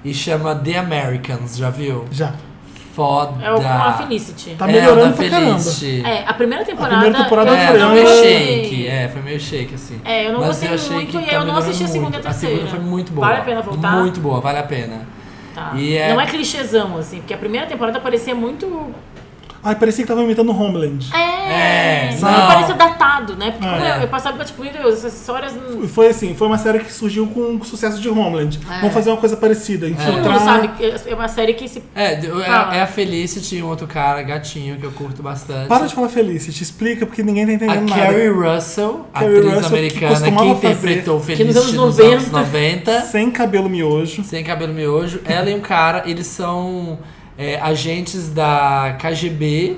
E chama The Americans, já viu?
Já.
Foda.
É o com a Felicity.
Tá
É,
melhorando
da
pra caramba.
Felicity.
É, a primeira temporada.
primeira temporada
eu
É,
foi
foi
não
meio
gostei.
shake, é, foi meio shake, assim.
É, eu não
Mas
gostei
achei
muito
que
e
tá
eu não assisti a
melhorando
segunda e a
muito. A segunda
terceira.
foi muito boa.
Vale a pena voltar?
Muito boa, vale a pena.
Tá.
E é-
Não é clichêzão, assim, porque a primeira temporada parecia muito.
Ai, parecia que tava imitando Homeland.
É,
É,
não.
não.
parecia datado, né? Porque como
É.
eu, eu passava, tipo, meu Deus, essas histórias. não-
Foi assim, foi uma série que surgiu com o sucesso de Homeland.
É.
Vamos fazer uma coisa parecida.
Todo mundo
Infiltrar.
sabe. que É uma série que se
É, de- é,
Fala.
é a Felicity e um outro cara, gatinho, que eu curto bastante.
Para de falar Felicity, explica, porque ninguém tá
a
entendendo nada.
Carrie Russell,
Carrie
atriz
Russell, que
americana que,
costumava
interpretou
Que nos
Felicity
anos
nos anos
90.
90,
Sem cabelo miojo.
sem cabelo miojo. Ela e um cara, eles são é, agentes da KGB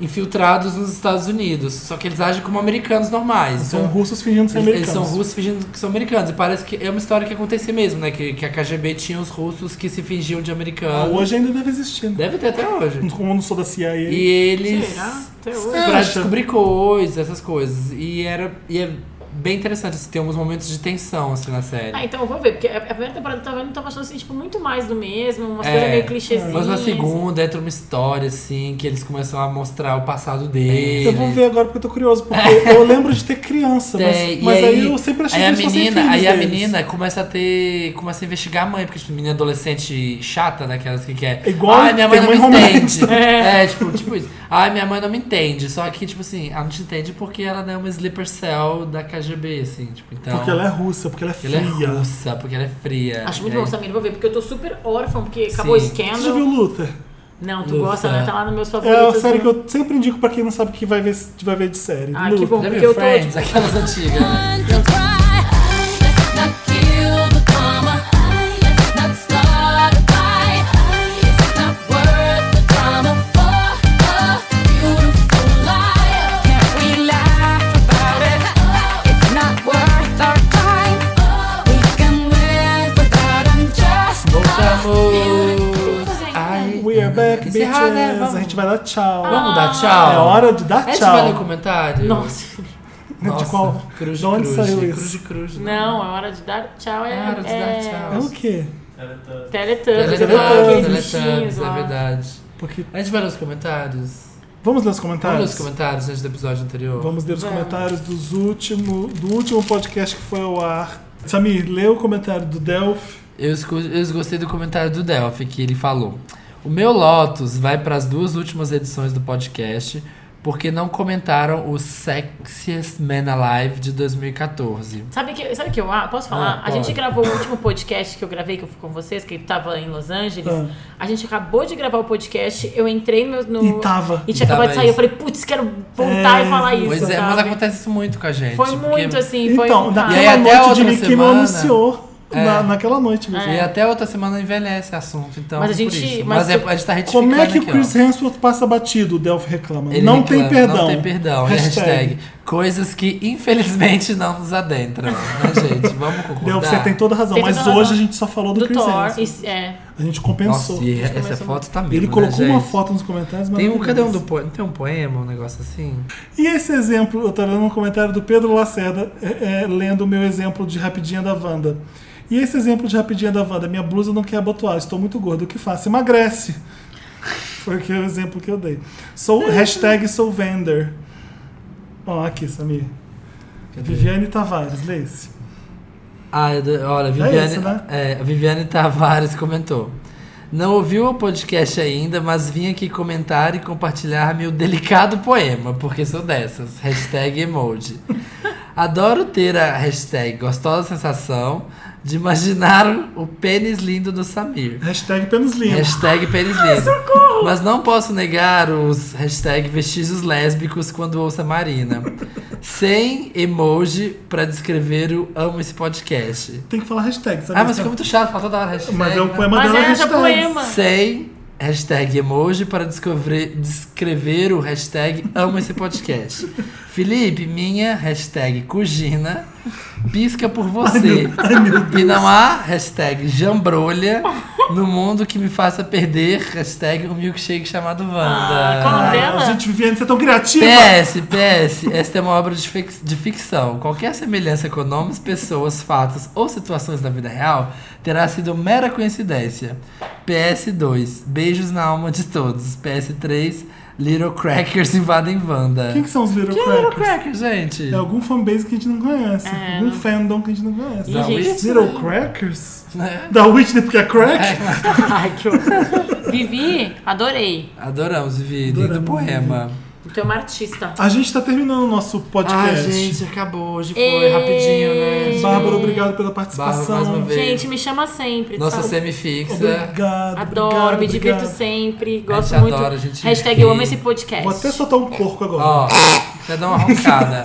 infiltrados nos Estados Unidos. Só que eles agem como americanos normais.
São
Então,
russos fingindo ser
Eles- Eles
americanos.
são russos fingindo que são americanos. E parece que é uma história que acontecia mesmo, né? Que, que a KGB tinha os russos que se fingiam de
Ah,
americanos.
Hoje ainda deve existir. né?
Deve ter até hoje.
Como eu não sou da CIA.
E eles.
Será? Até hoje.
Pra
Acha?
descobrir coisas, essas coisas. E era. E é bem interessante, assim, tem uns momentos de tensão assim na série.
Ah, então eu vou ver, porque a a primeira temporada eu tava vendo, eu tava achando assim, tipo, muito mais do mesmo, umas
É,
coisas meio clichêzinhas.
Mas na segunda entra uma história, assim, que eles começam a mostrar o passado
Eu vou
dele.
ver agora porque eu tô curioso, porque eu lembro de ter criança,
Tem,
mas,
É, e
mas aí, eu sempre achei
aí a
que eles fossem
menina,
filhos
Aí a
deles.
menina começa a ter. começa a investigar a mãe, porque tipo, menina adolescente chata, daquelas que quer.
É igual
Ai, minha mãe
tem
não me
mãe
entende.
romântica.
É. tipo, tipo isso. Ai, minha mãe não me entende. Só que, tipo assim, ela não te entende porque ela é uma sleeper cell da KGB, assim, tipo, então.
Porque ela é russa, porque ela é
Ela
fria.
é russa, porque ela é fria.
Acho
E
muito
aí-
bom, Samir, vou ver, porque eu tô super órfã, porque acabou o
Sim.
Scandal.
Você já viu Luther?
Não, tu
Ufa.
gosta, né? Tá lá nos meus
É
favoritos.
a série
né?
que eu sempre indico pra quem não sabe que vai ver, vai ver de série.
Ah, que
Luther.
bom.
Já
porque
viu
eu tô,
Friends?
tipo-
Aquelas antigas, né?
Don't cry. Let's not kill the drama. Let's not start a fight. It's not worth the drama for a beautiful lie. Can't we laugh about it? It's not worth our time. We can live without 'em just
Voltamos! Ai,
We are back, bitches.
encerrar, né? Vamos,
A gente vai dar tchau.
vamos dar
É
tchau.
hora de dar
A gente vai ler
tchau.
comentário?
Nossa.
Nossa,
De qual?
Cruz,
De onde
cruz,
saiu
cruz,
isso?
cruz, cruz,
Não, é hora de dar tchau. É,
É hora de dar
é-
tchau.
É o quê?
É Teletubbies.
Teletubbies, eu falava aqueles
Teletubbies, é
bichinhos
Teletubbies, é
lá.
verdade.
Porque...
A gente vai nos comentários.
Vamos ler
Vamos
os
ler
comentários?
os comentários antes do episódio anterior.
Tá. Vamos ler os comentários dos último, do último podcast que foi ao ar. Samir, lê o comentário do Delphi.
Eu, escu- eu gostei do comentário do Delphi, que ele falou: O meu Lotus vai para as duas últimas edições do podcast, porque não comentaram o Sexiest Man Alive de 2014.
Sabe que, sabe que eu ah, posso falar?
Ah,
a gente
pode.
gravou o último podcast que eu gravei, que eu fui com vocês, que tava em Los Angeles.
Ah.
A gente acabou de gravar o podcast, eu entrei no. no-
E tava.
E
E
tinha
tava
acabado de sair. Eu
isso.
falei, putz, quero voltar
É,
e falar isso.
pois é, mas
sabe?
acontece isso muito com a gente.
Foi
porque-
muito assim, foi.
Então,
um-
E aí, até
naquela
a
noite
outra
Jimmy Kimmel
semana.
anunciou.
É.
Na, naquela noite mesmo.
E até outra semana envelhece assunto, então.
É. Mas a
por
gente-
isso.
mas
Mas, é-
eu-
a gente tá retificando
Como é que o
aqui, ó.
Chris Hemsworth passa batido? O Delphi reclama.
Ele
não
reclama,
tem perdão.
Não tem perdão. E Hashtag. Coisas que infelizmente não nos adentram, né, gente? Vamos concordar.
Delphi, você tem toda a razão.
Tem
mas
toda a
hoje
razão.
a gente só falou do,
do
Chris
Thor.
Hemsworth.
e- é.
A gente compensou.
Nossa, e essa
começou
foto tá mesmo,
Ele
né,
colocou uma
gente?
foto nos comentários, mas
Tem um,
não
cadê um do
isso.
poema? Tem um poema, um negócio assim?
E esse exemplo, eu tô lendo um comentário do Pedro Lacerda, é, é, lendo o meu exemplo de rapidinha da Wanda. E esse exemplo de rapidinha da Wanda, minha blusa não quer abotoar, estou muito gordo, o que faço? Emagrece. Foi que é o exemplo que eu dei.
Uhum.
Sou, hashtag sou vender. Ó, aqui, Samir.
Cadê?
Viviane Tavares, lê esse.
Ah, eu dou- olha, Viviane,
esse, né?
é, a Viviane Tavares comentou. Não ouviu o podcast ainda, mas vim aqui comentar e compartilhar meu delicado poema, porque sou dessas. Hashtag emoji. Adoro ter a hashtag gostosa sensação de imaginar o- o pênis lindo do Samir.
Hashtag penos lindo.
Hashtag pênis lindo. Mas não posso negar os hashtag vestígios lésbicos quando ouço a Marina. Sem emoji pra descrever o amo esse podcast.
Tem que falar hashtag, sabe?
Ah, mas ficou muito chato, fala toda hora hashtag.
Mas é um
né?
poema
Mas
dela,
é essa
hashtag.
poema.
Sem hashtag emoji para descobrir, descrever o hashtag amo esse podcast. Felipe, minha hashtag cugina pisca por você. e não há hashtag jambrolha no mundo que me faça perder hashtag um milkshake chamado
Ah, qual o nome
Wanda.
dela?
Ah, gente, Viviane, você é tão criativa.
PS, PS, esta é uma obra de, fic- de ficção. Qualquer semelhança com nomes, pessoas, fatos ou situações da vida real terá sido mera coincidência. PS2, beijos na alma de todos. PS3, Little Crackers invadem Wanda.
Quem que são os Little
Que é Little
Crackers?
Crackers, gente?
É algum fanbase que a gente não conhece.
É,
algum
não-
fandom que a gente não conhece.
Ih, gente,
Whitney.
Little Crackers?
Né?
Da Whitney porque é crack?
Ai, que horror. Vivi, adorei.
Adoramos, Vivi. Lindo
Adoramos,
poema.
Tu é uma artista.
A gente tá terminando o nosso
Ai,
podcast.
Ah, gente, acabou. Hoje foi
Ei.
rapidinho, né?
Bárbara, obrigado pela
Bárbara,
participação.
mais uma vez.
Gente, me chama sempre.
Nossa é
sabe?
semifixa.
Obrigado.
Adoro,
obrigado,
me divirto
obrigado.
sempre. Gosto
adora,
muito.
a gente
Hashtag eu
ri.
amo esse podcast.
Vou até soltar um porco agora.
Ó, até dar uma roncada.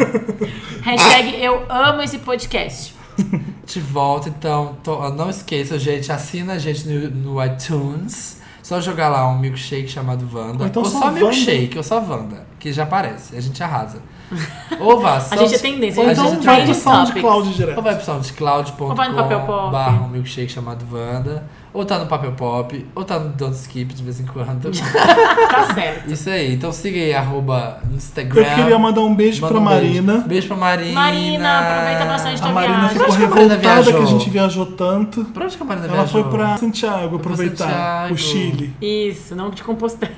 Hashtag eu amo esse podcast.
gente volta, então to- não esqueça, gente, assina a gente no, no iTunes. Só jogar lá um milkshake chamado Wanda.
Ou
Ou,
então só
só,
Wanda.
milkshake, ou só Wanda, que já aparece. A gente arrasa. Ou vá,
A gente é tendência.
Ou
a
Ou
a
gente
então
gente um
vai
trend
pro
trend topics.
SoundCloud
Ou
direto.
vai pro soundcloud.com
Ou vai no Papel Pop.
barra um milkshake chamado Wanda. Ou tá no Papel Pop, ou tá no Don't Skip de vez em quando.
Tá certo.
Isso aí, então siga aí, arroba Instagram.
Eu queria mandar um beijo
É. Manda
pra
um
Marina.
Beijo. beijo pra Marina.
Marina, aproveita bastante
A
tua
Marina
viagem.
ficou
Pra onde que a Marina
revoltada que a
viajou?
gente viajou tanto.
Pra onde que a Marina
Ela
viajou?
foi pra Santiago aproveitar
Santiago.
o Chile.
Isso, não de compostela.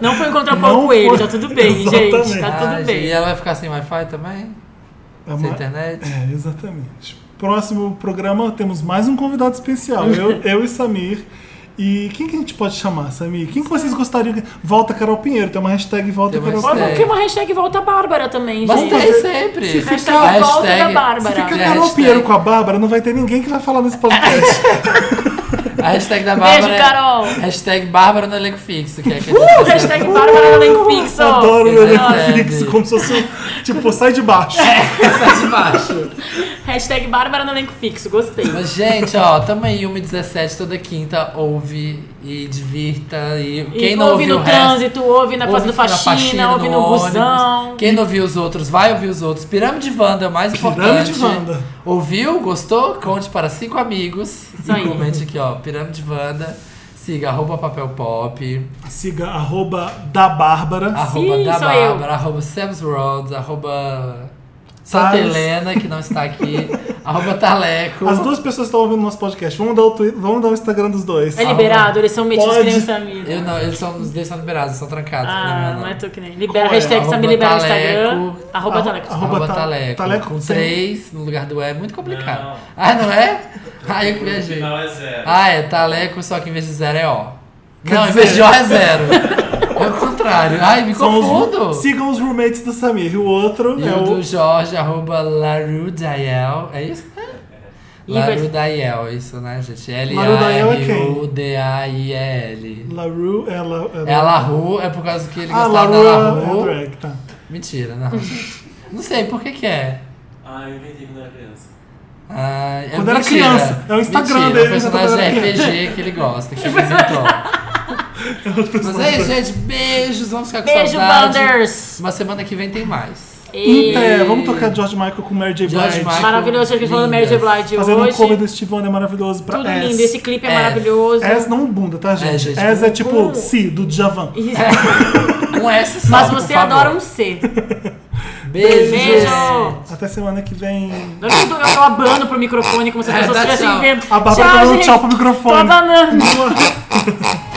não foi encontrar o
Não
Paulo Coelho,
foi.
tá tudo bem, gente. Tá tudo
Ah, E
bem.
ela vai ficar sem Wi-Fi também?
É
Sem
uma-
internet?
É, exatamente. Próximo programa temos mais um convidado especial. Eu, eu e Samir. E quem que a gente pode chamar, Samir? Quem que vocês gostariam? que- Volta Carol Pinheiro. Tem uma hashtag Volta
Tem uma
Carol
hashtag.
Pinheiro.
Porque é uma hashtag volta a Bárbara também,
Mas
gente.
tem sempre.
Se
Hashtag
ficar-
A
volta da Bárbara.
Se ficar
É,
Carol
hashtag.
Pinheiro com a Bárbara, não vai ter ninguém que vai falar nesse podcast.
A hashtag da
Beijo,
Bárbara. é-
Carol.
hashtag Bárbara no elenco fixo. Que é aquele
Uh, hashtag Bárbara Além Fixo.
Adoro o elenco
Hashtag.
fixo, como se fosse. um- Tipo, sai de baixo.
É. Sai de baixo.
Hashtag Bárbara no elenco fixo, gostei.
Mas, gente, ó, tamo aí, 1h17 toda quinta. Ouve e divirta. E quem
e
não
ouve
ouviu
no
o resto,
trânsito, ouve na fazenda
ouve na
Tá faxina, ouve no,
ônibus.
busão.
Quem não viu os outros, vai ouvir os outros. Pirâmide Wanda é o mais
Pirâmide
importante.
Wanda.
Ouviu? Gostou? Conte para cinco amigos.
Isso
e
aí.
comente aqui, ó. Pirâmide Wanda. Siga arroba papel pop,
Siga arroba da Bárbara.
arroba da
sou eu.
Bárbara, arroba Sam's World, arroba Santa
Tales.
Helena, que não está aqui, Alba Taleco.
As duas pessoas que estão ouvindo nosso podcast, vamos dar o, twi- vamos dar o Instagram dos dois. Ah.
É liberado, eles são metidos
Pode.
que nem o Samir.
Eu não, eles são, os dois são liberados, são trancados.
Ah,
não,
não é tu que nem.
Qual
Libera,
é?
hashtag Samir
Arroba
libera no
Taleco.
Instagram. Arroba
Arro-
Taleco.
arroba
Arroba
ta-
Taleco.
tá- Taleco
Com
sem-
três no lugar do E é muito complicado.
Não.
Ah, não é? Ah, eu que
O
viajei.
final é zero.
Ah, é Taleco, só que em vez de zero é O. não, em vez de O é zero. é o contrário. Ai, me
São os-
confundo.
sigam os roommates do Samir. E o outro
E
é
o do
o.
Jorge, arroba Larudael. É isso?
E vai-
Larudael, isso, né, gente?
Larudael é quem?
L-A-R-U-D-A-I-L.
Laru, ela.
É a Laru, é por causa que ele
Ah,
gostava
Laru
da
é, é
Laru.
drag, tá.
Mentira, não. gente. Não sei, por que que é?
Ah, eu inventei quando era criança.
Ah, é
Quando era
mentira.
criança, é o Instagram
mentira,
dele,
É um personagem
quando era
de RPG que ele gosta, que ele inventou. Mas é isso, gente. Beijos, vamos ficar com
Beijo,
saudade.
Wanders!
Uma semana que vem tem mais.
E-
É, vamos tocar George Michael com Mary J.
George
Blige.
Michael.
Maravilhoso, a gente falou do Mary J. Blige
Fazendo um cover
hoje.
do Steve Wonder maravilhoso pra
Tudo
S.
lindo, esse clipe é
S.
maravilhoso.
S não bunda, tá, gente?
É, gente,
S é
com-
tipo Si, do Djavan.
Isso.
Um S só,
Mas
por
você
favor.
adora um C.
Beijo.
Beijo!
Até semana que vem.
Não é que eu tô eu tô abando pro microfone como se as
É,
pessoas
dá
estivessem
tchau.
vendo.
A Bárbara tá dando
gente.
tchau pro
Tô
microfone.
abanando.
Boa.